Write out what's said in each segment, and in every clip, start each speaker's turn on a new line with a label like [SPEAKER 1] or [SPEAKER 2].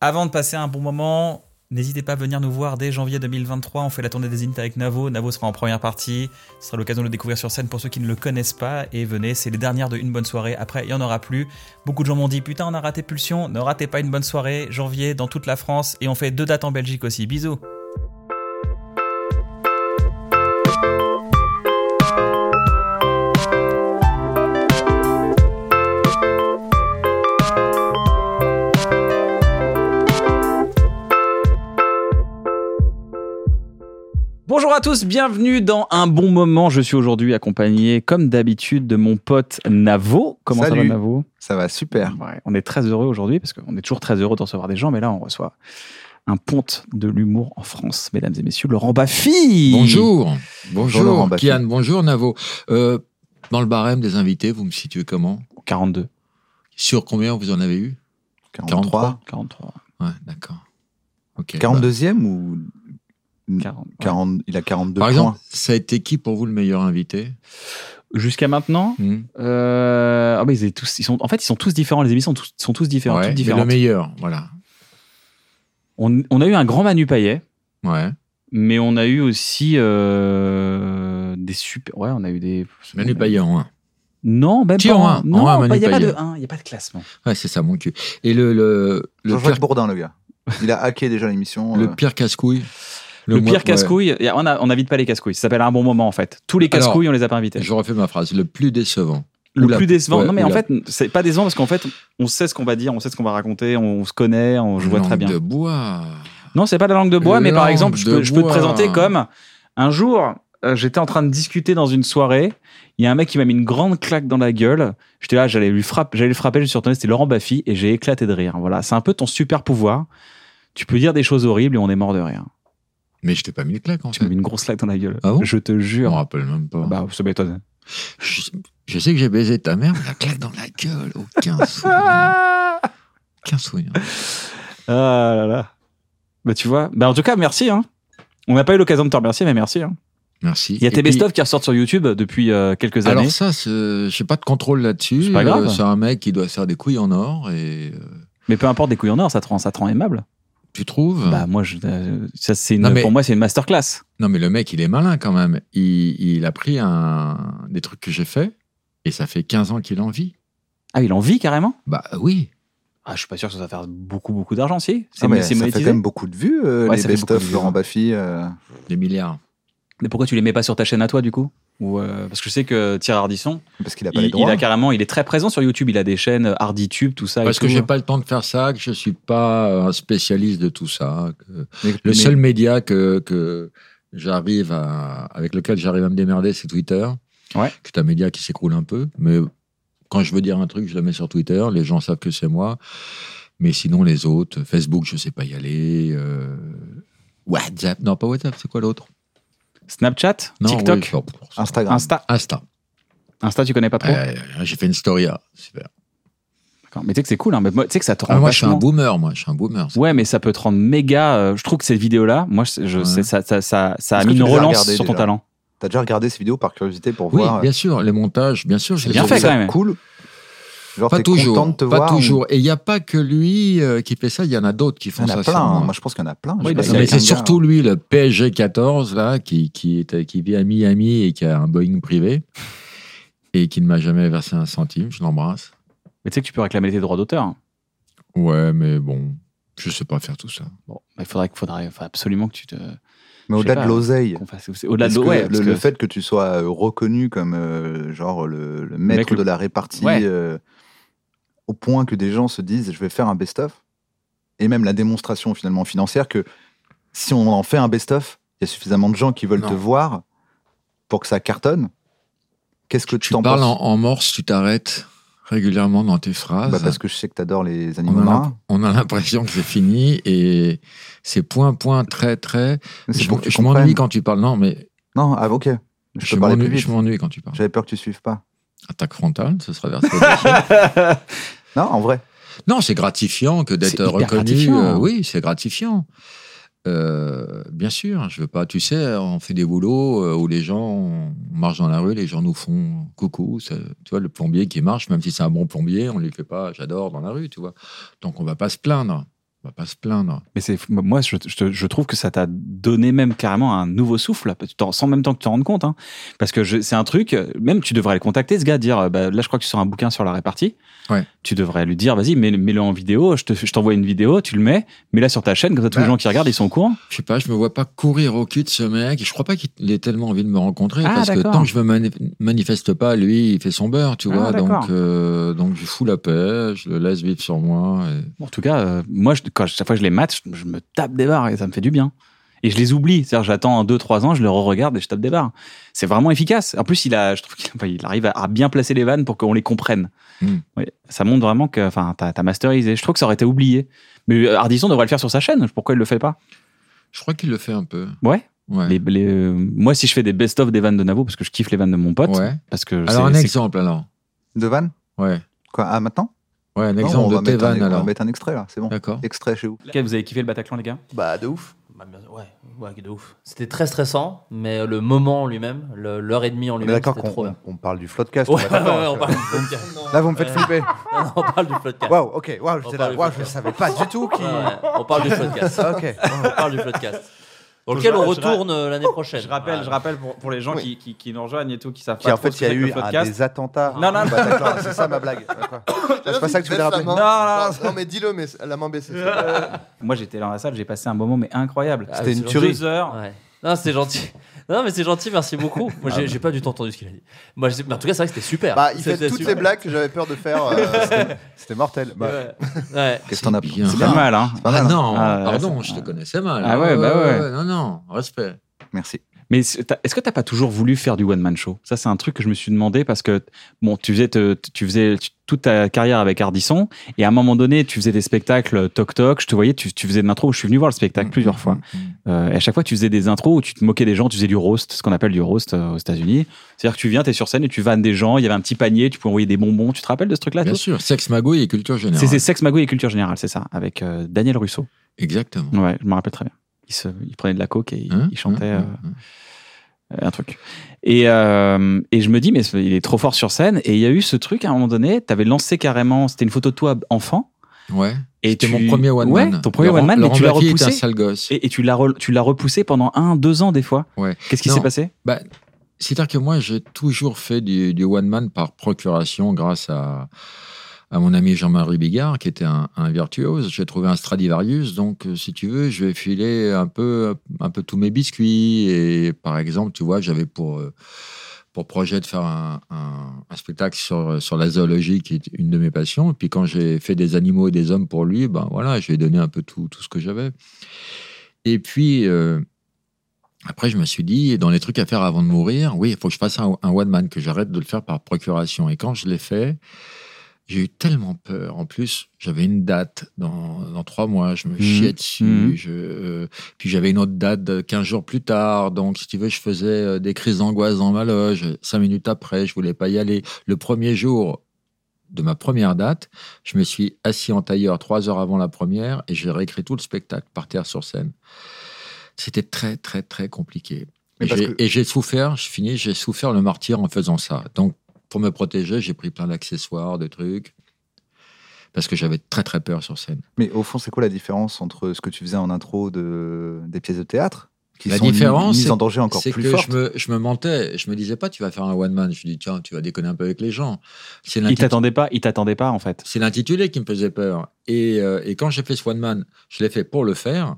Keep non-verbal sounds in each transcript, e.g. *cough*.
[SPEAKER 1] Avant de passer un bon moment, n'hésitez pas à venir nous voir dès janvier 2023. On fait la tournée des Init avec Navo. Navo sera en première partie. Ce sera l'occasion de le découvrir sur scène pour ceux qui ne le connaissent pas. Et venez, c'est les dernières de Une Bonne Soirée. Après, il n'y en aura plus. Beaucoup de gens m'ont dit Putain, on a raté Pulsion. Ne ratez pas Une Bonne Soirée. Janvier, dans toute la France. Et on fait deux dates en Belgique aussi. Bisous. Bonjour à tous, bienvenue dans un bon moment. Je suis aujourd'hui accompagné, comme d'habitude, de mon pote Navo. Comment ça va,
[SPEAKER 2] Salut.
[SPEAKER 1] Navo
[SPEAKER 2] Ça va super.
[SPEAKER 1] Ouais, on est très heureux aujourd'hui parce qu'on est toujours très heureux de recevoir des gens, mais là on reçoit un ponte de l'humour en France, mesdames et messieurs,
[SPEAKER 3] Oh,
[SPEAKER 1] Laurent Baffy.
[SPEAKER 4] Bonjour. Bonjour,
[SPEAKER 2] Laurent Baffie.
[SPEAKER 4] Kian. Bonjour, Navo. Euh, dans le barème des invités, vous me situez comment
[SPEAKER 1] 42,
[SPEAKER 4] Sur combien vous en avez eu
[SPEAKER 2] 43
[SPEAKER 1] 43,
[SPEAKER 4] Ouais, d'accord. Ok. Bah,
[SPEAKER 2] 42e ou
[SPEAKER 1] 40.
[SPEAKER 2] 40, il a 42
[SPEAKER 4] Bah, par
[SPEAKER 2] points.
[SPEAKER 4] exemple, ça a été qui pour vous le meilleur invité
[SPEAKER 1] Jusqu'à maintenant,
[SPEAKER 4] Hmm
[SPEAKER 1] euh, ah bah, ils, étaient tous, ils sont, en fait, ils sont tous différents. Les émissions sont tous, sont tous différents,
[SPEAKER 4] Ouais,
[SPEAKER 1] toutes
[SPEAKER 4] mais
[SPEAKER 1] différentes.
[SPEAKER 4] le meilleur, voilà.
[SPEAKER 1] On, on a eu un grand Manu Payet,
[SPEAKER 4] Ouais.
[SPEAKER 1] mais on a eu aussi euh, des super. Ouais, on a eu des.
[SPEAKER 4] Manu Payet en
[SPEAKER 1] hein.
[SPEAKER 4] un.
[SPEAKER 1] Non, même
[SPEAKER 4] Qui
[SPEAKER 1] pas.
[SPEAKER 4] en
[SPEAKER 1] un.
[SPEAKER 4] un En un,
[SPEAKER 1] Non,
[SPEAKER 4] Manu
[SPEAKER 1] il n'y a pas
[SPEAKER 4] Payet.
[SPEAKER 1] de 1, il n'y a pas de classement.
[SPEAKER 4] Ouais, c'est ça, mon cul. Et le, le, le
[SPEAKER 2] Jean-Jacques
[SPEAKER 4] pire,
[SPEAKER 2] Bourdin, le gars. Il a hacké déjà l'émission.
[SPEAKER 4] le
[SPEAKER 2] euh,
[SPEAKER 4] pire casse-couille.
[SPEAKER 1] Le,
[SPEAKER 4] moins-
[SPEAKER 1] pire
[SPEAKER 4] ouais.
[SPEAKER 1] casse-couille, y a- on, a- on invite pas les casse-couilles. Ça s'appelle un bon moment en fait. Tous les
[SPEAKER 4] Alors,
[SPEAKER 1] casse-couilles, on les a pas invités.
[SPEAKER 4] Je refais ma phrase. Le plus décevant.
[SPEAKER 1] Le
[SPEAKER 4] Ou la-
[SPEAKER 1] plus décevant.
[SPEAKER 4] ouais,
[SPEAKER 1] non, mais
[SPEAKER 4] ou
[SPEAKER 1] en
[SPEAKER 4] la-
[SPEAKER 1] fait, c'est pas décevant parce qu'en fait, on sait ce qu'on va dire, on sait ce qu'on va raconter, on, on se connaît, on, je vois
[SPEAKER 4] Langue
[SPEAKER 1] très bien.
[SPEAKER 4] de bois.
[SPEAKER 1] Non, c'est pas de la langue de bois,
[SPEAKER 4] La
[SPEAKER 1] mais par
[SPEAKER 4] langue
[SPEAKER 1] exemple, je peux,
[SPEAKER 4] de
[SPEAKER 1] je peux te
[SPEAKER 4] bois.
[SPEAKER 1] présenter comme un jour, euh, j'étais en train de discuter dans une soirée, il y a un mec qui m'a mis une grande claque dans la gueule. J'étais là, j'allais lui frapper, j'allais le frapper, je suis retourné, c'était Laurent Baffy et j'ai éclaté de rire. Voilà, c'est un peu ton super pouvoir. Tu peux dire des choses horribles et on est mort de rire.
[SPEAKER 4] Mais je t'ai pas mis une claque, en
[SPEAKER 1] Tu m'as
[SPEAKER 4] fait.
[SPEAKER 1] mis une grosse claque dans la gueule.
[SPEAKER 4] Ah bon Ah.
[SPEAKER 1] je te
[SPEAKER 4] Je me
[SPEAKER 1] jure.
[SPEAKER 4] rappelle même pas.
[SPEAKER 1] Bah, ça m'étonne.
[SPEAKER 4] Je, je sais que j'ai baisé ta mère, mais la claque dans la gueule, oh, aucun souvenir.
[SPEAKER 1] Ah
[SPEAKER 4] Aucun souvenir.
[SPEAKER 1] là là. Bah tu vois. Bah en tout cas, merci. Hein. On n'a pas eu l'occasion de te remercier, mais merci. hein.
[SPEAKER 4] Merci.
[SPEAKER 1] Il y a
[SPEAKER 4] Et
[SPEAKER 1] tes
[SPEAKER 4] puis-
[SPEAKER 1] best-of qui ressortent sur YouTube depuis euh, quelques années.
[SPEAKER 4] Alors ça, je n'ai pas de contrôle là-dessus.
[SPEAKER 1] C'est pas grave.
[SPEAKER 4] Euh, C'est un mec qui doit se faire des couilles en or et euh,
[SPEAKER 1] Mais peu importe, des couilles en or, ça te rend, ça te rend aimable.
[SPEAKER 4] tu trouves
[SPEAKER 1] Bah moi, je, euh, ça c'est une-
[SPEAKER 4] Non, mais-
[SPEAKER 1] pour moi c'est une masterclass.
[SPEAKER 4] Non, mais le mec, il est malin quand même. Il, il a pris un, des trucs que j'ai fait et ça fait 15 ans qu'il en vit.
[SPEAKER 1] Ah, il en vit carrément.
[SPEAKER 4] Bah oui.
[SPEAKER 1] Ah, je suis pas sûr que ça va faire beaucoup beaucoup d'argent, si. C'est
[SPEAKER 2] ah, mais
[SPEAKER 1] c'est
[SPEAKER 2] ça fait
[SPEAKER 1] monétisé.
[SPEAKER 2] quand même beaucoup de vues, euh,
[SPEAKER 1] Ouais,
[SPEAKER 2] les
[SPEAKER 1] ça fait beaucoup de
[SPEAKER 2] best-of
[SPEAKER 1] vues,
[SPEAKER 2] Laurent
[SPEAKER 1] hein.
[SPEAKER 2] Baffy. euh,
[SPEAKER 4] Des milliards.
[SPEAKER 1] Mais pourquoi tu les mets pas sur ta chaîne à toi du coup Ou euh, parce que je sais que Thierry Ardisson,
[SPEAKER 2] parce qu'il a pas
[SPEAKER 1] il,
[SPEAKER 2] les
[SPEAKER 1] il
[SPEAKER 2] droits.
[SPEAKER 1] a carrément, il est très présent sur YouTube. Il a des chaînes Harditube, tout ça. et
[SPEAKER 4] Parce que
[SPEAKER 1] tout.
[SPEAKER 4] j'ai pas le temps de faire ça, que je suis pas un spécialiste de tout ça. que-
[SPEAKER 2] Mais-
[SPEAKER 4] Le
[SPEAKER 2] mais-
[SPEAKER 4] seul média que, que j'arrive à, avec lequel j'arrive à me démerder, c'est Twitter.
[SPEAKER 1] Ouais.
[SPEAKER 4] C'est un média qui s'écroule un peu, mais quand je veux dire un truc, je le mets sur Twitter. Les gens savent que c'est moi. Mais sinon, les autres, Facebook, je sais pas y aller. euh, WhatsApp, non pas WhatsApp, c'est quoi l'autre
[SPEAKER 1] Snapchat,
[SPEAKER 4] Non,
[SPEAKER 1] TikTok,
[SPEAKER 4] oui, bon, pour ça.
[SPEAKER 2] Instagram.
[SPEAKER 1] Insta.
[SPEAKER 4] Insta.
[SPEAKER 1] Insta, tu connais pas trop.
[SPEAKER 4] Euh, J'ai fait une story. ah, Super.
[SPEAKER 1] D'accord. Mais tu sais que c'est cool, hein. mais moi, tu sais que ça te rend
[SPEAKER 4] Ah, moi, je suis
[SPEAKER 1] vachement...
[SPEAKER 4] un boomer. Moi, je suis un boomer. ça.
[SPEAKER 1] Ouais, mais ça peut te rendre méga. euh, je trouve que cette vidéo-là, moi, je, je
[SPEAKER 4] Ouais.
[SPEAKER 1] sais, ça, ça, ça, ça a
[SPEAKER 2] Est-ce que
[SPEAKER 1] mis
[SPEAKER 2] tu
[SPEAKER 1] une
[SPEAKER 2] les as
[SPEAKER 1] relance
[SPEAKER 2] regardés
[SPEAKER 1] sur ton
[SPEAKER 2] déjà
[SPEAKER 1] talent.
[SPEAKER 2] T'as déjà regardé ces vidéos par curiosité pour
[SPEAKER 4] Oui,
[SPEAKER 2] voir. euh,
[SPEAKER 4] bien sûr. Les montages, bien sûr. je les
[SPEAKER 1] bien
[SPEAKER 4] ai
[SPEAKER 1] fait,
[SPEAKER 4] vus.
[SPEAKER 1] quand même.
[SPEAKER 2] Cool. Genre,
[SPEAKER 4] Pas
[SPEAKER 2] t'es
[SPEAKER 4] toujours.
[SPEAKER 2] content de te
[SPEAKER 4] pas
[SPEAKER 2] voir.
[SPEAKER 4] toujours. Et il n'y a pas que lui euh, qui fait ça, il y en a d'autres qui
[SPEAKER 2] Il
[SPEAKER 4] font
[SPEAKER 2] y en
[SPEAKER 4] ça.
[SPEAKER 2] a
[SPEAKER 4] sur
[SPEAKER 2] plein. hein.
[SPEAKER 4] moi.
[SPEAKER 2] Moi, je pense qu'il y en a plein. Je
[SPEAKER 1] Oui,
[SPEAKER 2] sais
[SPEAKER 1] mais
[SPEAKER 2] pas
[SPEAKER 1] c'est
[SPEAKER 2] si
[SPEAKER 4] Non, mais
[SPEAKER 2] quelqu'un
[SPEAKER 4] c'est
[SPEAKER 2] de bien,
[SPEAKER 4] surtout lui, le PSG 14, là, qui, qui, est, euh, qui vit à Miami et qui a un Boeing privé et qui ne m'a jamais versé un centime. Je l'embrasse.
[SPEAKER 1] Mais tu sais que tu peux réclamer tes droits d'auteur. hein.
[SPEAKER 4] Ouais, mais bon, je sais pas faire tout ça.
[SPEAKER 1] Bon, il faudrait, faudrait enfin, absolument que tu te.
[SPEAKER 2] Mais
[SPEAKER 1] je sais
[SPEAKER 2] au-delà
[SPEAKER 1] pas.
[SPEAKER 2] de l'oseille.
[SPEAKER 1] qu'on fasse- c'est Au-delà
[SPEAKER 2] Est-ce
[SPEAKER 1] de.
[SPEAKER 2] que
[SPEAKER 1] ouais,
[SPEAKER 2] le,
[SPEAKER 1] parce
[SPEAKER 2] le
[SPEAKER 1] que-
[SPEAKER 2] fait que tu sois euh, reconnu comme euh, genre le, le maître
[SPEAKER 1] mec le-
[SPEAKER 2] de la répartie,
[SPEAKER 1] Ouais.
[SPEAKER 2] euh, au point que des gens se disent je vais faire un best-of, et même la démonstration finalement financière que si on en fait un best-of, il y a suffisamment de gens qui veulent
[SPEAKER 4] Non.
[SPEAKER 2] te voir pour que ça cartonne. Qu'est-ce que tu
[SPEAKER 4] Tu
[SPEAKER 2] t'en
[SPEAKER 4] parles
[SPEAKER 2] penses
[SPEAKER 4] en, en morse, tu t'arrêtes. régulièrement dans tes phrases.
[SPEAKER 2] Bah, parce que je sais que t'adores les
[SPEAKER 4] on
[SPEAKER 2] animaux
[SPEAKER 4] a,
[SPEAKER 2] marins.
[SPEAKER 4] l'imp- on a l'impression que c'est fini et c'est point, point, très, très.
[SPEAKER 2] Mais C'est
[SPEAKER 4] Je,
[SPEAKER 2] pour que tu
[SPEAKER 4] je m'ennuie
[SPEAKER 2] comprennes.
[SPEAKER 4] quand tu parles. Non, mais
[SPEAKER 2] Non, ah, ok. Je,
[SPEAKER 4] je
[SPEAKER 2] peux parler plus
[SPEAKER 4] m'ennuie
[SPEAKER 2] vite.
[SPEAKER 4] je m'ennuie quand tu parles.
[SPEAKER 2] J'avais peur que tu suives pas.
[SPEAKER 4] Attaque frontale, ce sera vers
[SPEAKER 3] *laughs*
[SPEAKER 4] ça.
[SPEAKER 2] Non, en vrai.
[SPEAKER 4] Non, c'est gratifiant que
[SPEAKER 3] C'est
[SPEAKER 4] d'être
[SPEAKER 3] hyper
[SPEAKER 4] reconnu.
[SPEAKER 3] gratifiant.
[SPEAKER 4] euh, oui, c'est gratifiant. Euh, bien sûr, je veux pas. Tu sais, on fait des boulots euh, où les gens on marche dans la rue, les gens nous font coucou. ça- tu vois, le plombier qui marche, même si c'est un bon plombier, on lui fait pas. J'adore dans la rue, tu vois. Donc on va pas se plaindre. On va pas se plaindre.
[SPEAKER 1] Mais c'est moi, je, je te- je trouve que ça t'a donné même carrément un nouveau souffle, tu t'en- sans même temps que tu t'en rendes compte. hein. Parce que je- c'est un truc, euh, même tu devrais le contacter, ce gars, dire euh, bah, là, je crois que tu sors un bouquin sur la répartie.
[SPEAKER 4] Ouais.
[SPEAKER 1] Tu devrais lui dire vas-y, mets- mets-le en vidéo, je te- je t'envoie une vidéo, tu le mets, mets-la sur ta chaîne, comme ça tous
[SPEAKER 4] Bah.
[SPEAKER 1] les gens qui regardent, ils sont au courant.
[SPEAKER 4] Je sais pas, je me vois pas courir au cul de ce mec. Je crois pas qu'il ait tellement envie de me rencontrer
[SPEAKER 1] Ah,
[SPEAKER 4] parce que
[SPEAKER 1] d'accord.
[SPEAKER 4] tant que je me mani- manifeste pas, lui, il fait son beurre, tu
[SPEAKER 1] Ah,
[SPEAKER 4] vois.
[SPEAKER 1] d'accord.
[SPEAKER 4] Donc, euh, donc je fous la paix, je le laisse vivre sur moi. et-
[SPEAKER 1] Bon, en tout cas, euh, moi, je- quand, chaque fois que je les match, je, je me tape des barres et ça me fait du bien. Et je les oublie. C'est-à-dire, j'attends 2-3 ans, je les re-regarde et je tape des barres. C'est vraiment efficace. En plus, il a, je trouve qu'il enfin, il arrive à, à bien placer les vannes pour qu'on les comprenne.
[SPEAKER 2] Hmm.
[SPEAKER 4] Mm.
[SPEAKER 1] Ouais, ça montre vraiment que enfin, t'as t'as masterisé. Je trouve que ça aurait été oublié. Mais euh, Ardisson devrait le faire sur sa chaîne. Pourquoi il le fait pas
[SPEAKER 4] Je crois qu'il le fait un peu.
[SPEAKER 1] Ouais.
[SPEAKER 4] Ouais.
[SPEAKER 1] Les- les, euh, Moi, si je fais des best-of des vannes de Navo, parce que je kiffe les vannes de mon pote.
[SPEAKER 4] Ouais.
[SPEAKER 1] Parce que
[SPEAKER 4] Alors un
[SPEAKER 1] c'est-
[SPEAKER 4] exemple alors.
[SPEAKER 2] De vannes
[SPEAKER 4] Ouais.
[SPEAKER 2] Quoi Ah, maintenant
[SPEAKER 4] Ouais, un
[SPEAKER 2] Non,
[SPEAKER 4] exemple
[SPEAKER 2] on va
[SPEAKER 4] de tes
[SPEAKER 2] mettre un-
[SPEAKER 4] vannes
[SPEAKER 2] On va
[SPEAKER 4] alors.
[SPEAKER 2] mettre un extrait là, c'est bon.
[SPEAKER 4] D'accord.
[SPEAKER 2] Extrait chez vous.
[SPEAKER 1] c'est- Vous avez kiffé le Bataclan, les gars
[SPEAKER 5] Bah, de ouf.
[SPEAKER 6] Bah, bien- ouais, ouais, de ouf. C'était très stressant, mais le moment en lui-même, le- l'heure et demie en
[SPEAKER 2] On est
[SPEAKER 6] lui-même,
[SPEAKER 2] d'accord
[SPEAKER 6] c'était
[SPEAKER 2] qu'on
[SPEAKER 6] trop bien.
[SPEAKER 2] on- on parle du floodcast.
[SPEAKER 6] Ouais,
[SPEAKER 2] on
[SPEAKER 6] *laughs* ouais,
[SPEAKER 2] va d'accord,
[SPEAKER 6] ouais, on
[SPEAKER 2] hein.
[SPEAKER 6] parle du
[SPEAKER 2] *laughs*
[SPEAKER 6] podcast. *laughs*
[SPEAKER 2] Là, vous me faites
[SPEAKER 6] Ouais.
[SPEAKER 2] flipper.
[SPEAKER 6] Non, non, on parle du podcast.
[SPEAKER 2] Waouh, ok, waouh, j'étais là.
[SPEAKER 6] parle du
[SPEAKER 2] Waouh, je
[SPEAKER 6] podcast.
[SPEAKER 2] savais pas du tout qui.
[SPEAKER 6] Ouais, ouais, on parle du podcast.
[SPEAKER 2] *laughs* Ok.
[SPEAKER 6] On parle du podcast. Dans lequel
[SPEAKER 3] je-
[SPEAKER 6] on
[SPEAKER 3] je-
[SPEAKER 6] retourne euh, l'année prochaine.
[SPEAKER 3] Je rappelle,
[SPEAKER 6] Voilà.
[SPEAKER 3] je rappelle pour, pour les gens
[SPEAKER 2] Oui.
[SPEAKER 3] qui, qui, qui nous rejoignent et tout, qui savent
[SPEAKER 2] Qui
[SPEAKER 3] pas
[SPEAKER 2] en
[SPEAKER 3] trop
[SPEAKER 2] fait,
[SPEAKER 3] ce
[SPEAKER 2] il y a
[SPEAKER 3] que c'est que
[SPEAKER 2] eu
[SPEAKER 3] le
[SPEAKER 2] un
[SPEAKER 3] podcast.
[SPEAKER 2] des attentats.
[SPEAKER 3] Non, non,
[SPEAKER 2] Au Bataclan, c'est ça ma blague. D'accord. C'est pas ça que tu voulais rappeler.
[SPEAKER 3] Non,
[SPEAKER 5] Non,
[SPEAKER 3] non, non.
[SPEAKER 5] mais dis-le, mais la main baissée.
[SPEAKER 3] *laughs*
[SPEAKER 5] c'est pas grave.
[SPEAKER 3] Moi, j'étais dans la salle, j'ai passé un moment mais incroyable.
[SPEAKER 6] Ah,
[SPEAKER 2] C'était
[SPEAKER 6] c'est
[SPEAKER 2] une
[SPEAKER 6] gentil.
[SPEAKER 2] tuerie.
[SPEAKER 3] Deux heures.
[SPEAKER 6] Ouais. Non, c'est gentil. *laughs* Non, mais c'est gentil, merci beaucoup. Moi,
[SPEAKER 2] Ah.
[SPEAKER 6] j'ai j'ai pas du tout entendu ce qu'il a dit. Moi, je sais- mais en tout cas, c'est vrai que c'était super.
[SPEAKER 5] Bah, il fait
[SPEAKER 6] C'était
[SPEAKER 5] toutes
[SPEAKER 6] super.
[SPEAKER 5] les blagues que j'avais peur de faire. euh,
[SPEAKER 2] C'était mortel. Bah,
[SPEAKER 6] Ouais. Ouais.
[SPEAKER 2] Qu'est-ce qu'on a
[SPEAKER 4] C'est
[SPEAKER 2] C'est
[SPEAKER 4] bien.
[SPEAKER 2] pas
[SPEAKER 1] Pas
[SPEAKER 2] mal.
[SPEAKER 1] mal, hein
[SPEAKER 2] pas mal,
[SPEAKER 4] Ah non,
[SPEAKER 1] Ah, ouais,
[SPEAKER 4] pardon,
[SPEAKER 1] c'est-
[SPEAKER 4] je te connaissais mal.
[SPEAKER 1] Ah ouais, bah ouais.
[SPEAKER 4] Non, non, respect.
[SPEAKER 2] Merci.
[SPEAKER 1] Mais c'est- t'as- est-ce que t'as pas toujours voulu faire du one man show Ça c'est un truc que je me suis demandé parce que bon, tu faisais, te- tu faisais tu- toute ta carrière avec Ardisson et à un moment donné, tu faisais des spectacles toc toc. Je te voyais, tu, tu faisais de l'intro. où Je suis venu voir le spectacle plusieurs fois. Euh, et à chaque fois, tu faisais des intros où tu te moquais des gens, tu faisais du roast, ce qu'on appelle du roast euh, aux États-Unis. C'est-à-dire que tu viens, t'es sur scène et tu vannes des gens. Il y avait un petit panier, tu pouvais envoyer des bonbons. Ah, Tu te rappelles de ce truc-là
[SPEAKER 4] Bien
[SPEAKER 1] toi
[SPEAKER 4] sûr, sexe, magouille et culture générale.
[SPEAKER 1] C'est c'est Sex Magouille et Culture Générale, c'est ça, avec euh, Daniel Russo.
[SPEAKER 4] Exactement.
[SPEAKER 1] Ouais, je me rappelle très bien. Il, se, il prenait de la coke et il,
[SPEAKER 4] Hein,
[SPEAKER 1] il chantait.
[SPEAKER 4] hein,
[SPEAKER 1] euh,
[SPEAKER 4] hein, hein.
[SPEAKER 1] un truc. Et, euh, et je me dis, mais il est trop fort sur scène. Et il y a eu ce truc à un moment donné, t'avais lancé carrément, c'était une photo de toi enfant.
[SPEAKER 4] Ouais.
[SPEAKER 1] euh. Et
[SPEAKER 4] C'était
[SPEAKER 1] tu-
[SPEAKER 4] mon premier one
[SPEAKER 1] Ouais,
[SPEAKER 4] man.
[SPEAKER 1] ton premier
[SPEAKER 4] Laurent-
[SPEAKER 1] one man, mais
[SPEAKER 4] Laurent
[SPEAKER 1] tu l'as
[SPEAKER 4] Baffie était
[SPEAKER 1] repoussé.
[SPEAKER 4] un sale gosse.
[SPEAKER 1] Et, et tu l'as re- tu l'as repoussé pendant un, deux ans des fois.
[SPEAKER 4] Ouais.
[SPEAKER 1] Qu'est-ce qui
[SPEAKER 4] Non.
[SPEAKER 1] s'est passé
[SPEAKER 4] C'est-à-dire que moi, j'ai toujours fait du, du one man par procuration grâce à, à mon ami Jean-Marie Bigard, qui était un, un virtuose. J'ai trouvé un Stradivarius, donc euh, si tu veux, je vais filer un peu, un peu tous mes biscuits. Et par exemple, tu vois, j'avais pour, euh, pour projet de faire un, un- un spectacle sur, sur la zoologie, qui est une de mes passions. Et puis quand j'ai fait des animaux et des hommes pour lui, ben voilà, je lui ai donné un peu tout, tout ce que j'avais. Et puis. euh, après, je me suis dit, dans les trucs à faire avant de mourir, oui, il faut que je fasse un, un one man, que j'arrête de le faire par procuration. Et quand je l'ai fait, j'ai eu tellement peur. En plus, j'avais une date dans, dans trois mois, je me chiais dessus.
[SPEAKER 2] Mmh.
[SPEAKER 1] Mhm.
[SPEAKER 4] Je, euh, puis j'avais une autre date de 15 jours plus tard. Donc, si tu veux, je faisais euh, des crises d'angoisse dans ma loge. Cinq minutes après, je voulais pas y aller. Le premier jour de ma première date, je me suis assis en tailleur trois heures avant la première et j'ai réécrit tout le spectacle par terre sur scène. C'était très, très, très compliqué.
[SPEAKER 2] Mais
[SPEAKER 4] Et
[SPEAKER 2] parce
[SPEAKER 4] j'ai-
[SPEAKER 2] que-
[SPEAKER 4] Et j'ai souffert, je finis, j'ai souffert le martyr en faisant ça. Donc, pour me protéger, j'ai pris plein d'accessoires, de trucs, parce que j'avais très, très peur sur scène.
[SPEAKER 2] Mais au fond, c'est quoi la différence entre ce que tu faisais en intro de... des pièces de théâtre qui
[SPEAKER 4] La
[SPEAKER 2] sont une-
[SPEAKER 4] différence,
[SPEAKER 2] une mise
[SPEAKER 4] c'est-
[SPEAKER 2] en danger encore
[SPEAKER 4] C'est
[SPEAKER 2] plus
[SPEAKER 4] que
[SPEAKER 2] forte
[SPEAKER 4] je me, je me mentais, je me disais pas, tu vas faire un one man. Je dis, tiens, tu vas déconner un peu avec les gens. C'est
[SPEAKER 1] Il
[SPEAKER 4] l'intitu-
[SPEAKER 1] t'attendait pas, il t'attendait pas en fait.
[SPEAKER 4] c'est l'intitulé qui me faisait peur. Et, euh, et quand j'ai fait ce one man, je l'ai fait pour le faire,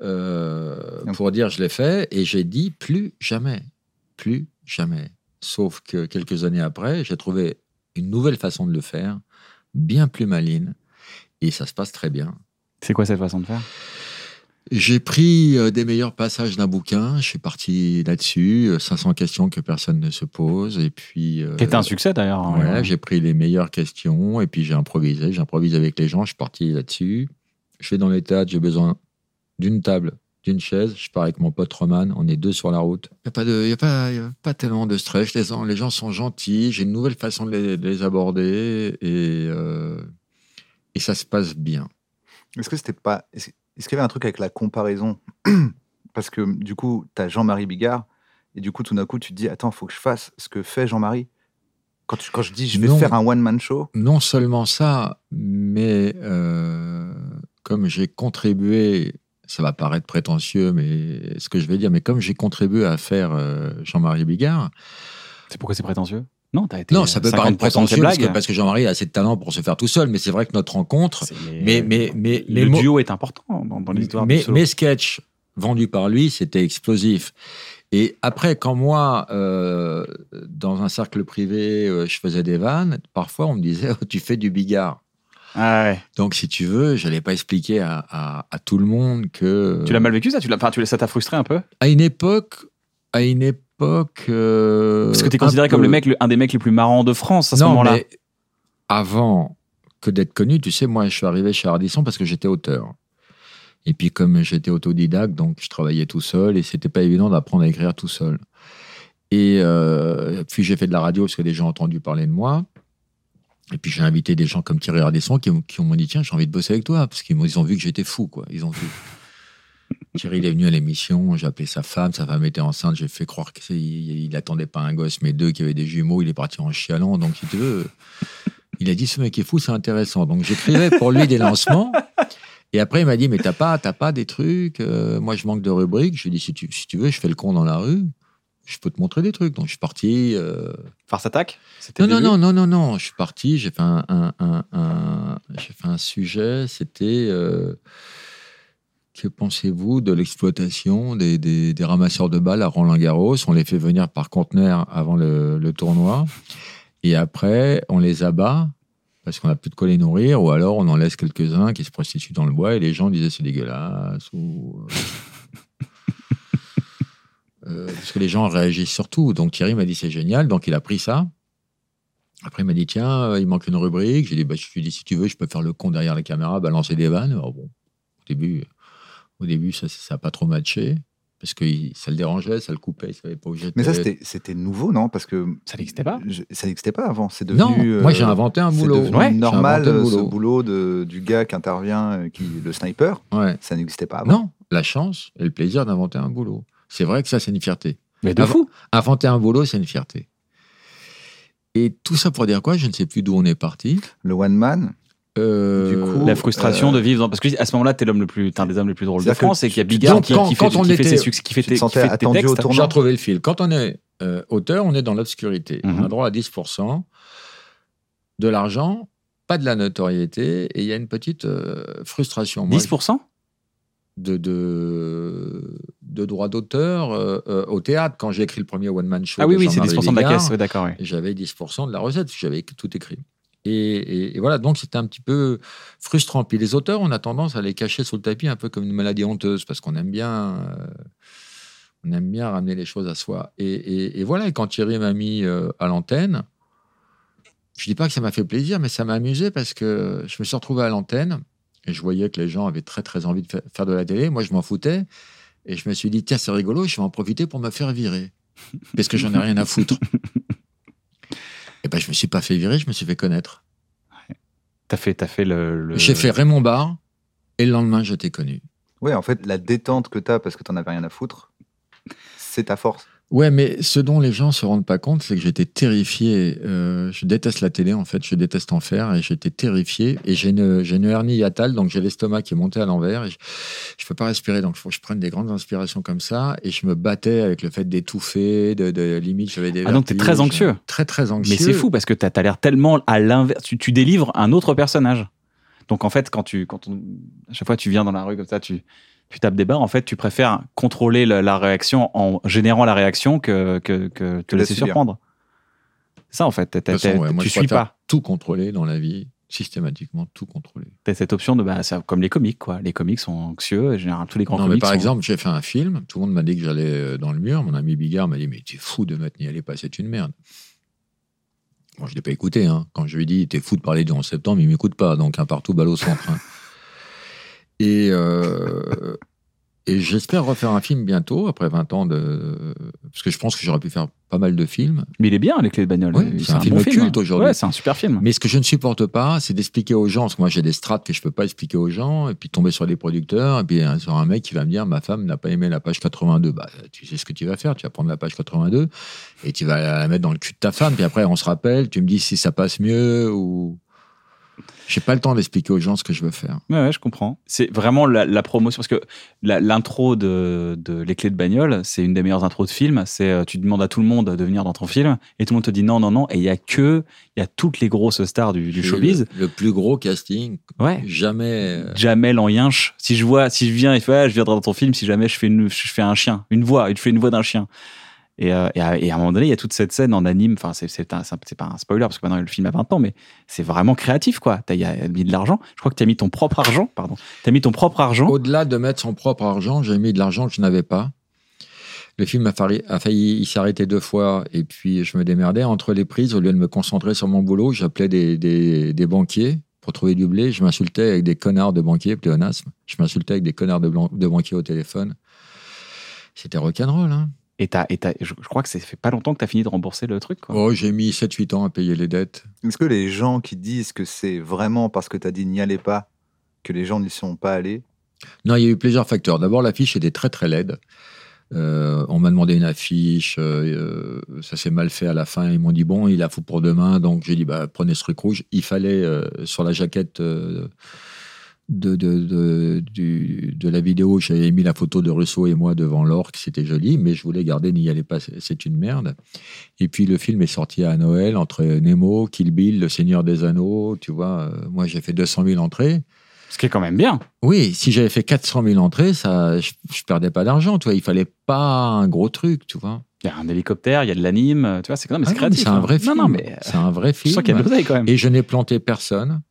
[SPEAKER 4] euh,
[SPEAKER 2] Donc-
[SPEAKER 4] pour dire je l'ai fait, et j'ai dit plus jamais, plus jamais. Sauf que quelques années après, j'ai trouvé une nouvelle façon de le faire, bien plus maligne, et ça se passe très bien.
[SPEAKER 1] C'est quoi cette façon de faire
[SPEAKER 4] J'ai pris euh, des meilleurs passages d'un bouquin. Je suis parti là-dessus. euh, 500 questions que personne ne se pose. Et puis. euh,
[SPEAKER 3] Qui était un succès d'ailleurs. hein.
[SPEAKER 4] Voilà, j'ai pris les meilleures questions et puis j'ai improvisé. J'improvise avec les gens, je suis parti là-dessus. Je vais dans les théâtres, j'ai besoin d'une table, d'une chaise. Je pars avec mon pote Roman, on est deux sur la route. Il n'y a, pas de- y a, pas- y a pas tellement de stress. Les gens, les gens sont gentils, j'ai une nouvelle façon de les, de les aborder et, euh, et ça se passe bien.
[SPEAKER 2] Est-ce que c'était pas. Est-ce est-ce qu'il y avait un truc avec la comparaison *clears throat* Parce que hum, du coup, tu as Jean-Marie Bigard, et du coup, tout d'un coup, tu te dis Attends, faut que je fasse ce que fait Jean-Marie. Quand, tu- quand je dis Je vais
[SPEAKER 4] Non.
[SPEAKER 2] faire un one-man show,
[SPEAKER 4] Non seulement ça, mais euh, comme j'ai contribué, ça va paraître prétentieux, mais ce que je vais dire, mais comme j'ai contribué à faire euh, Jean-Marie Bigard,
[SPEAKER 3] C'est pourquoi c'est prétentieux Non, t'as été.
[SPEAKER 4] Non, ça peut paraître
[SPEAKER 3] 50% de ses
[SPEAKER 4] prétentieux parce que,
[SPEAKER 3] blagues.
[SPEAKER 4] parce que Jean-Marie a assez de talent pour se faire tout seul, mais c'est vrai que notre rencontre,
[SPEAKER 3] C'est-
[SPEAKER 4] mais, mais, mais, les
[SPEAKER 3] le
[SPEAKER 4] mots-
[SPEAKER 3] duo est important dans, dans l'histoire
[SPEAKER 4] mais,
[SPEAKER 3] du solo.
[SPEAKER 4] mes sketchs vendus par lui, c'était explosif. Et après, quand moi, euh, dans un cercle privé, euh, je faisais des vannes, parfois on me disait Oh, Tu fais du bigard.
[SPEAKER 3] Ah ouais.
[SPEAKER 4] Donc, si tu veux, j'allais pas expliquer à, à- à tout le monde que.
[SPEAKER 3] Euh, Tu l'as mal vécu ça Tu l'as, enfin, tu l'as- ça t'a frustré un peu
[SPEAKER 4] À une époque. À une époque. euh,
[SPEAKER 3] Parce que t'es
[SPEAKER 4] un
[SPEAKER 3] considéré comme
[SPEAKER 4] peu-
[SPEAKER 3] le mec, le- un des mecs les plus marrants de France à ce
[SPEAKER 4] Non,
[SPEAKER 3] moment-là.
[SPEAKER 4] mais avant que d'être connu, tu sais, moi, je suis arrivé chez Ardisson parce que j'étais auteur. Et puis, comme j'étais autodidacte, donc je travaillais tout seul et c'était pas évident d'apprendre à écrire tout seul. Et euh, puis, j'ai fait de la radio parce que des gens ont entendu parler de moi. Et puis, j'ai invité des gens comme Thierry Ardisson qui, m'ont- qui m'ont dit Tiens, j'ai envie de bosser avec toi. Parce qu'ils m'ont- ils ont vu que j'étais fou, quoi. Ils ont vu. Thierry, il est venu à l'émission, j'ai appelé sa femme, sa femme était enceinte, j'ai fait croire qu'il n'attendait pas un gosse, mais deux, qui avaient des jumeaux, il est parti en chialant, donc si tu veux, il a dit ce mec est fou, c'est intéressant. Donc j'écrivais pour lui des lancements, et après il m'a dit mais t'as pas, t'as pas des trucs, euh, moi je manque de rubriques, je lui ai dit si tu, si tu veux, je fais le con dans la rue, je peux te montrer des trucs. Donc je suis parti... euh,
[SPEAKER 3] Farce attaque
[SPEAKER 4] non, non, non, non, non, non, je suis parti, j'ai fait un, un- un- un- j'ai fait un sujet, c'était euh, que pensez-vous de l'exploitation des, des- des ramasseurs de balles à Roland-Garros On les fait venir par conteneur avant le, le tournoi et après on les abat parce qu'on n'a plus de quoi les nourrir ou alors on en laisse quelques-uns qui se prostituent dans le bois et les gens disaient c'est dégueulasse ou... Euh, parce que les gens réagissent surtout. Donc Thierry m'a dit c'est génial, donc il a pris ça. Après, il m'a dit, tiens, euh, il manque une rubrique. J'ai dit, bah, je lui ai dit, si tu veux, je peux faire le con derrière la caméra, balancer des vannes. Alors bon, au début, euh, au début ça n'a pas trop matché, parce que il- ça le dérangeait, ça le coupait, il ne savait pas où j'étais.
[SPEAKER 2] mais ça, c'était- c'était nouveau, non Parce que
[SPEAKER 3] Ça n'existait pas.
[SPEAKER 2] je- ça n'existait pas avant. C'est devenu.
[SPEAKER 4] Non, moi
[SPEAKER 2] euh,
[SPEAKER 4] j'ai inventé un
[SPEAKER 2] c'est
[SPEAKER 4] boulot.
[SPEAKER 2] devenu
[SPEAKER 4] Ouais, j'ai
[SPEAKER 2] normal
[SPEAKER 4] inventé le
[SPEAKER 2] euh, ce
[SPEAKER 4] boulot.
[SPEAKER 2] boulot de, du gars qui intervient, euh, qui le sniper.
[SPEAKER 4] Ouais.
[SPEAKER 2] Ça n'existait pas avant.
[SPEAKER 4] Non, la chance et le plaisir d'inventer un boulot. C'est vrai que ça, c'est une fierté.
[SPEAKER 3] Mais de
[SPEAKER 4] Avant-
[SPEAKER 3] Ah, fou.
[SPEAKER 4] Inventer un boulot, c'est une fierté. Et tout ça pour dire quoi Je ne sais plus d'où on est parti.
[SPEAKER 2] Le one man.
[SPEAKER 4] Euh,
[SPEAKER 2] Du coup,
[SPEAKER 3] La frustration
[SPEAKER 2] euh,
[SPEAKER 3] de vivre dans... parce que à ce moment-là t'es l'homme le plus t'es un des hommes les plus drôles de
[SPEAKER 2] C'est-à-dire que
[SPEAKER 3] France et qu'il y a
[SPEAKER 4] tu-
[SPEAKER 3] Bigard
[SPEAKER 4] donc,
[SPEAKER 3] qui,
[SPEAKER 4] quand-
[SPEAKER 3] qui fait,
[SPEAKER 4] quand on
[SPEAKER 3] qui fait
[SPEAKER 4] était-
[SPEAKER 3] ses succès- qui fait
[SPEAKER 2] te
[SPEAKER 3] tes, qui
[SPEAKER 2] sentais
[SPEAKER 3] fait tes
[SPEAKER 2] attendu au
[SPEAKER 3] textes.
[SPEAKER 2] tournant.
[SPEAKER 4] J'ai retrouvé le fil. Quand on est euh, auteur, on est dans l'obscurité. On
[SPEAKER 3] Mhm.
[SPEAKER 4] a droit à 10%, de l'argent, pas de la notoriété, et il y a une petite euh, frustration. Moi,
[SPEAKER 3] 10%
[SPEAKER 4] de, de, de droit d'auteur euh, euh, au théâtre, quand j'ai écrit le premier one-man show.
[SPEAKER 3] Ah oui
[SPEAKER 4] de
[SPEAKER 3] oui c'est
[SPEAKER 4] Jean-Marie
[SPEAKER 3] 10% de la
[SPEAKER 4] Bigard,
[SPEAKER 3] caisse. Oui d'accord. oui.
[SPEAKER 4] J'avais 10% de la recette, parce que j'avais tout écrit. Et, et- et voilà, donc c'était un petit peu frustrant. Puis les auteurs, on a tendance à les cacher sous le tapis, un peu comme une maladie honteuse, parce qu'on aime bien, euh, on aime bien ramener les choses à soi. Et, et- et voilà, et quand Thierry m'a mis euh, à l'antenne, je dis pas que ça m'a fait plaisir, mais ça m'a amusé parce que je me suis retrouvé à l'antenne et je voyais que les gens avaient très très envie de fa- faire de la télé. Moi, je m'en foutais et je me suis dit tiens, c'est rigolo, je vais en profiter pour me faire virer parce que j'en ai rien à foutre. Et ben, je me suis pas fait virer, je me suis fait connaître.
[SPEAKER 3] T'as fait t'as fait le. le-
[SPEAKER 4] J'ai fait Raymond Barre et le lendemain, j'étais connu.
[SPEAKER 2] Ouais, en fait, la détente que t'as parce que t'en avais rien à foutre, c'est ta force.
[SPEAKER 4] Ouais, mais ce dont les gens se rendent pas compte, c'est que j'étais terrifié. Euh, je déteste la télé, en fait. Je déteste en faire et j'étais terrifié. Et j'ai une, j'ai une hernie hiatale, donc j'ai l'estomac qui est monté à l'envers. et Je, je peux pas respirer, donc faut que je prenne des grandes inspirations comme ça. Et je me battais avec le fait d'étouffer, de, de limite, j'avais des.
[SPEAKER 3] Ah, donc t'es
[SPEAKER 4] vertiges.
[SPEAKER 3] très anxieux.
[SPEAKER 4] Très, très anxieux.
[SPEAKER 3] Mais c'est fou parce que t'as as, l'air tellement à l'inverse. Tu, tu délivres un autre personnage. Donc en fait, quand tu, quand on- à chaque fois que tu viens dans la rue comme ça, tu, tu tapes des barres. En fait, tu préfères contrôler la, la réaction en générant la réaction que, que, que te
[SPEAKER 2] laisses
[SPEAKER 3] laisser
[SPEAKER 2] subir.
[SPEAKER 3] surprendre. C'est ça en fait. T'as-
[SPEAKER 4] De toute
[SPEAKER 3] t'as-
[SPEAKER 4] façon, ouais, moi,
[SPEAKER 3] tu
[SPEAKER 4] je
[SPEAKER 3] suis
[SPEAKER 4] préfère
[SPEAKER 3] pas.
[SPEAKER 4] Tout contrôler dans la vie. systématiquement tout contrôler.
[SPEAKER 1] T'as cette option de, bah, c'est comme les comics, quoi. Les comics sont anxieux, et généralement, tous les grands
[SPEAKER 4] non,
[SPEAKER 1] comics. hein.
[SPEAKER 4] mais par
[SPEAKER 1] sont-
[SPEAKER 4] exemple, j'ai fait un film, tout le monde m'a dit que j'allais euh, dans le mur, mon ami Bigard m'a dit Mais t'es fou de m'être n'y aller pas, c'est une merde. Bon, je ne l'ai pas écouté. Hein. Quand je lui ai dit T'es fou de parler du 11 septembre, il ne m'écoute pas, donc un partout balle au
[SPEAKER 1] *laughs*
[SPEAKER 4] centre. hein. Et, euh, et j'espère refaire un film bientôt, après 20 ans de. Parce que je pense que j'aurais pu faire pas mal de films.
[SPEAKER 1] Mais il est bien, Les Clés de Bagnole.
[SPEAKER 4] Ouais, c'est un film
[SPEAKER 1] bon
[SPEAKER 4] culte
[SPEAKER 1] hein.
[SPEAKER 4] aujourd'hui.
[SPEAKER 1] Ouais, c'est un super film.
[SPEAKER 4] Mais ce que je ne supporte pas, c'est d'expliquer aux gens, parce que moi j'ai des strates que je peux pas expliquer aux gens, et puis tomber sur des producteurs, et puis hein, sur un mec qui va me dire ma femme n'a pas aimé la page 82. Bah, tu sais ce que tu vas faire, tu vas prendre la page 82 et tu vas la mettre dans le cul de ta femme, puis après on se rappelle, tu me dis si ça passe mieux ou. J'ai pas le temps d'expliquer aux gens ce que je veux faire.
[SPEAKER 1] Ouais, ouais, je comprends. C'est vraiment la, la promotion. Parce que la- l'intro de, de Les Clés de Bagnole, c'est une des meilleures intros de film. C'est euh, tu demandes à tout le monde de venir dans ton film et tout le monde te dit non, non, non. Et il y a que, il y a toutes les grosses stars du, du
[SPEAKER 4] J'ai
[SPEAKER 1] showbiz.
[SPEAKER 4] Le, le plus gros casting
[SPEAKER 1] Ouais.
[SPEAKER 4] jamais. euh,
[SPEAKER 1] Jamel en yinche. Si je vois, si je viens, il fait, ah, je viendrai dans ton film si jamais je fais une, je fais un chien, une voix, je fais une voix d'un chien. Et, euh, et à, et à un moment donné, il y a toute cette scène en anime. Enfin, c'est c'est un- c'est un- c'est pas un spoiler parce que maintenant le film a 20 ans, mais c'est vraiment créatif, quoi. T'as il y a mis de l'argent. Je crois que t'as mis ton propre argent, pardon. T'as mis ton propre argent.
[SPEAKER 4] Au-delà de mettre son propre argent, j'ai mis de l'argent que je n'avais pas. Le film a failli, a failli- il s'est arrêté deux fois et puis je me démerdais. Entre les prises, au lieu de me concentrer sur mon boulot, j'appelais des, des- des banquiers pour trouver du blé. Je m'insultais avec des connards de banquiers, pléonasme. Je m'insultais avec des connards de, blan- de banquiers au téléphone. C'était rock'n'roll. Hein.
[SPEAKER 1] Et t'as, et t'as- je, je crois que ça fait pas longtemps que t'as fini de rembourser le truc, quoi.
[SPEAKER 4] Oh, j'ai mis 7-8 ans à payer les dettes.
[SPEAKER 2] Est-ce que les gens qui disent que c'est vraiment parce que tu as dit n'y allez pas, que les gens n'y sont pas allés,
[SPEAKER 4] Non, il y a eu plusieurs facteurs. D'abord, l'affiche était très très laide. Euh, on m'a demandé une affiche, euh, euh, ça s'est mal fait à la fin. Ils m'ont dit bon, il la faut pour demain, donc j'ai dit bah prenez ce truc rouge. Il fallait euh, sur la jaquette euh, de de, de, du- de la vidéo, j'avais mis la photo de Rousseau et moi devant l'orque, c'était joli, mais je voulais garder n'y allez pas, c'est- c'est une merde. Et puis le film est sorti à Noël entre Nemo, Kill Bill, Le Seigneur des Anneaux, tu vois. euh, moi j'ai fait 200 000 entrées.
[SPEAKER 1] Ce qui est quand même bien.
[SPEAKER 4] Oui, si j'avais fait 400 000 entrées, ça, je, je perdais pas d'argent, tu vois. Il fallait pas un gros truc, tu vois.
[SPEAKER 1] Il y a un hélicoptère, il y a de l'anime, tu vois. C'est quand même
[SPEAKER 4] Ah non,
[SPEAKER 1] c'est créatif.
[SPEAKER 4] mais c'est un
[SPEAKER 1] hein.
[SPEAKER 4] vrai film.
[SPEAKER 1] Non, non, mais euh,
[SPEAKER 4] c'est un vrai
[SPEAKER 1] je
[SPEAKER 4] film.
[SPEAKER 1] sens qu'il y a de l'oseille quand même.
[SPEAKER 4] Et je n'ai planté personne.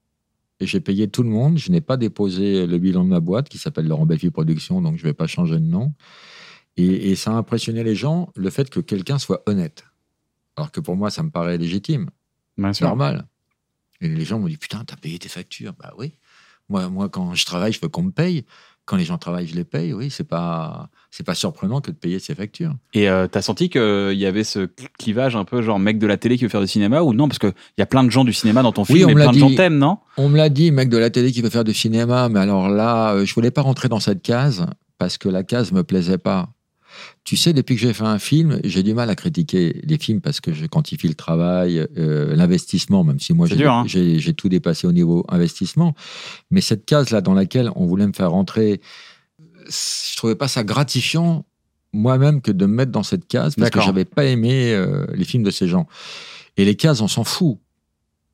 [SPEAKER 4] Et j'ai payé tout le monde. Je n'ai pas déposé le bilan de ma boîte qui s'appelle Laurent Belfi Productions, donc je vais pas changer de nom. Et, et ça a impressionné les gens, le fait que quelqu'un soit honnête. Alors que pour moi, ça me paraît légitime.
[SPEAKER 1] Bien
[SPEAKER 4] C'est normal. Et les gens m'ont dit Putain, t'as payé tes factures Bah oui. Moi, moi, quand je travaille, je veux qu'on me paye. Quand les gens travaillent, je les paye. Oui, c'est pas, c'est pas surprenant que de payer ses factures.
[SPEAKER 1] Et euh, t'as senti qu'il y avait ce cl- clivage un peu genre mec de la télé qui veut faire du cinéma ou non Parce qu'il y a plein de gens du cinéma dans ton
[SPEAKER 4] Oui,
[SPEAKER 1] film
[SPEAKER 4] on
[SPEAKER 1] et
[SPEAKER 4] me l'a
[SPEAKER 1] plein de gens
[SPEAKER 4] dit.
[SPEAKER 1] t'aiment, non
[SPEAKER 4] On me l'a dit, mec de la télé qui veut faire du cinéma, mais alors là, euh, je voulais pas rentrer dans cette case parce que la case me plaisait pas. Tu sais, depuis que j'ai fait un film, j'ai du mal à critiquer les films parce que je quantifie le travail, euh, l'investissement, même si moi
[SPEAKER 1] C'est
[SPEAKER 4] j'ai
[SPEAKER 1] dur, hein.
[SPEAKER 4] j'ai- j'ai tout dépassé au niveau investissement. Mais cette case-là dans laquelle on voulait me faire rentrer, je trouvais pas ça gratifiant moi-même que de me mettre dans cette case parce que
[SPEAKER 1] D'accord.
[SPEAKER 4] j'avais pas aimé euh, les films de ces gens. Et les cases, on s'en fout.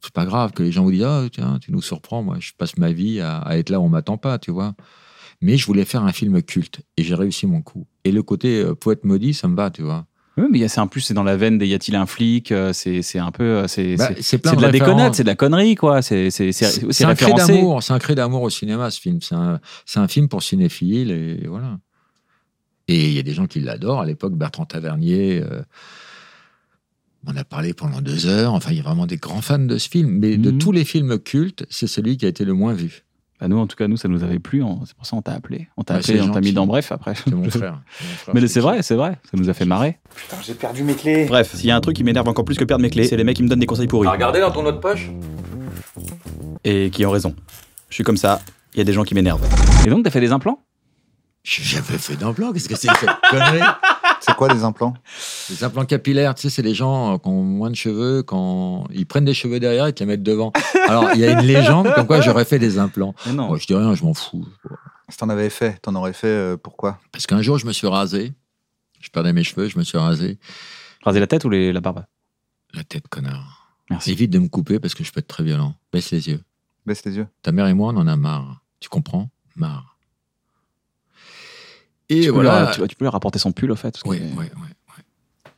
[SPEAKER 4] C'est pas grave que les gens vous disent Ah, tiens, tu nous surprends, moi, je passe ma vie à, à être là où on m'attend pas, tu vois. Mais je voulais faire un film culte et j'ai réussi mon coup. Et le côté euh, poète maudit, ça me va, tu vois.
[SPEAKER 1] Oui, mais il y a- c'est un plus, c'est dans la veine des y a-t-il un flic euh, C'est c'est un peu. euh, C'est
[SPEAKER 4] Bah,
[SPEAKER 1] c'est-
[SPEAKER 4] c'est
[SPEAKER 1] c'est de la
[SPEAKER 4] références.
[SPEAKER 1] déconnade, c'est de la connerie, quoi. C'est c'est- c'est-
[SPEAKER 4] C'est-
[SPEAKER 1] c'est
[SPEAKER 4] C'est un cri
[SPEAKER 1] référencé.
[SPEAKER 4] d'amour, c'est un cri d'amour au cinéma, ce film. C'est un, c'est un film pour cinéphiles et voilà. Et il y a des gens qui l'adorent. À l'époque, Bertrand Tavernier, euh, on a parlé pendant deux heures. Enfin, il y a vraiment des grands fans de ce film. Mais de
[SPEAKER 1] Mhm.
[SPEAKER 4] tous les films cultes, c'est celui qui a été le moins vu.
[SPEAKER 1] Bah, nous, en tout cas, nous, ça nous avait plu. on- C'est pour ça qu'on t'a appelé. On t'a
[SPEAKER 4] Bah,
[SPEAKER 1] appelé,
[SPEAKER 4] c'est
[SPEAKER 1] on t'a mis
[SPEAKER 4] gentil.
[SPEAKER 1] dans bref après. *laughs*
[SPEAKER 4] C'est mon frère. C'est mon frère,
[SPEAKER 1] Mais
[SPEAKER 4] qui-
[SPEAKER 1] c'est vrai, c'est vrai. Ça nous a fait marrer.
[SPEAKER 7] Putain, j'ai perdu mes clés.
[SPEAKER 8] Bref, s'il y a un truc qui m'énerve encore plus que perdre mes clés, c'est les mecs qui me donnent des conseils pourris.
[SPEAKER 6] regardez dans ton autre poche
[SPEAKER 8] Et qui ont raison. Je suis comme ça, il y a des gens qui m'énervent.
[SPEAKER 1] Et donc, t'as fait des implants
[SPEAKER 4] J'avais fait d'implant. Qu'est-ce que c'est que cette connerie
[SPEAKER 2] c'est quoi les implants
[SPEAKER 4] Les implants capillaires, tu sais, c'est les gens euh, qui ont moins de cheveux, quand ils prennent des cheveux derrière et te les mettent devant. Alors, il y a une légende comme quoi j'aurais fait des implants.
[SPEAKER 1] Mais Non.
[SPEAKER 4] Moi, je dis rien, je m'en fous.
[SPEAKER 2] Si t'en avais fait, t'en aurais fait euh, pourquoi
[SPEAKER 4] Parce qu'un jour, je me suis rasé. Je perdais mes cheveux, je me suis rasé.
[SPEAKER 1] Raser la tête ou les- la barbe
[SPEAKER 4] La tête, connard.
[SPEAKER 1] Merci.
[SPEAKER 4] Évite de me couper parce que je peux être très violent. Baisse les yeux.
[SPEAKER 2] Baisse les yeux.
[SPEAKER 4] Ta mère et moi, on en a marre. Tu comprends Marre. Et
[SPEAKER 1] Tu peux,
[SPEAKER 4] voilà.
[SPEAKER 1] leur, tu, tu peux leur apporter son pull, au fait. parce que-
[SPEAKER 4] Oui, oui, oui. oui.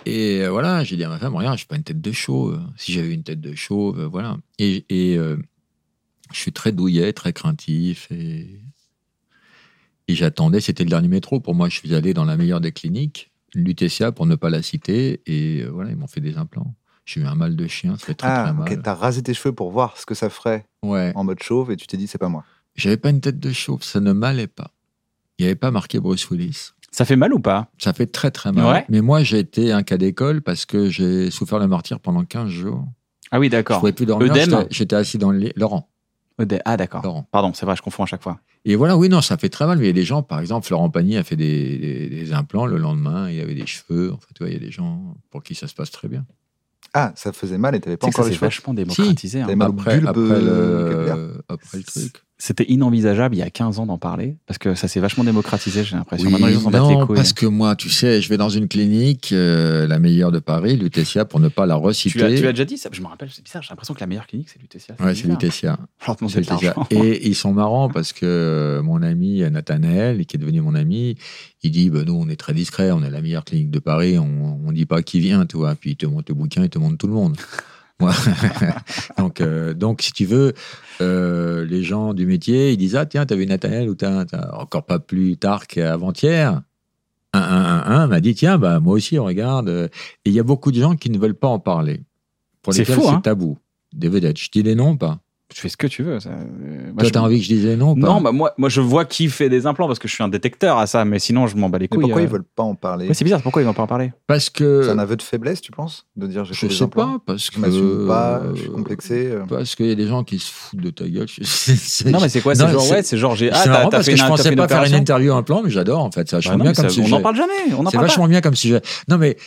[SPEAKER 4] Et euh, voilà, j'ai dit à ma femme, regarde, j'ai pas une tête de chauve. Si j'avais une tête de chauve, euh, voilà. Et, et, euh, Je suis très douillet, très craintif et, et j'attendais, c'était le dernier métro. Pour moi, je suis allé dans la meilleure des cliniques, l'UTCA pour ne pas la citer, et euh, voilà, ils m'ont fait des implants. J'ai eu un mal de chien, ça fait très très
[SPEAKER 2] Ah,
[SPEAKER 4] mal.
[SPEAKER 2] ok, t'as rasé tes cheveux pour voir ce que ça ferait
[SPEAKER 4] Ouais.
[SPEAKER 2] en mode chauve et tu t'es dit, c'est pas moi.
[SPEAKER 4] J'avais pas une tête de chauve, ça ne m'allait pas. Il n'y avait pas marqué Bruce Willis.
[SPEAKER 3] Ça fait mal ou pas
[SPEAKER 4] Ça fait très très mal.
[SPEAKER 3] Ouais.
[SPEAKER 4] Mais moi, j'ai été un cas d'école parce que j'ai souffert le martyr pendant 15 jours.
[SPEAKER 3] Ah oui,
[SPEAKER 4] Je
[SPEAKER 3] d'accord.
[SPEAKER 4] pouvais plus dormir.
[SPEAKER 3] Œdème.
[SPEAKER 4] j'étais- J'étais assis dans le lit. Laurent.
[SPEAKER 3] Odé- Ah, d'accord.
[SPEAKER 4] Laurent.
[SPEAKER 3] Pardon, c'est vrai, je confonds à chaque fois.
[SPEAKER 4] Et voilà, oui, non, ça fait très mal. Mais il y a des gens, par exemple, Florent Pagny a fait des, des- des implants le lendemain. Il avait des cheveux. En fait, tu vois, il y a des gens pour qui ça se passe très bien.
[SPEAKER 2] Ah, ça faisait mal et t'avais pas
[SPEAKER 3] C'est que ça
[SPEAKER 2] encore les
[SPEAKER 3] s'est
[SPEAKER 2] cheveux.
[SPEAKER 3] vachement démocratisé. hein.
[SPEAKER 2] T'avais mal au
[SPEAKER 4] Après,
[SPEAKER 2] bulbe,
[SPEAKER 4] après
[SPEAKER 2] euh, capillaire.
[SPEAKER 4] le, après le truc.
[SPEAKER 3] C'était inenvisageable il y a 15 ans d'en parler parce que ça s'est vachement démocratisé, j'ai l'impression.
[SPEAKER 4] Oui,
[SPEAKER 3] Maintenant, les gens s'en battent les
[SPEAKER 4] non,
[SPEAKER 3] couilles. hein.
[SPEAKER 4] parce que moi, tu sais, je vais dans une clinique, euh, la meilleure de Paris, l'UTCA, pour ne pas la
[SPEAKER 3] Tu l'as
[SPEAKER 4] reciter.
[SPEAKER 3] tu l'as déjà dit, ça Je me rappelle, c'est bizarre, j'ai l'impression que la meilleure clinique, c'est l'UTCA.
[SPEAKER 4] Ouais, c'est l'UTCA.
[SPEAKER 3] Alors, de
[SPEAKER 4] C'est déjà-
[SPEAKER 3] l'argent.
[SPEAKER 4] Et ils sont marrants parce que euh, mon ami Nathanaël, qui est devenu mon ami, il dit bah, Nous, on est très discret, on est la meilleure clinique de Paris, on ne dit pas qui vient, tu vois. Puis il te montre le bouquin, il te montre tout
[SPEAKER 3] *laughs*
[SPEAKER 4] le monde. Moi, *laughs* donc, euh, donc, si tu veux, euh, les gens du métier, ils disent Ah, tiens, t'as vu Nathanaël ou t'as t'as- encore pas plus tard qu'avant-hier 1 1 1 m'a dit Tiens, bah, moi aussi, regarde. Et il y a beaucoup de gens qui ne veulent pas en parler, pour
[SPEAKER 3] C'est
[SPEAKER 4] lesquels
[SPEAKER 3] fou,
[SPEAKER 4] c'est
[SPEAKER 3] hein.
[SPEAKER 4] tabou. Des vedettes, je dis les noms ou pas
[SPEAKER 3] Tu fais ce que tu veux. Ça. euh,
[SPEAKER 2] Bah,
[SPEAKER 3] moi,
[SPEAKER 4] Toi,
[SPEAKER 3] je-
[SPEAKER 4] t'as envie que je dise les noms ou pas hein
[SPEAKER 3] Non, bah, moi, moi, je vois qui fait des implants parce que je suis un détecteur à ça, mais sinon, je m'en bats les
[SPEAKER 2] Mais
[SPEAKER 3] couilles.
[SPEAKER 2] pourquoi
[SPEAKER 3] euh.
[SPEAKER 2] ils veulent pas en parler
[SPEAKER 3] Ouais, C'est bizarre, pourquoi ils vont pas en parler
[SPEAKER 4] Parce
[SPEAKER 2] C'est
[SPEAKER 4] que
[SPEAKER 2] un aveu de faiblesse, tu penses De dire j'ai fait
[SPEAKER 4] je
[SPEAKER 2] des
[SPEAKER 4] sais
[SPEAKER 2] implants,
[SPEAKER 4] pas, parce que
[SPEAKER 2] Je m'assume pas, je suis complexé. euh.
[SPEAKER 4] Parce qu'il y a des gens qui se foutent de ta gueule. *laughs* C'est- c'est-
[SPEAKER 3] Non, mais c'est quoi
[SPEAKER 4] Non,
[SPEAKER 3] C'est
[SPEAKER 4] mais
[SPEAKER 3] genre,
[SPEAKER 4] c'est-
[SPEAKER 3] ouais, c'est genre, j'ai. Ah,
[SPEAKER 4] c'est
[SPEAKER 3] t'as-
[SPEAKER 4] marrant
[SPEAKER 3] t'as
[SPEAKER 4] parce
[SPEAKER 3] fait une
[SPEAKER 4] que je
[SPEAKER 3] t'as fait
[SPEAKER 4] pensais
[SPEAKER 3] une
[SPEAKER 4] pas faire une
[SPEAKER 3] opération
[SPEAKER 4] interview en plan, mais j'adore en fait. C'est
[SPEAKER 3] Bah
[SPEAKER 4] vachement
[SPEAKER 3] non,
[SPEAKER 4] bien
[SPEAKER 3] mais
[SPEAKER 4] comme
[SPEAKER 3] ça- On
[SPEAKER 4] sujet.
[SPEAKER 3] n'en parle jamais. On en
[SPEAKER 4] C'est
[SPEAKER 3] parle pas.
[SPEAKER 4] vachement bien comme sujet. Non, mais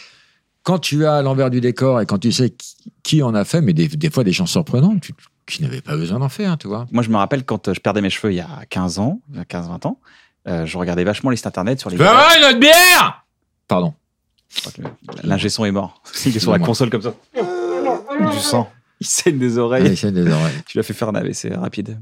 [SPEAKER 4] quand tu as l'envers du décor et quand tu sais qui, qui en a fait, mais des, des fois des gens surprenants tu- qui n'avaient pas besoin d'en faire, hein, tu vois.
[SPEAKER 3] Moi, je me rappelle quand euh, je perdais mes cheveux il y a 15 ans, 15-20 ans, euh, je regardais vachement les sites internet sur les.
[SPEAKER 4] une autre bière Pardon.
[SPEAKER 3] L'ingé son est mort. Il est sur la
[SPEAKER 4] Excusez-moi.
[SPEAKER 3] console *laughs* comme ça.
[SPEAKER 2] Du sang.
[SPEAKER 3] Il saigne des oreilles.
[SPEAKER 4] Allez, c'est des oreilles.
[SPEAKER 3] Tu l'as fait faire un AVC rapide.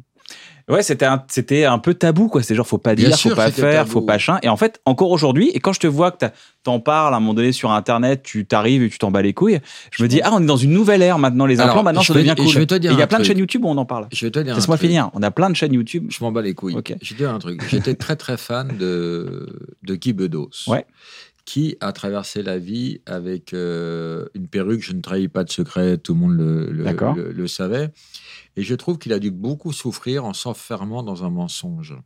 [SPEAKER 3] Ouais, c'était un, c'était un peu tabou, quoi. C'est genre, faut pas
[SPEAKER 4] Bien
[SPEAKER 3] dire,
[SPEAKER 4] sûr,
[SPEAKER 3] faut pas
[SPEAKER 4] c'était
[SPEAKER 3] faire,
[SPEAKER 4] tabou.
[SPEAKER 3] faut pas chin. Et en fait, encore aujourd'hui, et quand je te vois que t'as- t'en parles à un moment donné sur Internet, tu t'arrives et tu t'en bats les couilles, je me dis, ah, on est dans une nouvelle ère maintenant, les
[SPEAKER 4] Alors,
[SPEAKER 3] implants, maintenant,
[SPEAKER 4] je
[SPEAKER 3] ça
[SPEAKER 4] vais-
[SPEAKER 3] devient
[SPEAKER 4] et
[SPEAKER 3] cool.
[SPEAKER 4] je vais te dire
[SPEAKER 3] Et il y a
[SPEAKER 4] un
[SPEAKER 3] plein de
[SPEAKER 4] truc.
[SPEAKER 3] chaînes YouTube où on en parle.
[SPEAKER 4] Je vais te dire. un
[SPEAKER 3] Laisse-moi
[SPEAKER 4] truc.
[SPEAKER 3] finir. On a plein de chaînes YouTube.
[SPEAKER 4] Je m'en bats les couilles.
[SPEAKER 3] Ok.
[SPEAKER 4] Je dis un truc.
[SPEAKER 3] *laughs*
[SPEAKER 4] J'étais très très fan de, de Guy Bedos,
[SPEAKER 3] Ouais.
[SPEAKER 4] qui a traversé la vie avec euh, une perruque. Je ne trahis pas de secret, tout le monde le, le-
[SPEAKER 3] D'accord.
[SPEAKER 4] le- le savait. Et je trouve qu'il a dû beaucoup souffrir en s'enfermant dans un mensonge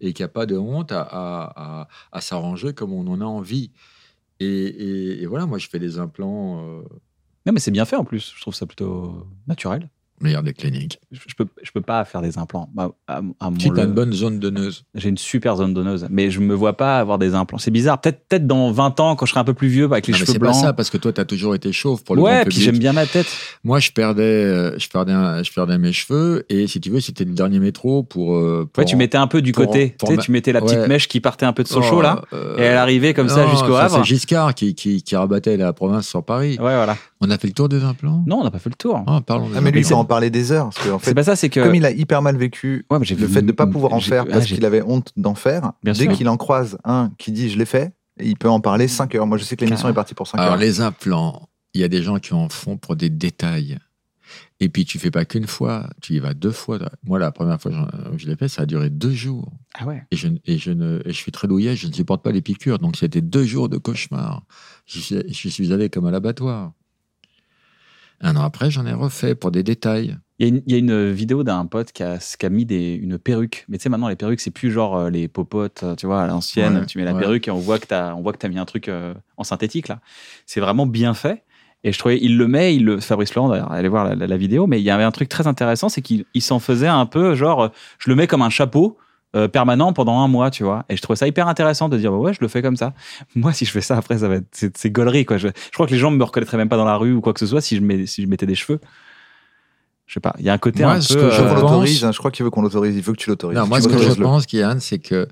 [SPEAKER 4] et qu'il n'y a pas de honte à, à- à- à s'arranger comme on en a envie. Et, et- et voilà, moi je fais des implants. Euh,
[SPEAKER 3] Non, mais c'est bien fait en plus. Je trouve ça plutôt naturel.
[SPEAKER 4] meilleur des cliniques.
[SPEAKER 3] Je, je peux, je peux pas faire des implants. À, à- à mon
[SPEAKER 4] Si tu
[SPEAKER 3] le-
[SPEAKER 4] une bonne zone donneuse.
[SPEAKER 3] J'ai une super zone donneuse, mais je me vois pas avoir des implants. C'est bizarre. Peut-être peut-être dans 20 ans, quand je serai un peu plus vieux, avec les
[SPEAKER 4] Ah, mais
[SPEAKER 3] cheveux
[SPEAKER 4] c'est pas
[SPEAKER 3] blancs.
[SPEAKER 4] ça, parce que toi, tu as toujours été chauve pour le
[SPEAKER 3] ouais,
[SPEAKER 4] grand
[SPEAKER 3] puis
[SPEAKER 4] public.
[SPEAKER 3] j'aime bien ma tête.
[SPEAKER 4] Moi, je perdais, euh, je perdais, un- je perdais mes cheveux et si tu veux, c'était le dernier métro pour. euh, pour
[SPEAKER 3] Ouais, tu mettais un peu du
[SPEAKER 4] pour-
[SPEAKER 3] côté.
[SPEAKER 4] pour
[SPEAKER 3] tu, sais,
[SPEAKER 4] ma-
[SPEAKER 3] tu mettais la petite
[SPEAKER 4] ouais.
[SPEAKER 3] mèche qui partait un peu de
[SPEAKER 4] Oh,
[SPEAKER 3] Sochaux, là.
[SPEAKER 4] euh,
[SPEAKER 3] Et elle arrivait comme ça
[SPEAKER 4] non,
[SPEAKER 3] jusqu'au Havre.
[SPEAKER 4] C'est
[SPEAKER 3] Ouais,
[SPEAKER 4] Giscard qui, qui, qui rabattait la province sur Paris.
[SPEAKER 3] voilà.
[SPEAKER 4] On a fait le tour des implants.
[SPEAKER 3] Non, on n'a pas fait le tour.
[SPEAKER 4] Ah, parlons. des
[SPEAKER 2] Ah, mais lui, il peut
[SPEAKER 4] implants.
[SPEAKER 2] en parler des heures. Parce que, en
[SPEAKER 3] c'est
[SPEAKER 2] fait,
[SPEAKER 3] pas ça, c'est que.
[SPEAKER 2] comme il a hyper mal vécu
[SPEAKER 3] Ouais, mais j'ai
[SPEAKER 2] le
[SPEAKER 3] vu-
[SPEAKER 2] fait de ne pas pouvoir en
[SPEAKER 3] j'ai-
[SPEAKER 2] faire
[SPEAKER 3] ah,
[SPEAKER 2] parce
[SPEAKER 3] j'ai-
[SPEAKER 2] qu'il avait honte d'en faire,
[SPEAKER 3] Bien
[SPEAKER 2] dès
[SPEAKER 3] sûr.
[SPEAKER 2] qu'il en croise un qui dit je l'ai fait, il peut en parler 5 heures. Moi, je sais que l'émission
[SPEAKER 3] Car-
[SPEAKER 2] est partie pour 5
[SPEAKER 4] Alors
[SPEAKER 2] heures.
[SPEAKER 4] les implants, il y a des gens qui en font pour des détails. Et puis tu fais pas qu'une fois, tu y vas deux fois. Moi, la première fois que j'en- que je l'ai fait, ça a duré deux jours.
[SPEAKER 3] Ah ouais.
[SPEAKER 4] Et je, et je, ne, et je suis très douillet, je ne supporte pas les piqûres. Donc c'était deux jours de cauchemar. Je suis, je suis allé comme à l'abattoir. Un an après, j'en ai refait pour des détails.
[SPEAKER 3] Il y, a une- il y a une vidéo d'un pote qui a, qui a mis des, une perruque. Mais tu sais, maintenant, les perruques, c'est plus genre euh, les popotes, euh, tu vois, à l'ancienne.
[SPEAKER 4] Ouais,
[SPEAKER 3] tu mets la
[SPEAKER 4] ouais.
[SPEAKER 3] perruque et on voit que t'as, on voit que t'as mis un truc euh, en synthétique, là. C'est vraiment bien fait. Et je trouvais, il le met, il le, Fabrice Laurent, d'ailleurs, allez voir la, la- la vidéo, mais il y avait un truc très intéressant, c'est qu'il il s'en faisait un peu, genre, euh, je le mets comme un chapeau euh, permanent pendant un mois, tu vois. Et je trouvais ça hyper intéressant de dire, bah ouais, je le fais comme ça. Moi, si je fais ça après, ça va être, c'est, c'est gaulerie, quoi. Je, je crois que les gens me reconnaîtraient même pas dans la rue ou quoi que ce soit si je, mets- si je mettais des cheveux. Je sais pas, il y a un côté
[SPEAKER 4] Moi,
[SPEAKER 3] un
[SPEAKER 4] ce
[SPEAKER 3] peu.
[SPEAKER 4] que
[SPEAKER 2] Je,
[SPEAKER 4] je
[SPEAKER 3] euh,
[SPEAKER 4] pense-
[SPEAKER 2] l'autorise, hein, je crois qu'il veut qu'on l'autorise. Il veut que tu l'autorises.
[SPEAKER 4] Non, moi,
[SPEAKER 2] Tu
[SPEAKER 4] ce que je
[SPEAKER 2] l'autorises-le.
[SPEAKER 4] pense, Kian, c'est que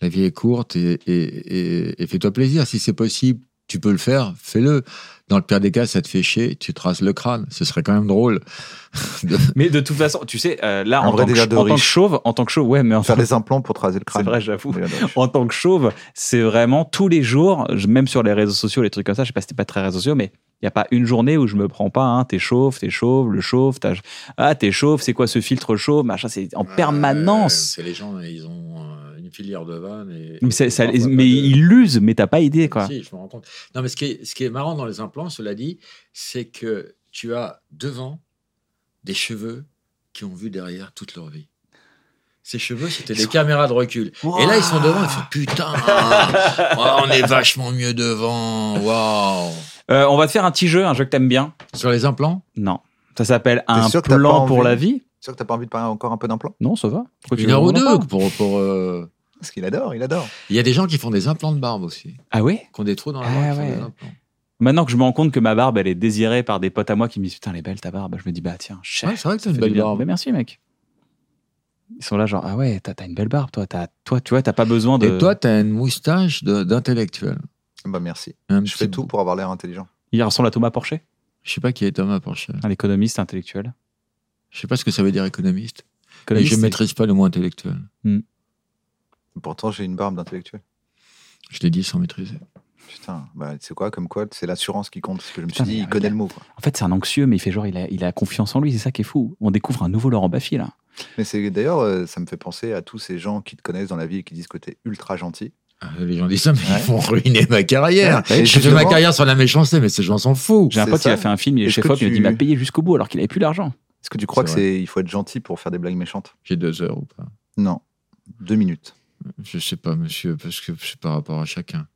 [SPEAKER 4] la vie est courte et, et- et- et fais-toi plaisir. Si c'est possible tu peux le faire, fais-le. Dans le pire des cas, ça te fait chier, tu te rases le crâne. Ce serait quand même drôle.
[SPEAKER 3] Mais de toute façon, tu sais, euh, là,
[SPEAKER 2] Un
[SPEAKER 3] en,
[SPEAKER 2] vrai
[SPEAKER 3] tant que,
[SPEAKER 2] délire de
[SPEAKER 3] en tant que
[SPEAKER 2] riche.
[SPEAKER 3] chauve, en tant que chauve, ouais, mais en
[SPEAKER 2] Faire des implants pour te raser le crâne.
[SPEAKER 3] c'est vrai, j'avoue.
[SPEAKER 2] Déjà, là,
[SPEAKER 3] En tant que chauve, c'est vraiment tous les jours, je- même sur les réseaux sociaux, les trucs comme ça, je sais pas si t'es pas très réseaux sociaux, mais il n'y a pas une journée où je me prends pas, hein, t'es chauve, t'es chauve, le chauve, t'as- ah, t'es chauve, c'est quoi ce filtre chauve, machin, c'est en permanence.
[SPEAKER 4] Euh, c'est les gens, ils ont euh, une filière de vanne.
[SPEAKER 3] Mais, c'est- ça- mais ils l'usent, mais t'as pas idée, quoi.
[SPEAKER 4] Si, je me rends compte. Non, mais ce qui est, ce qui est marrant dans les implants, cela dit, c'est que tu as devant des cheveux qui ont vu derrière toute leur vie. Ces cheveux, c'était des caméras de recul. Et là, ils sont devant, ils font putain, ah, on est vachement mieux devant. Waouh.
[SPEAKER 3] Euh, on va te faire un petit jeu, un jeu que t'aimes bien.
[SPEAKER 4] Sur les implants
[SPEAKER 3] Non. Ça s'appelle un
[SPEAKER 2] sûr que t'as
[SPEAKER 3] plan
[SPEAKER 2] pas
[SPEAKER 3] pour
[SPEAKER 2] envie
[SPEAKER 3] la vie.
[SPEAKER 2] Sûr que t'as pas envie de parler encore un peu d'implant
[SPEAKER 3] Non, ça va. Pourquoi tu
[SPEAKER 4] Une
[SPEAKER 3] veux
[SPEAKER 4] heure
[SPEAKER 3] qu'on
[SPEAKER 4] ou
[SPEAKER 3] en
[SPEAKER 4] deux
[SPEAKER 3] parle
[SPEAKER 4] pour. pour, euh,
[SPEAKER 2] Parce qu'il adore, il adore.
[SPEAKER 4] Il y a des gens qui font des implants de barbe aussi,
[SPEAKER 3] Ah oui
[SPEAKER 4] qui ont des trous dans la
[SPEAKER 3] Ah
[SPEAKER 4] barbe. qui font
[SPEAKER 3] ouais.
[SPEAKER 4] des implants.
[SPEAKER 3] Maintenant que je me rends compte que ma barbe, elle est désirée par des potes à moi qui me disent Putain, elle est belle ta barbe. Je me dis Bah tiens, chef.
[SPEAKER 4] Ouais, c'est vrai que
[SPEAKER 3] ça
[SPEAKER 4] t'as une
[SPEAKER 3] fait du
[SPEAKER 4] belle
[SPEAKER 3] bien.
[SPEAKER 4] barbe.
[SPEAKER 3] Mais merci, mec. Ils sont là, genre Ah ouais, t'as t'as une belle barbe, toi. T'as- toi, tu vois, t'as pas besoin de.
[SPEAKER 4] Et toi, t'as une moustache de- d'intellectuel.
[SPEAKER 2] Bah merci.
[SPEAKER 4] Un
[SPEAKER 2] Je fais
[SPEAKER 4] petit-
[SPEAKER 2] tout pour avoir l'air intelligent.
[SPEAKER 3] Il ressemble à Thomas Porcher,
[SPEAKER 4] Je sais pas qui est Thomas Porcher.
[SPEAKER 3] un économiste intellectuel.
[SPEAKER 4] Je sais pas ce que ça veut dire économiste. Et
[SPEAKER 3] Économiste,
[SPEAKER 4] je
[SPEAKER 3] c'est-
[SPEAKER 4] maîtrise pas le mot intellectuel.
[SPEAKER 2] Pourtant, j'ai une barbe d'intellectuel.
[SPEAKER 4] Je l'ai dit sans maîtriser.
[SPEAKER 2] Putain, bah, c'est quoi comme quoi C'est l'assurance qui compte. Parce que je me suis
[SPEAKER 3] Putain,
[SPEAKER 2] dit,
[SPEAKER 3] mais
[SPEAKER 2] il connaît le mot. quoi.
[SPEAKER 3] En fait, c'est un anxieux, mais il fait genre Il a, il a confiance en lui. C'est ça qui est fou. On découvre un nouveau Laurent Baffy, là.
[SPEAKER 2] Mais c'est d'ailleurs, euh, ça me fait penser à tous ces gens qui te connaissent dans la vie et qui disent que t'es ultra gentil.
[SPEAKER 4] Ah, Les gens disent ça, mais
[SPEAKER 2] Ouais.
[SPEAKER 4] ils vont ruiner ma carrière.
[SPEAKER 2] Ouais,
[SPEAKER 4] je fais ma
[SPEAKER 2] justement.
[SPEAKER 4] carrière sur la méchanceté, mais ces gens s'en foutent.
[SPEAKER 3] J'ai un
[SPEAKER 2] C'est
[SPEAKER 3] pote,
[SPEAKER 2] ça.
[SPEAKER 3] il a fait un film, il est
[SPEAKER 2] Est-ce
[SPEAKER 3] chef
[SPEAKER 2] que
[SPEAKER 3] op, il a dit
[SPEAKER 2] tu-
[SPEAKER 3] Il m'a payé jusqu'au bout alors qu'il avait plus l'argent.
[SPEAKER 2] Est-ce que tu crois
[SPEAKER 4] C'est
[SPEAKER 2] que
[SPEAKER 4] vrai.
[SPEAKER 2] c'est il faut être gentil pour faire des blagues méchantes
[SPEAKER 4] J'ai deux heures ou pas
[SPEAKER 2] Non. Deux minutes.
[SPEAKER 4] Je sais pas, monsieur, parce que c'est par rapport à chacun.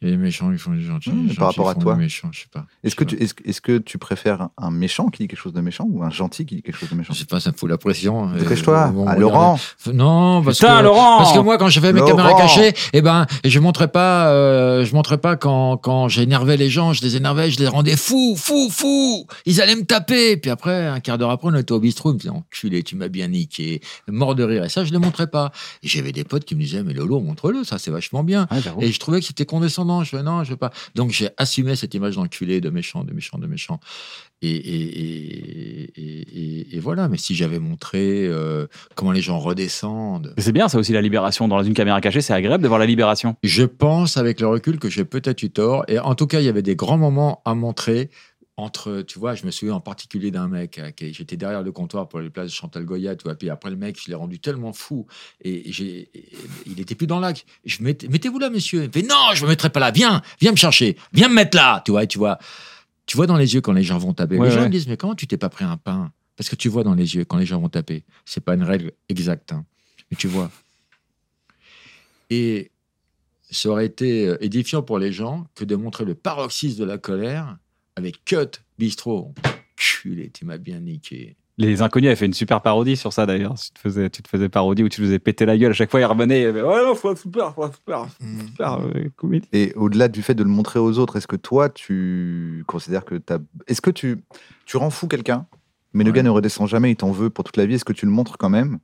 [SPEAKER 4] Il y a les méchants, ils font les gentils.
[SPEAKER 2] Mmh,
[SPEAKER 4] les
[SPEAKER 2] par
[SPEAKER 4] gentils
[SPEAKER 2] rapport à
[SPEAKER 4] font les
[SPEAKER 2] toi.
[SPEAKER 4] méchants, je sais pas.
[SPEAKER 2] Est-ce que, tu, est-ce, est-ce que tu préfères un méchant qui dit quelque chose de méchant ou un gentil qui dit quelque chose de méchant
[SPEAKER 4] Je sais pas, ça me fout la pression.
[SPEAKER 2] Dépêche-toi,
[SPEAKER 4] Euh, bon,
[SPEAKER 2] à
[SPEAKER 4] regarde.
[SPEAKER 2] Laurent.
[SPEAKER 4] Non, parce
[SPEAKER 3] Putain,
[SPEAKER 4] que.
[SPEAKER 3] Laurent
[SPEAKER 4] Parce que moi, quand je fais mes
[SPEAKER 2] Laurent.
[SPEAKER 4] caméras cachées, eh ben, je montrais pas, euh, je montrais pas quand, quand j'énervais les gens, je les énervais, je les rendais fous, fous, fous. Ils allaient me taper. Puis après, un quart d'heure après, on était au bistrot, ils me disaient, enculé, tu m'as bien niqué, mort de rire. Et ça, je le montrais pas. Et j'avais des potes qui me disaient, mais Lolo, montre-le, ça, c'est vachement bien.
[SPEAKER 3] Ouais, Ah,
[SPEAKER 1] Oh.
[SPEAKER 3] j'avoue.
[SPEAKER 4] Et je trouvais que c'était condescendant. Je fais, non, je veux pas. Donc, j'ai assumé cette image d'enculé, de méchant, de méchant, de méchant. Et, et, et, et, et- et voilà. Mais si j'avais montré euh, comment les gens redescendent,
[SPEAKER 3] C'est bien, ça aussi, la libération. Dans une caméra cachée, c'est agréable de voir la libération.
[SPEAKER 4] je pense avec le recul que j'ai peut-être eu tort. Et en tout cas, il y avait des grands moments à montrer. Entre, tu vois, je me souviens en particulier d'un mec, euh, qui- j'étais derrière le comptoir pour les places de Chantal Goya, tu vois. Puis après, le mec, je l'ai rendu tellement fou. Et, j'ai, et- il était plus dans l'axe. Je mettais, mettez-vous là, monsieur. Il me fait, non, je me mettrai pas là. Viens, viens me chercher. Viens me mettre là, tu vois. Et tu vois, tu vois dans les yeux quand les gens vont taper.
[SPEAKER 3] Ouais,
[SPEAKER 4] les gens
[SPEAKER 3] ouais.
[SPEAKER 4] me disent, mais comment tu t'es pas pris un pain? Parce que tu vois dans les yeux quand les gens vont taper. C'est pas une règle exacte, hein. Mais tu vois. Et ça aurait été euh, édifiant pour les gens que de montrer le paroxysme de la colère avec Cut Bistro. Culé, tu m'as bien niqué.
[SPEAKER 3] Les Inconnus avaient fait une super parodie sur ça d'ailleurs. Tu te faisais, tu te faisais parodie où tu te faisais péter la gueule. À chaque fois, ils revenaient. ils avaient, Ouais, non, faut super, faut super,
[SPEAKER 2] Mmh.
[SPEAKER 3] super euh, comédie.
[SPEAKER 2] Et au-delà du fait de le montrer aux autres, est-ce que toi, tu considères que t'as. Est-ce que tu, tu rends fou quelqu'un, mais le
[SPEAKER 4] Ouais.
[SPEAKER 2] gars ne redescend jamais, il t'en veut pour toute la vie, est-ce que tu le montres quand même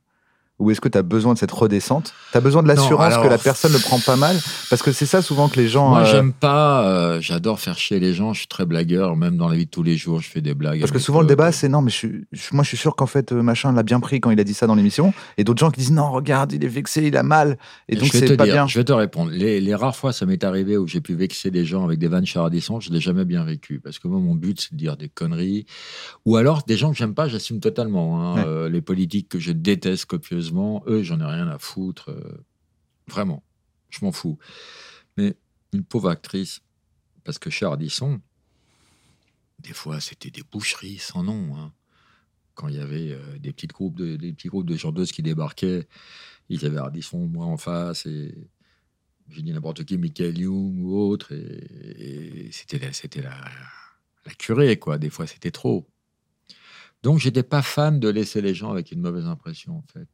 [SPEAKER 2] Ou est-ce que tu as besoin de cette redescente Tu as besoin de l'assurance
[SPEAKER 4] alors-
[SPEAKER 2] que la personne ne prend pas mal Parce que c'est ça souvent que les gens.
[SPEAKER 4] Moi,
[SPEAKER 2] euh,
[SPEAKER 4] j'aime pas, euh, j'adore faire chier les gens, je suis très blagueur, même dans la vie de tous les jours, je fais des blagues.
[SPEAKER 2] Parce que
[SPEAKER 4] avec
[SPEAKER 2] souvent le
[SPEAKER 4] eux.
[SPEAKER 2] débat c'est non mais je, suis- je- moi je suis sûr qu'en fait euh, machin l'a bien pris quand il a dit ça dans l'émission et d'autres gens qui disent non regarde il est vexé il a mal et donc
[SPEAKER 4] je vais
[SPEAKER 2] c'est
[SPEAKER 4] te
[SPEAKER 2] pas
[SPEAKER 4] dire,
[SPEAKER 2] bien
[SPEAKER 4] Je vais te répondre. Les, les rares fois ça m'est arrivé où j'ai pu vexer des gens avec des vannes charadissantes, je l'ai jamais bien vécu. Parce que moi, mon but, c'est de dire des conneries. Ou alors, des gens que j'aime pas, j'assume totalement. hein.
[SPEAKER 2] Ouais.
[SPEAKER 4] Euh, les politiques que je déteste copieusement, eux, j'en ai rien à foutre. euh, vraiment. Je m'en fous. Mais une pauvre actrice, parce que chez Ardisson, des fois, c'était des boucheries sans nom. hein. Quand il y avait euh, des, petites groupes de, des petits groupes de chanteuses qui débarquaient, ils avaient Ardisson, moi en face, et j'ai dit n'importe qui, Michael Young ou autre, et, et c'était la, c'était la, la curée, quoi. Des fois, c'était trop. Donc, j'étais pas fan de laisser les gens avec une mauvaise impression, en fait.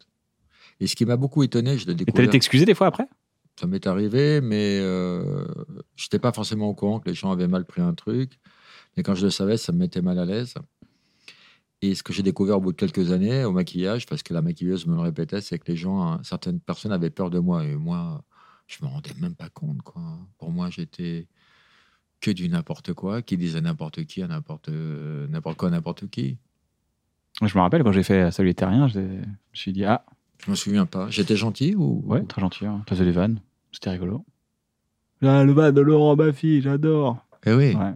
[SPEAKER 4] Et ce qui m'a beaucoup étonné, je l'ai
[SPEAKER 3] Et t'allais
[SPEAKER 4] découvert.
[SPEAKER 3] t'excuser des fois après
[SPEAKER 4] Ça m'est arrivé, mais euh, je n'étais pas forcément au courant que les gens avaient mal pris un truc. Mais quand je le savais, ça me mettait mal à l'aise. Et ce que j'ai découvert au bout de quelques années au maquillage, parce que la maquilleuse me le répétait, c'est que les gens, hein, certaines personnes avaient peur de moi. Et moi, je me rendais même pas compte. Quoi. Pour moi, j'étais que du n'importe quoi, qui disent à n'importe qui, à n'importe euh, n'importe quoi, à n'importe qui.
[SPEAKER 3] Je me rappelle quand j'ai fait Salut les Terriens, j'ai- je me suis dit, ah,
[SPEAKER 4] Je me souviens pas. J'étais gentil ou
[SPEAKER 3] ouais, très gentil, hein. t'as fait des vannes, c'était rigolo. Ah, le van de Laurent Baffy, j'adore.
[SPEAKER 4] Eh oui.
[SPEAKER 3] Ouais.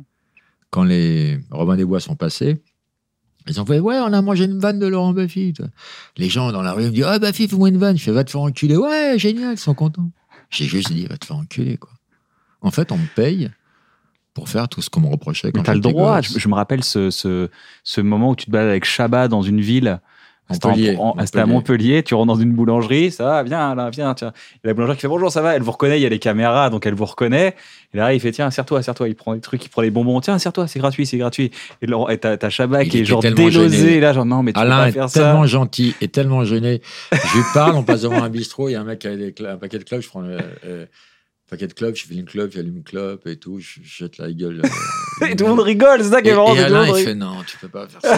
[SPEAKER 4] Quand les Robin des Bois sont passés, ils ont fait Ouais, on a mangé une vanne de Laurent Baffy. tu vois. Les gens dans la rue me disent Ah, Baffy, fais-moi une vanne. Je fais Va te faire enculer. Ouais, génial, ils sont contents. J'ai juste dit Va te faire enculer, quoi. En fait, on me paye pour faire tout ce qu'on me reprochait quand
[SPEAKER 3] Mais t'as le
[SPEAKER 4] j'étais
[SPEAKER 3] droit.
[SPEAKER 4] gosse.
[SPEAKER 3] Je, je me rappelle ce, ce, ce moment où tu te balades avec Chabat dans une ville. C'était en-
[SPEAKER 4] Montpellier,
[SPEAKER 3] en- c'était à Montpellier, tu rentres dans une boulangerie, ça va, viens, là, viens, tiens. Et la boulangère qui fait bonjour, ça va, elle vous reconnaît, il y a les caméras, donc elle vous reconnaît. Et là, il fait tiens, serre-toi, serre-toi. Il prend des trucs, il prend les bonbons, tiens, serre-toi, c'est gratuit, c'est gratuit. Et Laurent- et t'as t'as Chabat
[SPEAKER 4] Il
[SPEAKER 3] qui est
[SPEAKER 4] était
[SPEAKER 3] genre
[SPEAKER 4] tellement
[SPEAKER 3] délosé,
[SPEAKER 4] gêné.
[SPEAKER 3] là, genre non, mais tu
[SPEAKER 4] Alain
[SPEAKER 3] peux
[SPEAKER 4] est
[SPEAKER 3] pas faire
[SPEAKER 4] tellement
[SPEAKER 3] ça.
[SPEAKER 4] gentil et tellement gêné. Je lui parle, on passe devant un bistrot, il y a un mec avec des cla- un paquet de clopes, je prends le euh, paquet de clopes, je file une clope, j'allume une clope et tout, je jette la gueule. euh,
[SPEAKER 3] *laughs* *laughs* Et tout le monde rigole, c'est ça qui
[SPEAKER 4] et,
[SPEAKER 3] est marrant.
[SPEAKER 4] et
[SPEAKER 3] c'est tout le
[SPEAKER 4] Alain,
[SPEAKER 3] monde
[SPEAKER 4] il
[SPEAKER 3] rigole.
[SPEAKER 4] fait non, tu peux pas faire ça.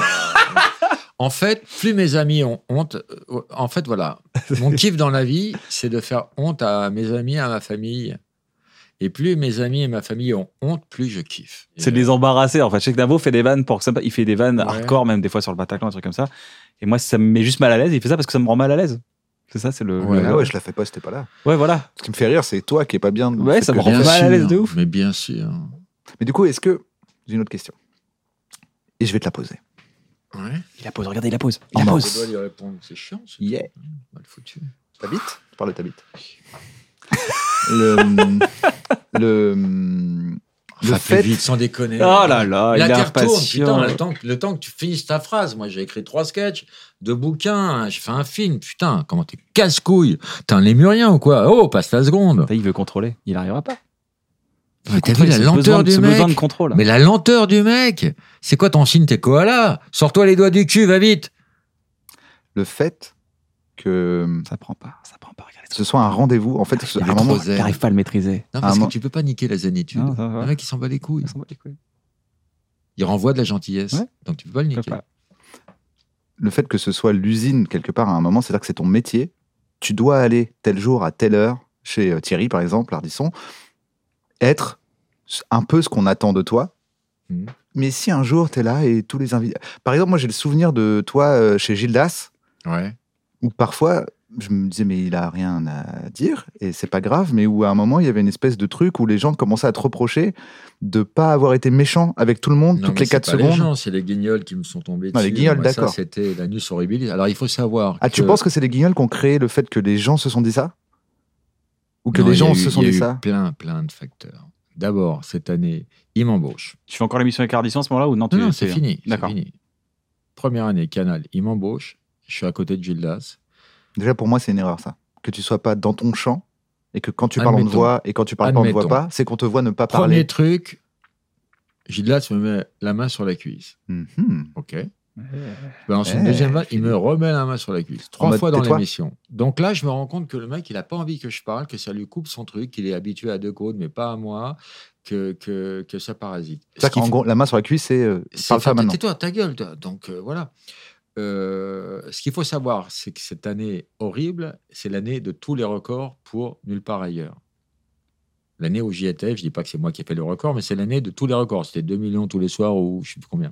[SPEAKER 4] en fait, plus mes amis ont honte, euh, en fait, voilà, mon kiff dans la vie, c'est de faire honte à mes amis, à ma famille. Et plus mes amis et ma famille ont honte, plus je kiffe.
[SPEAKER 3] C'est de les embarrasser. En fait, je sais que Davo fait des vannes pour que ça. Il fait des vannes
[SPEAKER 4] euh, Ouais.
[SPEAKER 3] hardcore, même des fois sur le Bataclan, un truc comme ça. Et moi, ça me met juste mal à l'aise. Il fait ça parce que ça me rend mal à l'aise. C'est ça, c'est le.
[SPEAKER 4] Ouais,
[SPEAKER 3] le-
[SPEAKER 2] Ah ouais, je la fais pas, c'était pas là.
[SPEAKER 3] Ouais, voilà.
[SPEAKER 2] Ce qui me fait rire, c'est toi qui est pas bien.
[SPEAKER 3] Ouais,
[SPEAKER 2] C'est
[SPEAKER 3] ça
[SPEAKER 2] que-
[SPEAKER 3] me rend
[SPEAKER 4] Bien
[SPEAKER 3] mal à l'aise de
[SPEAKER 4] sûr,
[SPEAKER 3] ouf.
[SPEAKER 4] Mais bien sûr.
[SPEAKER 2] Mais du coup, est-ce que. J'ai une autre question. Et je vais te la poser.
[SPEAKER 4] Ouais.
[SPEAKER 3] Il la pose, regardez, il la pose. Il
[SPEAKER 4] Oh
[SPEAKER 2] Ah,
[SPEAKER 3] la
[SPEAKER 2] non,
[SPEAKER 3] pose.
[SPEAKER 4] lui répondre, c'est chiant. c'est
[SPEAKER 2] Yeah.
[SPEAKER 4] Mal foutu.
[SPEAKER 2] Ta bite Je parle de ta bite. le. *laughs* Le. Le
[SPEAKER 4] Enfin,
[SPEAKER 2] fait.
[SPEAKER 4] plus vite, sans déconner.
[SPEAKER 3] Oh là
[SPEAKER 1] Ah,
[SPEAKER 3] là,
[SPEAKER 4] la
[SPEAKER 3] il a
[SPEAKER 4] terre tourne,
[SPEAKER 3] impatient.
[SPEAKER 4] putain, le temps, que- le temps que tu finisses ta phrase. Moi, j'ai écrit trois sketchs, deux bouquins, j'ai fait un film. Putain, comment t'es casse-couille T'es un lémurien ou quoi Oh, passe la seconde.
[SPEAKER 3] Il veut contrôler. Il n'arrivera pas.
[SPEAKER 4] Mais T'as vu la
[SPEAKER 3] Ce
[SPEAKER 4] lenteur
[SPEAKER 3] besoin,
[SPEAKER 4] du
[SPEAKER 3] ce
[SPEAKER 4] mec
[SPEAKER 3] besoin de contrôle.
[SPEAKER 4] Mais la lenteur du mec C'est quoi ton signe, t'es koala Sors-toi les doigts du cul, va vite
[SPEAKER 2] Le fait que
[SPEAKER 3] Ça prend pas. Ça prend pas. Regardez.
[SPEAKER 2] ce soit un rendez-vous. En fait, que ce-
[SPEAKER 4] Il
[SPEAKER 2] à
[SPEAKER 4] est
[SPEAKER 2] un moment.
[SPEAKER 4] trop zen.
[SPEAKER 3] T'arrives pas à le maîtriser.
[SPEAKER 4] Non,
[SPEAKER 2] Ah,
[SPEAKER 4] parce que
[SPEAKER 2] moi-
[SPEAKER 4] tu peux pas niquer la zénitude.
[SPEAKER 3] Non, ça va.
[SPEAKER 4] Le mec, il s'en bat les couilles.
[SPEAKER 3] Ils sont pas les couilles.
[SPEAKER 4] Il renvoie de la gentillesse.
[SPEAKER 3] Ouais.
[SPEAKER 4] Donc tu peux pas le
[SPEAKER 3] Ils peuvent
[SPEAKER 4] niquer.
[SPEAKER 3] pas.
[SPEAKER 2] le fait que ce soit l'usine quelque part à un moment, c'est-à-dire que c'est ton métier, tu dois aller tel jour à telle heure, chez euh, Thierry par exemple, Ardisson, être s- un peu ce qu'on attend de toi.
[SPEAKER 4] Mhm.
[SPEAKER 2] Mais si un jour tu es là et tous les invités. Par exemple, moi j'ai le souvenir de toi euh, chez Gildas,
[SPEAKER 4] Ouais.
[SPEAKER 2] où parfois je me disais mais il a rien à dire et c'est pas grave, mais où à un moment il y avait une espèce de truc où les gens commençaient à te reprocher de pas avoir été méchant avec tout le monde
[SPEAKER 4] Non,
[SPEAKER 2] toutes
[SPEAKER 4] mais
[SPEAKER 2] les
[SPEAKER 4] c'est
[SPEAKER 2] 4
[SPEAKER 4] pas Les
[SPEAKER 2] secondes.
[SPEAKER 4] gens, c'est les guignols qui me sont tombés
[SPEAKER 2] Non, les
[SPEAKER 4] dessus.
[SPEAKER 2] guignols,
[SPEAKER 4] Moi,
[SPEAKER 2] d'accord.
[SPEAKER 4] Ça, c'était la nuit horribilis. Alors, il faut savoir.
[SPEAKER 2] Ah, tu
[SPEAKER 4] que-
[SPEAKER 2] penses que c'est les guignols qui ont créé le fait que les gens se sont dit ça Ou que
[SPEAKER 4] Non,
[SPEAKER 2] les
[SPEAKER 4] il y a
[SPEAKER 2] gens
[SPEAKER 4] eu-
[SPEAKER 2] se sont
[SPEAKER 4] il y a
[SPEAKER 2] dit
[SPEAKER 4] eu
[SPEAKER 2] ça
[SPEAKER 4] Plein, plein de facteurs. D'abord, cette année, ils m'embauchent.
[SPEAKER 3] Tu fais encore l'émission avec Ardisson à ce moment-là ou non
[SPEAKER 4] Non,
[SPEAKER 3] tu-
[SPEAKER 4] non, c'est
[SPEAKER 3] tu-
[SPEAKER 4] fini. c'est
[SPEAKER 3] D'accord.
[SPEAKER 4] fini. Première année, Canal, ils m'embauchent. Je suis à côté de Gildas.
[SPEAKER 2] Déjà, pour moi, c'est une erreur, ça. Que tu sois pas dans ton champ et que quand tu parles, on te
[SPEAKER 4] Admettons.
[SPEAKER 2] voit et quand tu parles pas, on te voit
[SPEAKER 4] Admettons.
[SPEAKER 2] pas, c'est qu'on te voit ne pas
[SPEAKER 4] Premier
[SPEAKER 2] parler.
[SPEAKER 4] truc, Gildas me met la main sur la cuisse.
[SPEAKER 2] Mhm.
[SPEAKER 4] OK. Je balance une
[SPEAKER 2] Eh,
[SPEAKER 4] deuxième balle, il me remet la main sur la cuisse. Trois
[SPEAKER 2] mode,
[SPEAKER 4] fois dans
[SPEAKER 2] tais-toi.
[SPEAKER 4] l'émission. Donc là, je me rends compte que le mec, il n'a pas envie que je parle, que ça lui coupe son truc, qu'il est habitué à deux côtes, mais pas à moi, que, que, que ça parasite. Ce
[SPEAKER 2] C'est-à-dire
[SPEAKER 4] qui
[SPEAKER 2] qu'en
[SPEAKER 4] fait-
[SPEAKER 2] gros, la main sur la cuisse, c'est euh,
[SPEAKER 4] c'est
[SPEAKER 2] parle
[SPEAKER 4] faire-
[SPEAKER 2] pas maintenant.
[SPEAKER 4] Tais-toi, ta gueule. toi. Donc euh, voilà. Euh, ce qu'il faut savoir, c'est que cette année horrible, c'est l'année de tous les records pour nulle part ailleurs. L'année où j'y étais, je dis pas que c'est moi qui ai fait le record, mais c'est l'année de tous les records. C'était 2 millions tous les soirs ou je sais plus combien.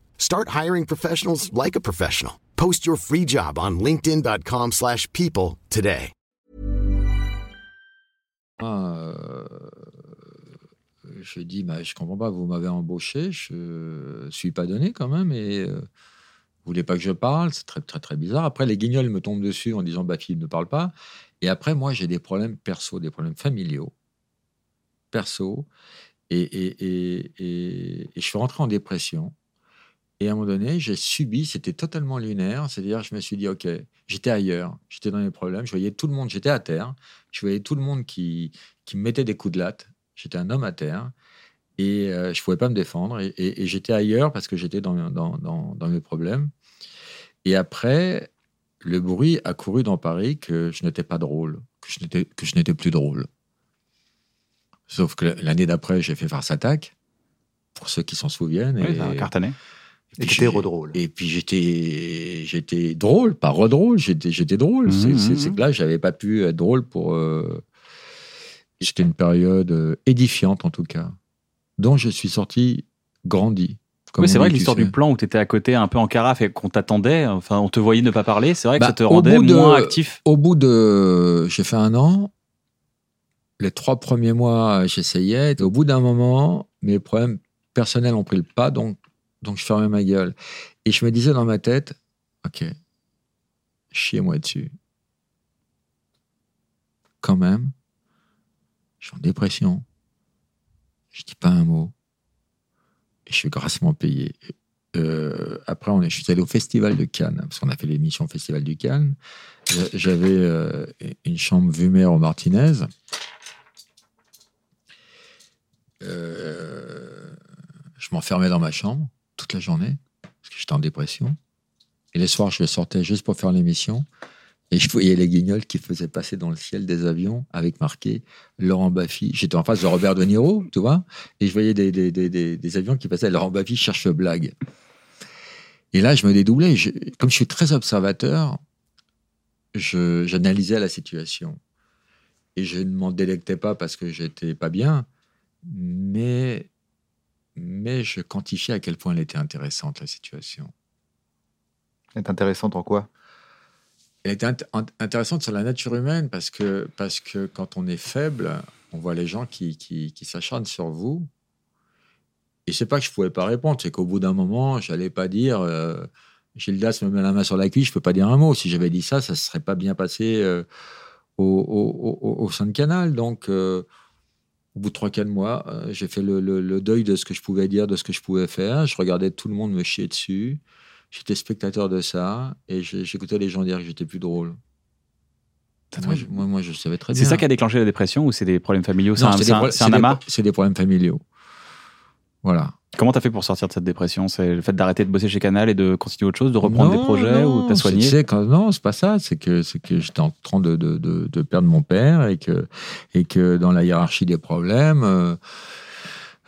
[SPEAKER 9] Start hiring professionals like a professional. Post your free job on linkedin.com/people slash people today.
[SPEAKER 4] Euh, je dis, bah, je comprends pas, vous m'avez embauché, je suis pas donné quand même, et euh, vous voulez pas que je parle, c'est très très très bizarre. Après, les guignols me tombent dessus en disant, bah Philippe ne parle pas. Et après, moi, j'ai des problèmes perso, des problèmes familiaux, perso, et, et, et, et- et je suis rentré en dépression. Et à un moment donné, j'ai subi, c'était totalement lunaire, c'est-à-dire, je me suis dit, ok, j'étais ailleurs, j'étais dans mes problèmes, je voyais tout le monde, j'étais à terre, je voyais tout le monde qui, qui me mettait des coups de latte. J'étais un homme à terre. Et euh, je pouvais pas me défendre. Et, et- et j'étais ailleurs parce que j'étais dans, dans, dans, dans mes problèmes. Et après, le bruit a couru dans Paris que je n'étais pas drôle, que je n'étais, que je n'étais plus drôle. Sauf que l'année d'après, j'ai fait Farce Attack, pour ceux qui s'en souviennent.
[SPEAKER 3] Ouais,
[SPEAKER 4] et-
[SPEAKER 3] t'as cartonné.
[SPEAKER 2] Et
[SPEAKER 4] puis
[SPEAKER 2] t'étais
[SPEAKER 4] j'ai-
[SPEAKER 2] redrôle.
[SPEAKER 4] Et puis j'étais, j'étais drôle, pas redrôle, j'étais, j'étais drôle.
[SPEAKER 3] Mhm,
[SPEAKER 4] C'est- c'est,
[SPEAKER 3] mhm.
[SPEAKER 4] c'est que là, j'avais pas pu être drôle pour. euh, C'était une période euh, édifiante en tout cas, dont je suis sorti grandi. comme
[SPEAKER 3] Oui, c'est
[SPEAKER 4] on
[SPEAKER 3] vrai
[SPEAKER 4] dit,
[SPEAKER 3] que
[SPEAKER 4] tu
[SPEAKER 3] l'histoire
[SPEAKER 4] sais.
[SPEAKER 3] du plan où t'étais à côté un peu en carafe et qu'on t'attendait, enfin on te voyait ne pas parler, c'est vrai que
[SPEAKER 4] Bah,
[SPEAKER 3] ça te
[SPEAKER 4] au
[SPEAKER 3] rendait
[SPEAKER 4] bout de-
[SPEAKER 3] moins actif.
[SPEAKER 4] Au bout de, j'ai fait un an. Les trois premiers mois, j'essayais. Et au bout d'un moment, mes problèmes personnels ont pris le pas, donc, donc je fermais ma gueule. Et je me disais dans ma tête, ok, chiez-moi dessus. Quand même, je suis en dépression. Je dis pas un mot. Et je suis grassement payé. Euh, après, on est, je suis allé au Festival de Cannes, parce qu'on a fait l'émission Festival du Cannes. J'a- J'avais euh, une chambre Vumer au Martinez. Euh, je m'enfermais dans ma chambre toute la journée, parce que j'étais en dépression. Et les soirs, je sortais juste pour faire l'émission. Et je voyais les guignols qui faisaient passer dans le ciel des avions avec marqué Laurent Baffy. J'étais en face de Robert De Niro, tu vois. Et je voyais des, des- des- des- des avions qui passaient Laurent Baffy cherche blague. Et là, je me dédoublais. Je- comme je suis très observateur, je- j'analysais la situation. Et je ne m'en délectais pas parce que j'étais pas bien, mais, mais je quantifiais à quel point elle était intéressante, la situation.
[SPEAKER 2] Elle est intéressante en quoi
[SPEAKER 4] Elle était int- int- intéressante sur la nature humaine parce que, parce que quand on est faible, on voit les gens qui, qui, qui s'acharnent sur vous. Et c'est pas que je pouvais pas répondre, c'est qu'au bout d'un moment, j'allais pas dire euh, Gildas me met la main sur la cuisse, je peux pas dire un mot. Si j'avais dit ça, ça se serait pas bien passé euh, au, au, au, au- au sein de Canal. Donc, euh, au bout de 3-4 mois, euh, j'ai fait le, le- le deuil de ce que je pouvais dire, de ce que je pouvais faire. Je regardais tout le monde me chier dessus. J'étais spectateur de ça et j'ai- j'écoutais les gens dire que j'étais plus drôle. Moi je, moi, moi, je savais très bien.
[SPEAKER 3] C'est ça qui a déclenché la dépression ou c'est des problèmes familiaux C'est
[SPEAKER 4] Non,
[SPEAKER 3] un,
[SPEAKER 4] des
[SPEAKER 3] c'est un-
[SPEAKER 4] pro-
[SPEAKER 3] c'est un
[SPEAKER 4] des-
[SPEAKER 3] amas
[SPEAKER 4] C'est des problèmes familiaux. Voilà.
[SPEAKER 3] Comment t'as fait pour sortir de cette dépression C'est le fait d'arrêter de bosser chez Canal et de continuer autre chose, de reprendre des
[SPEAKER 4] Non,
[SPEAKER 3] projets
[SPEAKER 4] non,
[SPEAKER 3] ou t'as
[SPEAKER 4] c'est-
[SPEAKER 3] soigné
[SPEAKER 4] tu sais, quand- Non, c'est pas ça. C'est que, c'est que j'étais en train de, de- de- de perdre mon père et que, et que dans la hiérarchie des problèmes,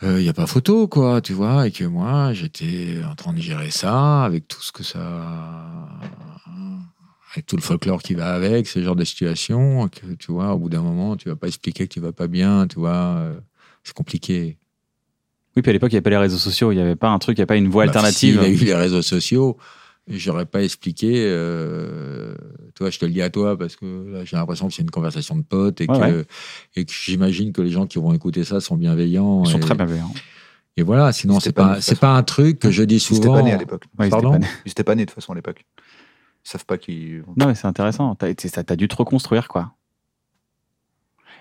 [SPEAKER 4] il n'y a pas photo, quoi, tu vois. Et que moi, j'étais en train de gérer ça avec tout ce que ça. Avec tout le folklore qui va avec, ce genre de situation, que tu vois, au bout d'un moment, tu vas pas expliquer que tu vas pas bien, tu vois. euh, C'est compliqué.
[SPEAKER 3] Oui, puis à l'époque, il n'y avait pas les réseaux sociaux, il n'y avait pas un truc, il n'y avait pas une voie
[SPEAKER 4] Bah,
[SPEAKER 3] alternative.
[SPEAKER 4] S'il y a eu les réseaux sociaux, j'aurais pas expliqué. euh, toi, je te le dis à toi parce que là, j'ai l'impression que c'est une conversation de potes et
[SPEAKER 3] Ouais,
[SPEAKER 4] que, et que j'imagine que les gens qui vont écouter ça sont bienveillants.
[SPEAKER 3] Ils sont
[SPEAKER 4] et,
[SPEAKER 3] très malveillants.
[SPEAKER 4] Et voilà, sinon
[SPEAKER 2] C'était
[SPEAKER 4] c'est
[SPEAKER 2] pas
[SPEAKER 4] pas,
[SPEAKER 2] nous,
[SPEAKER 4] c'est
[SPEAKER 2] de toute
[SPEAKER 4] pas un truc que je
[SPEAKER 2] Ils
[SPEAKER 4] dis
[SPEAKER 2] étaient
[SPEAKER 4] souvent.
[SPEAKER 2] pas nés à l'époque.
[SPEAKER 3] Ouais, ils étaient
[SPEAKER 4] Pardon
[SPEAKER 3] pas nés.
[SPEAKER 2] Ils étaient pas nés de toute façon à l'époque. Ils savent pas qui.
[SPEAKER 3] Non, mais c'est intéressant. T'as t'as- t'as dû te reconstruire, quoi.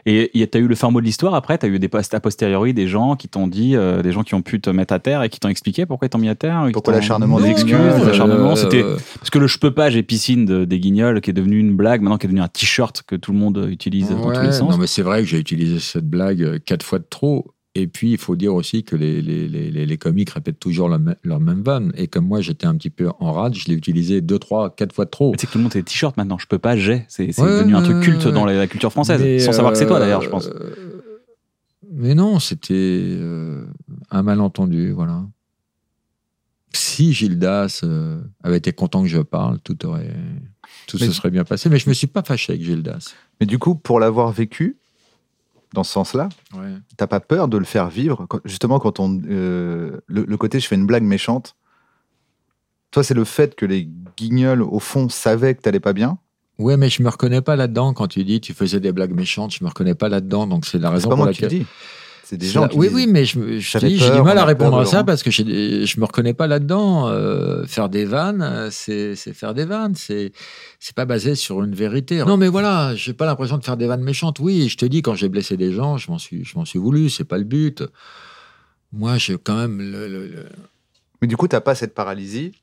[SPEAKER 3] Et y a- t'as eu le fin mot de l'histoire après T'as eu des post a posteriori des gens qui t'ont dit, euh, des gens qui ont pu te mettre à terre et qui t'ont expliqué pourquoi ils t'ont mis à terre qui
[SPEAKER 2] Pourquoi
[SPEAKER 3] t'ont-
[SPEAKER 2] l'acharnement
[SPEAKER 3] des
[SPEAKER 2] des
[SPEAKER 3] excuses,
[SPEAKER 2] guignols,
[SPEAKER 3] l'acharnement,
[SPEAKER 4] euh,
[SPEAKER 3] c'était parce que le je peux pas, j'ai piscine de- des guignols qui est devenu une blague maintenant qui est devenu un t-shirt que tout le monde utilise dans tous
[SPEAKER 4] Ouais,
[SPEAKER 3] les sens.
[SPEAKER 4] Non, mais c'est vrai que j'ai utilisé cette blague euh, quatre fois de trop. Et puis, il faut dire aussi que les, les, les, les- les comiques répètent toujours la me- leur même vanne. Et comme moi, j'étais un petit peu en rage, je l'ai utilisé deux, trois, quatre fois de trop.
[SPEAKER 3] Mais Tu sais que tout le monde est t-shirt maintenant, je peux pas, j'ai. C'est c'est
[SPEAKER 4] Ouais,
[SPEAKER 3] devenu un
[SPEAKER 4] ouais,
[SPEAKER 3] truc
[SPEAKER 4] ouais,
[SPEAKER 3] culte
[SPEAKER 4] ouais.
[SPEAKER 3] dans la, la culture française,
[SPEAKER 4] Mais,
[SPEAKER 3] sans savoir que c'est toi d'ailleurs, je
[SPEAKER 4] euh,
[SPEAKER 3] pense.
[SPEAKER 4] Mais non, c'était euh, un malentendu, voilà. Si Gildas euh, avait été content que je parle, tout aurait, tout
[SPEAKER 2] Mais-
[SPEAKER 4] se serait bien passé. Mais je me suis pas fâché avec Gildas.
[SPEAKER 2] Mais du coup, pour l'avoir vécu, dans ce sens-là, t'as pas peur de le faire vivre quand- Justement, quand on. euh, le, le côté je fais une blague méchante. Toi, c'est le fait que les guignols, au fond, savaient que t'allais pas bien.
[SPEAKER 4] Ouais, mais je me reconnais pas là-dedans quand tu dis tu faisais des blagues méchantes. Je me reconnais pas là-dedans, donc c'est la
[SPEAKER 2] C'est
[SPEAKER 4] raison
[SPEAKER 2] pas
[SPEAKER 4] pour
[SPEAKER 2] moi qui le
[SPEAKER 4] laquelle.
[SPEAKER 2] dis. C'est des
[SPEAKER 4] C'est
[SPEAKER 2] gens
[SPEAKER 4] la-
[SPEAKER 2] qui.
[SPEAKER 4] Oui,
[SPEAKER 2] disent-
[SPEAKER 4] oui, mais je, me- je
[SPEAKER 2] J'avais
[SPEAKER 4] dis, j'ai du
[SPEAKER 2] peur,
[SPEAKER 4] mal
[SPEAKER 2] on
[SPEAKER 4] à
[SPEAKER 2] a
[SPEAKER 4] répondre
[SPEAKER 2] peur
[SPEAKER 4] à
[SPEAKER 2] de
[SPEAKER 4] ça
[SPEAKER 2] Laurent.
[SPEAKER 4] parce que j'ai- je me reconnais pas là-dedans. Euh, faire des vannes, euh, c'est c'est faire des vannes, c'est c'est pas basé sur une vérité. Non, mais voilà, j'ai pas l'impression de faire des vannes méchantes. Oui, je te dis, quand j'ai blessé des gens, je m'en suis, je m'en suis voulu, c'est pas le but. Moi, j'ai quand même le- le- le,
[SPEAKER 2] Mais du coup, t'as pas cette paralysie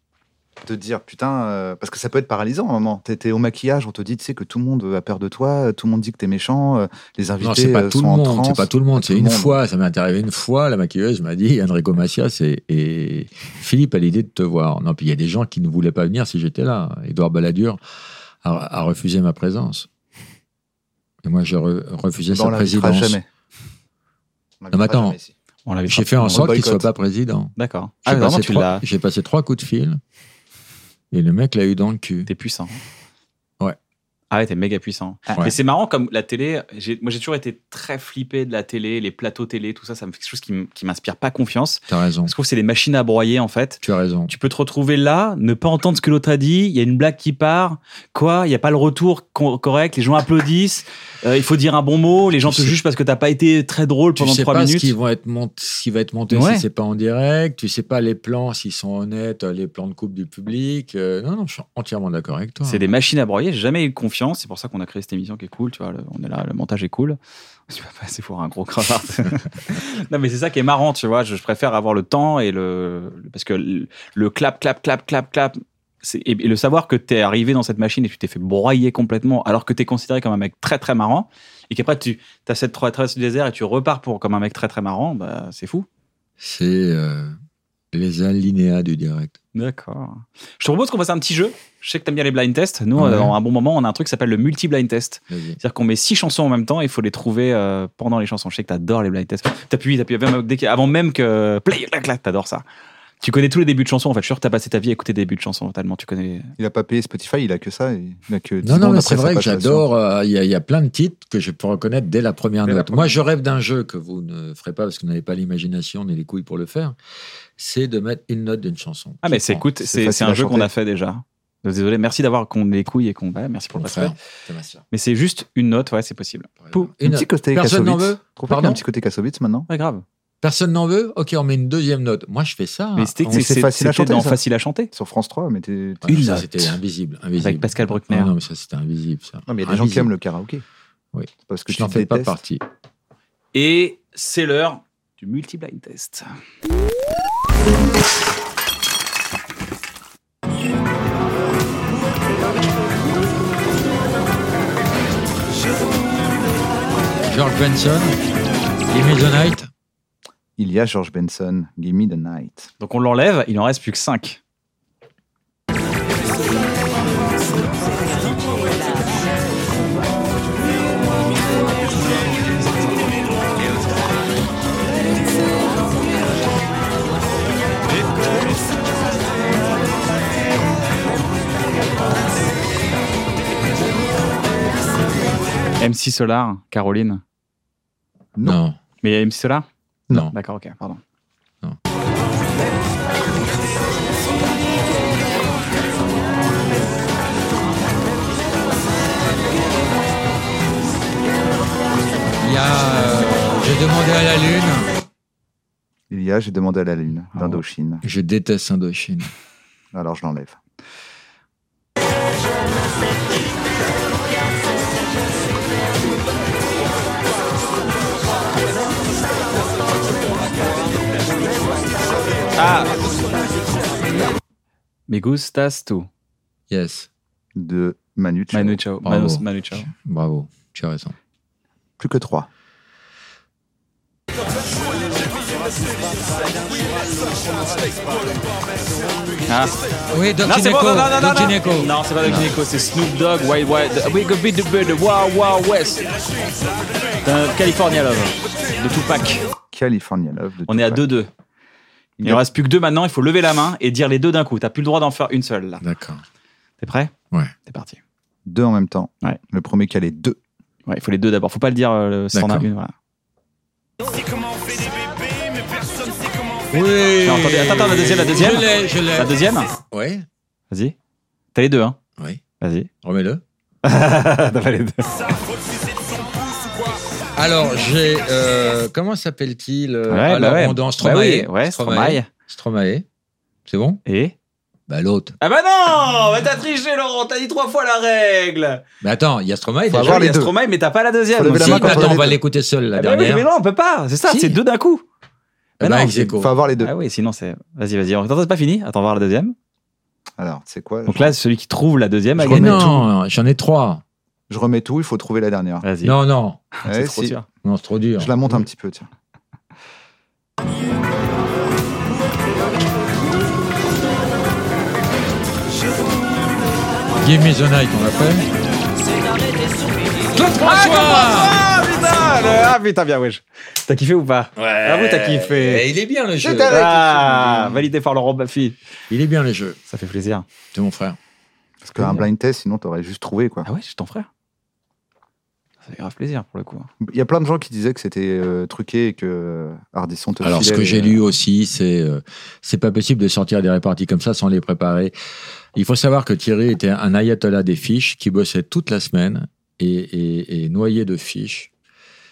[SPEAKER 2] de dire putain, euh, parce que ça peut être paralysant à un moment. T'es t'es au maquillage, on te dit tu sais que tout le monde a peur de toi, tout le monde dit que t'es méchant, euh, les
[SPEAKER 4] Non,
[SPEAKER 2] invités
[SPEAKER 4] c'est pas
[SPEAKER 2] euh,
[SPEAKER 4] tout
[SPEAKER 2] sont
[SPEAKER 4] le
[SPEAKER 2] en
[SPEAKER 4] monde,
[SPEAKER 2] transe.
[SPEAKER 4] c'est pas tout le monde,
[SPEAKER 2] Pas
[SPEAKER 4] c'est
[SPEAKER 2] tout le
[SPEAKER 4] une
[SPEAKER 2] monde.
[SPEAKER 4] fois, ça m'est arrivé une fois, la maquilleuse m'a dit, Enrico Macias et, et Philippe a l'idée de te voir. Non, puis il y a des gens qui ne voulaient pas venir si j'étais là. Édouard Balladur a, a refusé ma présence. Et moi, j'ai re- refusé
[SPEAKER 2] Bah, on
[SPEAKER 4] sa
[SPEAKER 2] l'invitera
[SPEAKER 4] présidence.
[SPEAKER 2] jamais. On l'invitera
[SPEAKER 4] mais attends.
[SPEAKER 2] jamais ici.
[SPEAKER 3] On l'avait
[SPEAKER 4] J'ai fait en
[SPEAKER 3] On
[SPEAKER 4] sorte qu'il ne
[SPEAKER 2] boycotte.
[SPEAKER 4] soit pas président.
[SPEAKER 3] D'accord.
[SPEAKER 4] J'ai
[SPEAKER 3] Ah, vraiment,
[SPEAKER 4] passé
[SPEAKER 3] tu
[SPEAKER 4] trois-
[SPEAKER 3] l'as.
[SPEAKER 4] J'ai passé trois coups de fil et le mec l'a eu dans le cul.
[SPEAKER 3] T'es puissant.
[SPEAKER 4] Ouais.
[SPEAKER 3] Ah ouais, t'es méga puissant.
[SPEAKER 4] Ouais.
[SPEAKER 3] Mais c'est marrant comme la télé. j'ai- Moi, j'ai toujours été très flippé de la télé, les plateaux télé, tout ça. Ça me fait quelque chose qui m- qui m'inspire pas confiance.
[SPEAKER 4] T'as raison.
[SPEAKER 3] Je trouve que c'est des machines à broyer en fait.
[SPEAKER 4] Tu as raison.
[SPEAKER 3] Tu peux te retrouver là, ne pas entendre ce que l'autre a dit, il y a une blague qui part, quoi, il n'y a pas le retour co- correct, les gens applaudissent, euh, il faut dire un bon mot, les gens
[SPEAKER 4] Tu
[SPEAKER 3] te
[SPEAKER 4] sais-
[SPEAKER 3] jugent parce que t'as pas été très drôle
[SPEAKER 4] Tu
[SPEAKER 3] pendant
[SPEAKER 4] sais
[SPEAKER 3] trois
[SPEAKER 4] pas ce
[SPEAKER 3] minutes.
[SPEAKER 4] qui, vont être mont- ce qui va être monté
[SPEAKER 3] Ouais.
[SPEAKER 4] si c'est pas en direct. Tu sais pas les plans, s'ils sont honnêtes, les plans de coupe du public. Euh, non, non, je suis entièrement d'accord avec toi.
[SPEAKER 3] C'est des machines à broyer, j'ai jamais eu confiance, c'est pour ça qu'on a créé cette émission qui est cool, tu vois, le- on est là, le montage est cool. *laughs* Tu vas pas passer pour un gros cravate. *laughs* non mais c'est ça qui est marrant, tu vois, je, je préfère avoir le temps et le... le- Parce que le, le clap, clap, clap, clap, clap, c'est- et, et le savoir que t'es arrivé dans cette machine et tu t'es fait broyer complètement alors que t'es considéré comme un mec très très marrant et qu'après tu as cette tra- traversée du désert et tu repars pour comme un mec très très marrant, bah c'est fou.
[SPEAKER 4] C'est euh, les alinéas du direct.
[SPEAKER 3] D'accord. Je te propose qu'on fasse un petit jeu. Je sais que t'aimes bien les blind tests. Nous,
[SPEAKER 4] Ouais.
[SPEAKER 3] euh, en un bon moment, on a un truc qui s'appelle le multi-blind test.
[SPEAKER 4] Vas-y.
[SPEAKER 3] C'est-à-dire qu'on met six chansons en même temps et il faut les trouver euh, pendant les chansons. Je sais que t'adores les blind tests. T'appuies, t'appuies, même dès qu'il- avant même que play, clac, clac, t'adores ça. Tu connais tous les débuts de chansons en fait. Je suis sûr que t'as passé ta vie à écouter des débuts de chansons tellement tu connais.
[SPEAKER 2] Il a pas payé Spotify, il a que ça. Il il a que 10
[SPEAKER 4] Non, non,
[SPEAKER 2] secondes
[SPEAKER 4] mais
[SPEAKER 2] après
[SPEAKER 4] c'est
[SPEAKER 2] sa
[SPEAKER 4] vrai que
[SPEAKER 2] page sur-
[SPEAKER 4] j'adore. euh, Il y, a- il y a plein de titres que je peux reconnaître dès la première
[SPEAKER 2] Dès la
[SPEAKER 4] note.
[SPEAKER 2] première.
[SPEAKER 4] Moi, je rêve d'un jeu que vous ne ferez pas parce que vous n'avez pas l'imagination ni les couilles pour le faire. C'est de mettre une note d'une chanson.
[SPEAKER 3] Ah mais c'est écoute,
[SPEAKER 2] c'est
[SPEAKER 3] c'est
[SPEAKER 2] facile
[SPEAKER 3] c'est un
[SPEAKER 2] à
[SPEAKER 3] jeu qu'on
[SPEAKER 2] chanter.
[SPEAKER 3] a fait déjà. Donc, Désolé, merci d'avoir qu'on ait les couilles et qu'on. Ouais, merci pour
[SPEAKER 4] Mon
[SPEAKER 3] le
[SPEAKER 4] frère,
[SPEAKER 3] respect.
[SPEAKER 4] c'est ma sœur.
[SPEAKER 3] Mais c'est juste une note, ouais, c'est possible. Pou-
[SPEAKER 2] Un
[SPEAKER 4] Une-
[SPEAKER 2] petit côté
[SPEAKER 4] Personne n'en
[SPEAKER 2] Kassovitz.
[SPEAKER 4] veut
[SPEAKER 2] Trouve pas qu'il y a
[SPEAKER 4] Pardon
[SPEAKER 2] un petit côté Kassovitz maintenant
[SPEAKER 3] Pas grave.
[SPEAKER 4] Personne n'en veut Ok, on met une deuxième note. Moi, je fais ça.
[SPEAKER 3] mais c'était
[SPEAKER 4] en-
[SPEAKER 3] c'est-
[SPEAKER 2] c'est
[SPEAKER 3] c'est-
[SPEAKER 2] facile à
[SPEAKER 3] c'était
[SPEAKER 2] chanter,
[SPEAKER 3] dans
[SPEAKER 2] ça.
[SPEAKER 3] facile à chanter.
[SPEAKER 2] Sur France 3, mais t'es.
[SPEAKER 4] Ouais,
[SPEAKER 3] Une
[SPEAKER 4] ça,
[SPEAKER 3] note.
[SPEAKER 4] c'était invisible, invisible.
[SPEAKER 3] Avec Pascal Bruckner.
[SPEAKER 4] Ah non, mais ça, c'était invisible, ça.
[SPEAKER 2] Non, mais il y a des gens qui
[SPEAKER 4] Invisible.
[SPEAKER 2] aiment le karaoké.
[SPEAKER 4] Ah, Oui.
[SPEAKER 2] C'est Parce que
[SPEAKER 4] Je
[SPEAKER 2] tu
[SPEAKER 4] n'en fais pas
[SPEAKER 2] détestes.
[SPEAKER 4] partie.
[SPEAKER 3] Et c'est l'heure du multi-blind test.
[SPEAKER 4] George Benson, Jimmy the Knight.
[SPEAKER 2] Il y a George Benson, Give Me the Night.
[SPEAKER 3] Donc on l'enlève, il en reste plus que 5. MC Solar, Caroline.
[SPEAKER 2] Non.
[SPEAKER 4] Non.
[SPEAKER 3] Mais il y a MC Solar Bah,
[SPEAKER 4] Non.
[SPEAKER 3] D'accord, ok, pardon.
[SPEAKER 4] Il y a. euh, J'ai demandé à la Lune.
[SPEAKER 2] Il y a J'ai demandé à la lune d'Indochine.
[SPEAKER 4] Je déteste Indochine.
[SPEAKER 2] Alors je l'enlève.
[SPEAKER 3] Me gustas tu.
[SPEAKER 4] Yes.
[SPEAKER 2] De Manu Chao.
[SPEAKER 3] Manu Chao.
[SPEAKER 4] Bravo.
[SPEAKER 3] Manu- Manu Chao.
[SPEAKER 4] Bravo. Tu as raison.
[SPEAKER 2] Plus que 3.
[SPEAKER 3] Ah.
[SPEAKER 4] Oui, Doc
[SPEAKER 3] Non, c'est bon, non, non, non, non, non. Non, c'est pas Doc
[SPEAKER 4] Non.
[SPEAKER 3] Gineco, c'est Snoop Dogg, Wild Wild. We could be the bird, wow, wow, west. Euh, California Love, de Tupac.
[SPEAKER 2] California Love. de
[SPEAKER 3] On est à
[SPEAKER 2] Tupac.
[SPEAKER 3] 2-2. Il ne reste plus que deux maintenant, il faut lever la main et dire les deux d'un coup. T'as plus le droit d'en faire une seule, là.
[SPEAKER 4] D'accord.
[SPEAKER 3] T'es prêt
[SPEAKER 4] Ouais.
[SPEAKER 3] T'es parti.
[SPEAKER 2] Deux en même temps.
[SPEAKER 3] Ouais.
[SPEAKER 2] Le premier qui a les deux.
[SPEAKER 3] Ouais, il faut les deux d'abord. Faut pas le dire euh, le standard
[SPEAKER 4] D'accord.
[SPEAKER 3] une, voilà.
[SPEAKER 4] Oui.
[SPEAKER 3] Non, attendez, attends, attends, la deuxième, la deuxième.
[SPEAKER 4] Je l'ai, je l'ai.
[SPEAKER 3] La deuxième
[SPEAKER 4] Oui.
[SPEAKER 3] Vas-y. T'as les deux, hein
[SPEAKER 4] Oui.
[SPEAKER 3] Vas-y.
[SPEAKER 4] Remets-le.
[SPEAKER 3] *laughs* T'as pas les deux.
[SPEAKER 4] Alors, j'ai. euh, comment s'appelle-t-il euh,
[SPEAKER 3] Ouais,
[SPEAKER 4] ah,
[SPEAKER 3] bah
[SPEAKER 4] là,
[SPEAKER 3] ouais.
[SPEAKER 4] on danse
[SPEAKER 3] Bah
[SPEAKER 4] Stromae.
[SPEAKER 3] oui, ouais, Stromae.
[SPEAKER 4] Stromae. C'est bon
[SPEAKER 3] Et
[SPEAKER 4] Bah, l'autre.
[SPEAKER 3] Ah bah non Bah t'as triché, Laurent, t'as dit trois fois la règle
[SPEAKER 4] Mais attends, il y a Stromae
[SPEAKER 2] Faut
[SPEAKER 4] déjà.
[SPEAKER 2] avoir
[SPEAKER 3] Il y a
[SPEAKER 2] les deux.
[SPEAKER 3] Stromae, mais t'as pas la deuxième.
[SPEAKER 2] Faut lever
[SPEAKER 4] Si,
[SPEAKER 2] la
[SPEAKER 4] mais
[SPEAKER 2] main quand on
[SPEAKER 4] attends,
[SPEAKER 2] a
[SPEAKER 4] on
[SPEAKER 2] les
[SPEAKER 4] va
[SPEAKER 2] deux.
[SPEAKER 4] l'écouter seul, la
[SPEAKER 3] Ah bah oui,
[SPEAKER 4] dernière.
[SPEAKER 3] mais non, on peut pas, c'est ça,
[SPEAKER 4] Si.
[SPEAKER 3] c'est deux d'un coup.
[SPEAKER 4] Eh
[SPEAKER 3] Bah
[SPEAKER 4] ben,
[SPEAKER 3] non,
[SPEAKER 4] ex aequo.
[SPEAKER 2] Faut avoir les deux.
[SPEAKER 3] Ah oui, sinon c'est. Vas-y, vas-y. Attends, c'est pas fini. Attends, voir la deuxième.
[SPEAKER 2] Alors, tu sais quoi
[SPEAKER 3] Donc
[SPEAKER 2] je,
[SPEAKER 3] là, celui qui trouve la deuxième a
[SPEAKER 2] Je
[SPEAKER 3] gagné.
[SPEAKER 2] remets
[SPEAKER 4] non, j'en ai trois.
[SPEAKER 2] je remets tout, il faut trouver la dernière.
[SPEAKER 3] Vas-y.
[SPEAKER 4] Non, non,
[SPEAKER 2] Ouais,
[SPEAKER 3] c'est trop
[SPEAKER 2] si.
[SPEAKER 3] sûr.
[SPEAKER 4] non, c'est trop dur.
[SPEAKER 2] Je la monte un petit peu, tiens.
[SPEAKER 4] Give me the night, on l'a fait.
[SPEAKER 3] Ah putain, bien, wesh. T'as kiffé ou pas
[SPEAKER 4] Ouais.
[SPEAKER 3] Bravo, t'as kiffé.
[SPEAKER 4] il est bien le jeu.
[SPEAKER 3] Ah, validé par Laurent Baffy.
[SPEAKER 4] Il est bien le jeu.
[SPEAKER 3] Ça fait plaisir.
[SPEAKER 4] C'est mon frère.
[SPEAKER 2] Parce qu'un blind test, sinon, t'aurais juste trouvé, quoi.
[SPEAKER 3] Ah ouais, c'est ton frère. Ça fait grave plaisir pour le coup.
[SPEAKER 2] Il y a plein de gens qui disaient que c'était euh, truqué et que euh, Ardisson te
[SPEAKER 4] Alors, ce
[SPEAKER 2] filait
[SPEAKER 4] que
[SPEAKER 2] les-
[SPEAKER 4] j'ai lu aussi, c'est euh, c'est pas possible de sortir des réparties comme ça sans les préparer. Il faut savoir que Thierry était un ayatollah des fiches qui bossait toute la semaine et, et- et noyé de fiches.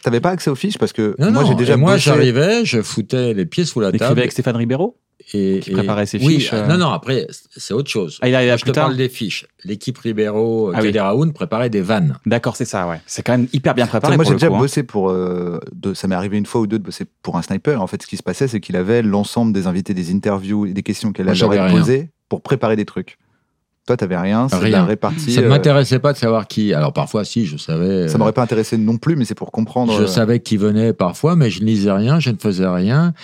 [SPEAKER 2] T'avais pas accès aux fiches parce que
[SPEAKER 4] Non,
[SPEAKER 2] moi,
[SPEAKER 4] non,
[SPEAKER 2] j'ai déjà
[SPEAKER 4] et moi,
[SPEAKER 2] bossé-
[SPEAKER 4] j'arrivais, je foutais les pieds sous la
[SPEAKER 3] Écrivait
[SPEAKER 4] table.
[SPEAKER 3] avec Stéphane Ribeiro
[SPEAKER 4] et,
[SPEAKER 3] qui préparait
[SPEAKER 4] et-
[SPEAKER 3] ses
[SPEAKER 4] oui,
[SPEAKER 3] fiches,
[SPEAKER 4] euh,
[SPEAKER 3] euh.
[SPEAKER 4] Non, non, après, c'est autre chose.
[SPEAKER 3] Ah, il arrive
[SPEAKER 4] je te
[SPEAKER 3] plus tard
[SPEAKER 4] parle des fiches. L'équipe Ribeiro,
[SPEAKER 3] Ah oui.
[SPEAKER 4] Kederaoun préparait des vannes.
[SPEAKER 3] D'accord, c'est ça, ouais. C'est quand même hyper bien
[SPEAKER 2] Tiens,
[SPEAKER 3] préparé.
[SPEAKER 2] moi,
[SPEAKER 3] pour
[SPEAKER 2] j'ai
[SPEAKER 3] le
[SPEAKER 2] déjà
[SPEAKER 3] coup, hein.
[SPEAKER 2] bossé pour. euh, de- ça m'est arrivé une fois ou deux de bosser pour un sniper. En fait, ce qui se passait, c'est qu'il avait l'ensemble des invités, des interviews et des questions qu'elle
[SPEAKER 4] Moi, j'avais
[SPEAKER 2] avait
[SPEAKER 4] rien.
[SPEAKER 2] posées pour préparer des trucs. Toi, t'avais rien, c'est de
[SPEAKER 4] Rien.
[SPEAKER 2] la répartie.
[SPEAKER 4] ça ne
[SPEAKER 2] euh,
[SPEAKER 4] m'intéressait pas de savoir qui. Alors parfois, si, je savais.
[SPEAKER 2] ça
[SPEAKER 4] euh,
[SPEAKER 2] m'aurait pas intéressé non plus, mais c'est pour comprendre.
[SPEAKER 4] Je
[SPEAKER 2] euh,
[SPEAKER 4] savais qui venait parfois, mais je ne lisais rien, je ne faisais rien.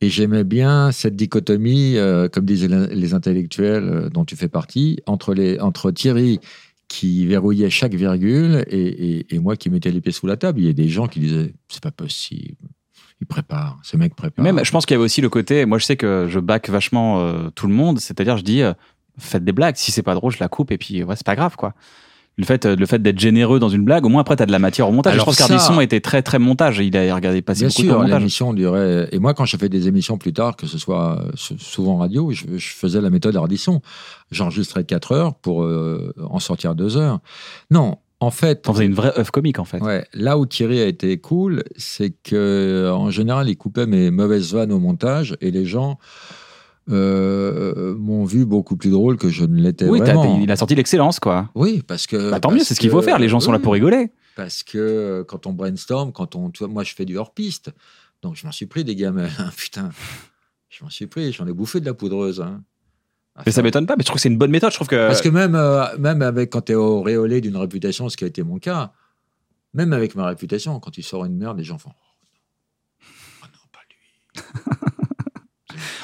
[SPEAKER 4] Et j'aimais bien cette dichotomie, euh, comme disaient les- les intellectuels euh, dont tu fais partie, entre, les, entre Thierry qui verrouillait chaque virgule et, et- et moi qui mettais les pieds sous la table. Il y a des gens qui disaient c'est pas possible, il prépare, ce mec prépare.
[SPEAKER 3] Même, je pense qu'il y avait aussi le côté. Moi, je sais que je back vachement euh, tout le monde. C'est-à-dire, je dis, euh, faites des blagues. Si c'est pas drôle, je la coupe et puis, ouais, c'est pas grave, quoi. Le fait, euh, le fait d'être généreux dans une blague, au moins après, t'as de la matière au montage.
[SPEAKER 4] Alors
[SPEAKER 3] je pense
[SPEAKER 4] ça-
[SPEAKER 3] qu'Ardisson était très, très montage. Il a regardé passer
[SPEAKER 4] Bien
[SPEAKER 3] euh, beaucoup de temps au
[SPEAKER 4] sûr,
[SPEAKER 3] montage.
[SPEAKER 4] l'émission durait. Et moi, quand j'ai fait des émissions plus tard, que ce soit euh, sou- souvent radio, je, je faisais la méthode Ardisson. J'enregistrais 4 heures pour euh, en sortir 2 heures. Non, en fait,
[SPEAKER 3] T'en faisais une vraie œuvre comique, en fait.
[SPEAKER 4] ouais, là où Thierry a été cool, c'est que euh, en général, il coupait mes mauvaises vannes au montage et les gens euh, m'ont vu beaucoup plus drôle que je ne l'étais
[SPEAKER 3] oui, t'as-
[SPEAKER 4] vraiment.
[SPEAKER 3] il a sorti l'excellence, quoi.
[SPEAKER 4] Oui, parce que.
[SPEAKER 3] Bah, tant mieux,
[SPEAKER 4] parce
[SPEAKER 3] c'est ce qu'il faut
[SPEAKER 4] que-
[SPEAKER 3] faire. Les gens sont là
[SPEAKER 4] oui.
[SPEAKER 3] pour rigoler.
[SPEAKER 4] Parce que euh, quand on brainstorm, quand on, tu vois, moi je fais du hors-piste, donc je m'en suis pris des gamelles, hein, *laughs* putain, je m'en suis pris, j'en ai bouffé de la poudreuse. hein. À
[SPEAKER 3] Mais ça
[SPEAKER 4] faire-
[SPEAKER 3] m'étonne pas, mais je trouve que c'est une bonne méthode. Je trouve que.
[SPEAKER 4] Parce que même, euh, même avec, quand t'es auréolé d'une réputation, ce qui a été mon cas, même avec ma réputation, quand tu sors une merde, les gens font Oh non, oh non, pas lui.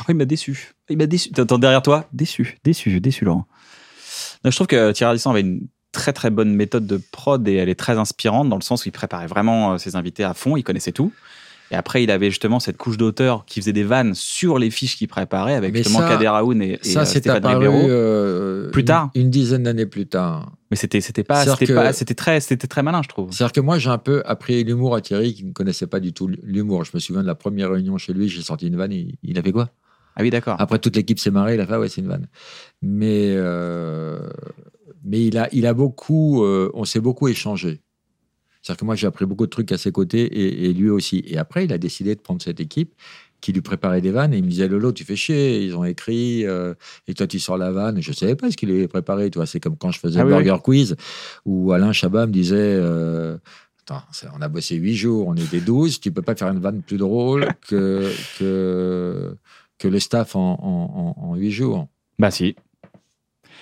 [SPEAKER 3] Oh, il m'a déçu. Il m'a déçu. T'entends derrière toi Déçu, déçu, déçu, Laurent. Non, je trouve que Thierry Ardisson avait une très très bonne méthode de prod et elle est très inspirante dans le sens où il préparait vraiment euh, ses invités à fond, il connaissait tout. Et après, il avait justement cette couche d'auteur qui faisait des vannes sur les fiches qu'il préparait avec
[SPEAKER 4] Mais
[SPEAKER 3] justement
[SPEAKER 4] ça-
[SPEAKER 3] Kader Aoun et, et,
[SPEAKER 4] Ça,
[SPEAKER 3] euh,
[SPEAKER 4] c'est
[SPEAKER 3] Stéphane
[SPEAKER 4] apparu
[SPEAKER 3] Ribeiro.
[SPEAKER 4] euh,
[SPEAKER 3] Plus
[SPEAKER 4] une-
[SPEAKER 3] tard.
[SPEAKER 4] Une, dizaine d'années plus tard.
[SPEAKER 3] Mais c'était c'était pas
[SPEAKER 4] C'est-à-dire
[SPEAKER 3] c'était
[SPEAKER 4] que-
[SPEAKER 3] pas c'était très c'était très malin, je trouve.
[SPEAKER 4] C'est-à-dire que moi, j'ai un peu appris l'humour à Thierry qui ne connaissait pas du tout l'humour. Je me souviens de la première réunion chez lui, j'ai sorti une vanne, il, il avait quoi
[SPEAKER 3] Ah oui, d'accord.
[SPEAKER 4] Après, toute l'équipe s'est marrée, il a fait, Ah ouais, c'est une vanne. Mais, euh, mais il, a, il a beaucoup, euh, on s'est beaucoup échangé. C'est-à-dire que moi, j'ai appris beaucoup de trucs à ses côtés et, et lui aussi. Et après, il a décidé de prendre cette équipe qui lui préparait des vannes et il me disait Lolo, tu fais chier, ils ont écrit euh, et toi, tu sors la vanne. Je ne savais pas ce qu'il avait préparé, tu vois. C'est comme quand je faisais
[SPEAKER 3] Ah
[SPEAKER 4] le
[SPEAKER 3] oui,
[SPEAKER 4] Burger Quiz où Alain Chabat me disait. euh, Attends, ça- on a bossé huit jours, on était 12, tu peux pas faire une vanne plus drôle que, que, que le staff en, en, en, en huit jours.
[SPEAKER 3] Bah si.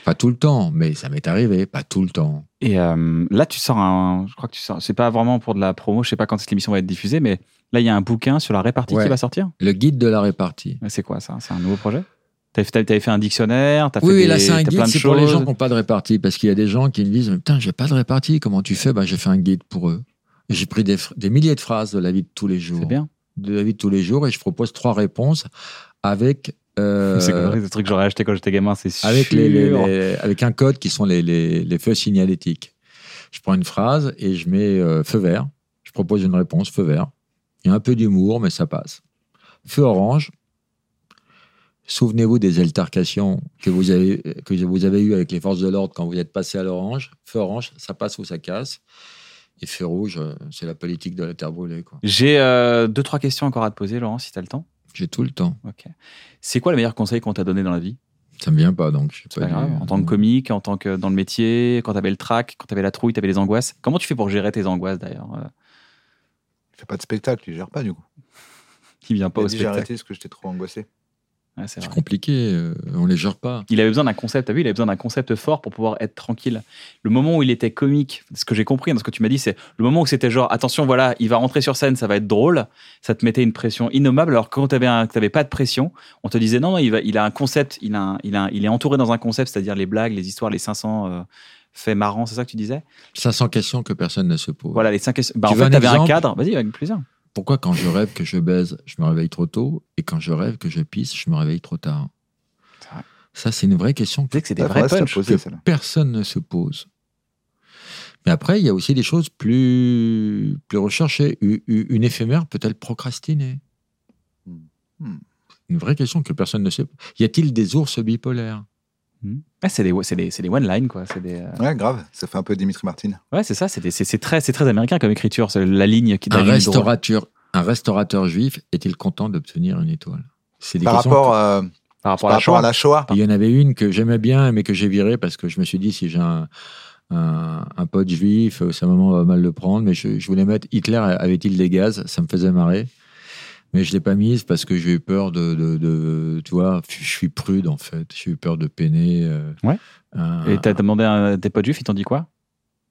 [SPEAKER 4] Pas tout le temps, mais ça m'est arrivé, pas tout le temps.
[SPEAKER 3] Et euh, là, tu sors un. Je crois que tu sors. C'est pas vraiment pour de la promo. Je sais pas quand cette émission va être diffusée, mais là, il y a un bouquin sur la répartie qui
[SPEAKER 4] Ouais.
[SPEAKER 3] va sortir.
[SPEAKER 4] Le guide de la répartie.
[SPEAKER 3] Mais C'est quoi ça C'est un nouveau projet T'avais fait, t'avais fait un dictionnaire, t'as
[SPEAKER 4] Oui,
[SPEAKER 3] fait
[SPEAKER 4] oui,
[SPEAKER 3] des,
[SPEAKER 4] là, c'est un
[SPEAKER 3] t'as plein
[SPEAKER 4] guide,
[SPEAKER 3] de
[SPEAKER 4] c'est
[SPEAKER 3] choses.
[SPEAKER 4] pour les gens qui n'ont pas de répartie, parce qu'il y a des gens qui me disent, Mais putain, j'ai pas de répartie, comment tu fais ben, J'ai fait un guide pour eux. Et J'ai pris des, fr- des milliers de phrases de la vie de tous les jours.
[SPEAKER 3] C'est bien.
[SPEAKER 4] De la vie de tous les jours, et je propose trois réponses avec... euh,
[SPEAKER 3] C'est comme le truc que j'aurais acheté quand j'étais gamin, c'est sûr.
[SPEAKER 4] avec, les, les- les- avec un code qui sont les, les, les feux signalétiques. Je prends une phrase et je mets euh, feu vert. Je propose une réponse, feu vert. Il y a un peu d'humour, mais ça passe. Feu orange. Souvenez-vous des altercations que vous avez, que vous avez eues avec les forces de l'ordre quand vous êtes passé à l'orange. Feu orange, ça passe ou ça casse. Et feu rouge, euh, c'est la politique de la terre brûlée. quoi.
[SPEAKER 3] J'ai euh, deux, trois questions encore à te poser, Laurent, si t'as le temps.
[SPEAKER 4] J'ai tout le temps.
[SPEAKER 3] Ok. C'est quoi le meilleur conseil qu'on t'a donné dans la vie
[SPEAKER 4] Ça me vient pas, donc. j'ai
[SPEAKER 3] C'est
[SPEAKER 4] pas
[SPEAKER 3] pas grave.
[SPEAKER 4] dit-
[SPEAKER 3] En tant que comique, en tant que dans le métier, quand t'avais le trac, quand t'avais la trouille, t'avais les angoisses. Comment tu fais pour gérer tes angoisses d'ailleurs Euh,
[SPEAKER 2] Il fait pas de spectacle, il gère pas du coup.
[SPEAKER 3] Qui vient pas
[SPEAKER 2] Il a
[SPEAKER 3] au
[SPEAKER 2] dit, J'ai
[SPEAKER 4] Bah,
[SPEAKER 3] spectacle
[SPEAKER 2] arrêté parce que j'étais trop angoissé.
[SPEAKER 3] Ouais, c'est
[SPEAKER 4] C'est
[SPEAKER 3] vrai.
[SPEAKER 4] compliqué, euh, on les gère pas.
[SPEAKER 3] Il avait besoin d'un concept, t'as vu, il avait besoin d'un concept fort pour pouvoir être tranquille. Le moment où il était comique, ce que j'ai compris dans ce que tu m'as dit, c'est le moment où c'était genre, attention, voilà, il va rentrer sur scène, ça va être drôle, ça te mettait une pression innommable, alors que quand t'avais, un- que t'avais pas de pression, on te disait non, non, il, va, il a un concept, il, a un- il, a un- il est entouré dans un concept, c'est-à-dire les blagues, les histoires, les 500 euh, faits marrants, c'est ça que tu disais
[SPEAKER 4] 500 questions que personne ne se pose.
[SPEAKER 3] Voilà, les 5 questions. Bah,
[SPEAKER 4] Tu
[SPEAKER 3] en
[SPEAKER 4] veux
[SPEAKER 3] fait,
[SPEAKER 4] un
[SPEAKER 3] t'avais un
[SPEAKER 4] exemple
[SPEAKER 3] cadre, vas-y, avec plaisir.
[SPEAKER 4] Pourquoi quand je rêve que je baise, je me réveille trop tôt, et quand je rêve que je pisse, je me réveille trop tard
[SPEAKER 3] C'est vrai.
[SPEAKER 4] Ça, c'est une vraie question que
[SPEAKER 3] Tu sais que c'est des
[SPEAKER 2] Bah,
[SPEAKER 3] vrais
[SPEAKER 2] faudrait se la
[SPEAKER 3] punchs.
[SPEAKER 2] poser,
[SPEAKER 4] que
[SPEAKER 2] celle-là.
[SPEAKER 4] personne ne se pose. Mais après, il y a aussi des choses plus, plus recherchées. U- u- Une éphémère peut-elle procrastiner
[SPEAKER 2] Hmm.
[SPEAKER 4] Une vraie question que personne ne sait. Y a-t-il des ours bipolaires Mmh.
[SPEAKER 3] Hmm. Ah, c'est des, c'est des, c'est des one-line, quoi. C'est des, euh,
[SPEAKER 2] Ouais, grave, ça fait un peu Dimitri Martin.
[SPEAKER 3] Ouais, c'est ça, c'est des- c'est c'est très, c'est très américain comme écriture, c'est la ligne qui
[SPEAKER 4] un
[SPEAKER 3] la ligne droite.
[SPEAKER 4] restaurateur, un restaurateur juif est-il content d'obtenir une étoile C'est des
[SPEAKER 2] Par
[SPEAKER 4] questions
[SPEAKER 2] rapport, à,
[SPEAKER 3] par rapport
[SPEAKER 2] par
[SPEAKER 3] à la
[SPEAKER 2] rapport
[SPEAKER 3] Shoah.
[SPEAKER 2] à la Shoah,
[SPEAKER 4] que- Il y en avait une que j'aimais bien, mais que j'ai virée parce que je me suis dit si j'ai un, un- un pote juif, euh, sa maman va mal le prendre. Mais je, je voulais mettre Hitler avait-il des gaz Ça me faisait marrer. Mais je l'ai pas mise parce que j'ai eu peur de, de- de- Tu vois, je suis prude en fait. J'ai eu peur de peiner. euh,
[SPEAKER 3] Ouais.
[SPEAKER 4] un-
[SPEAKER 3] Et t'as demandé à tes potes juifs, ils t'ont dit quoi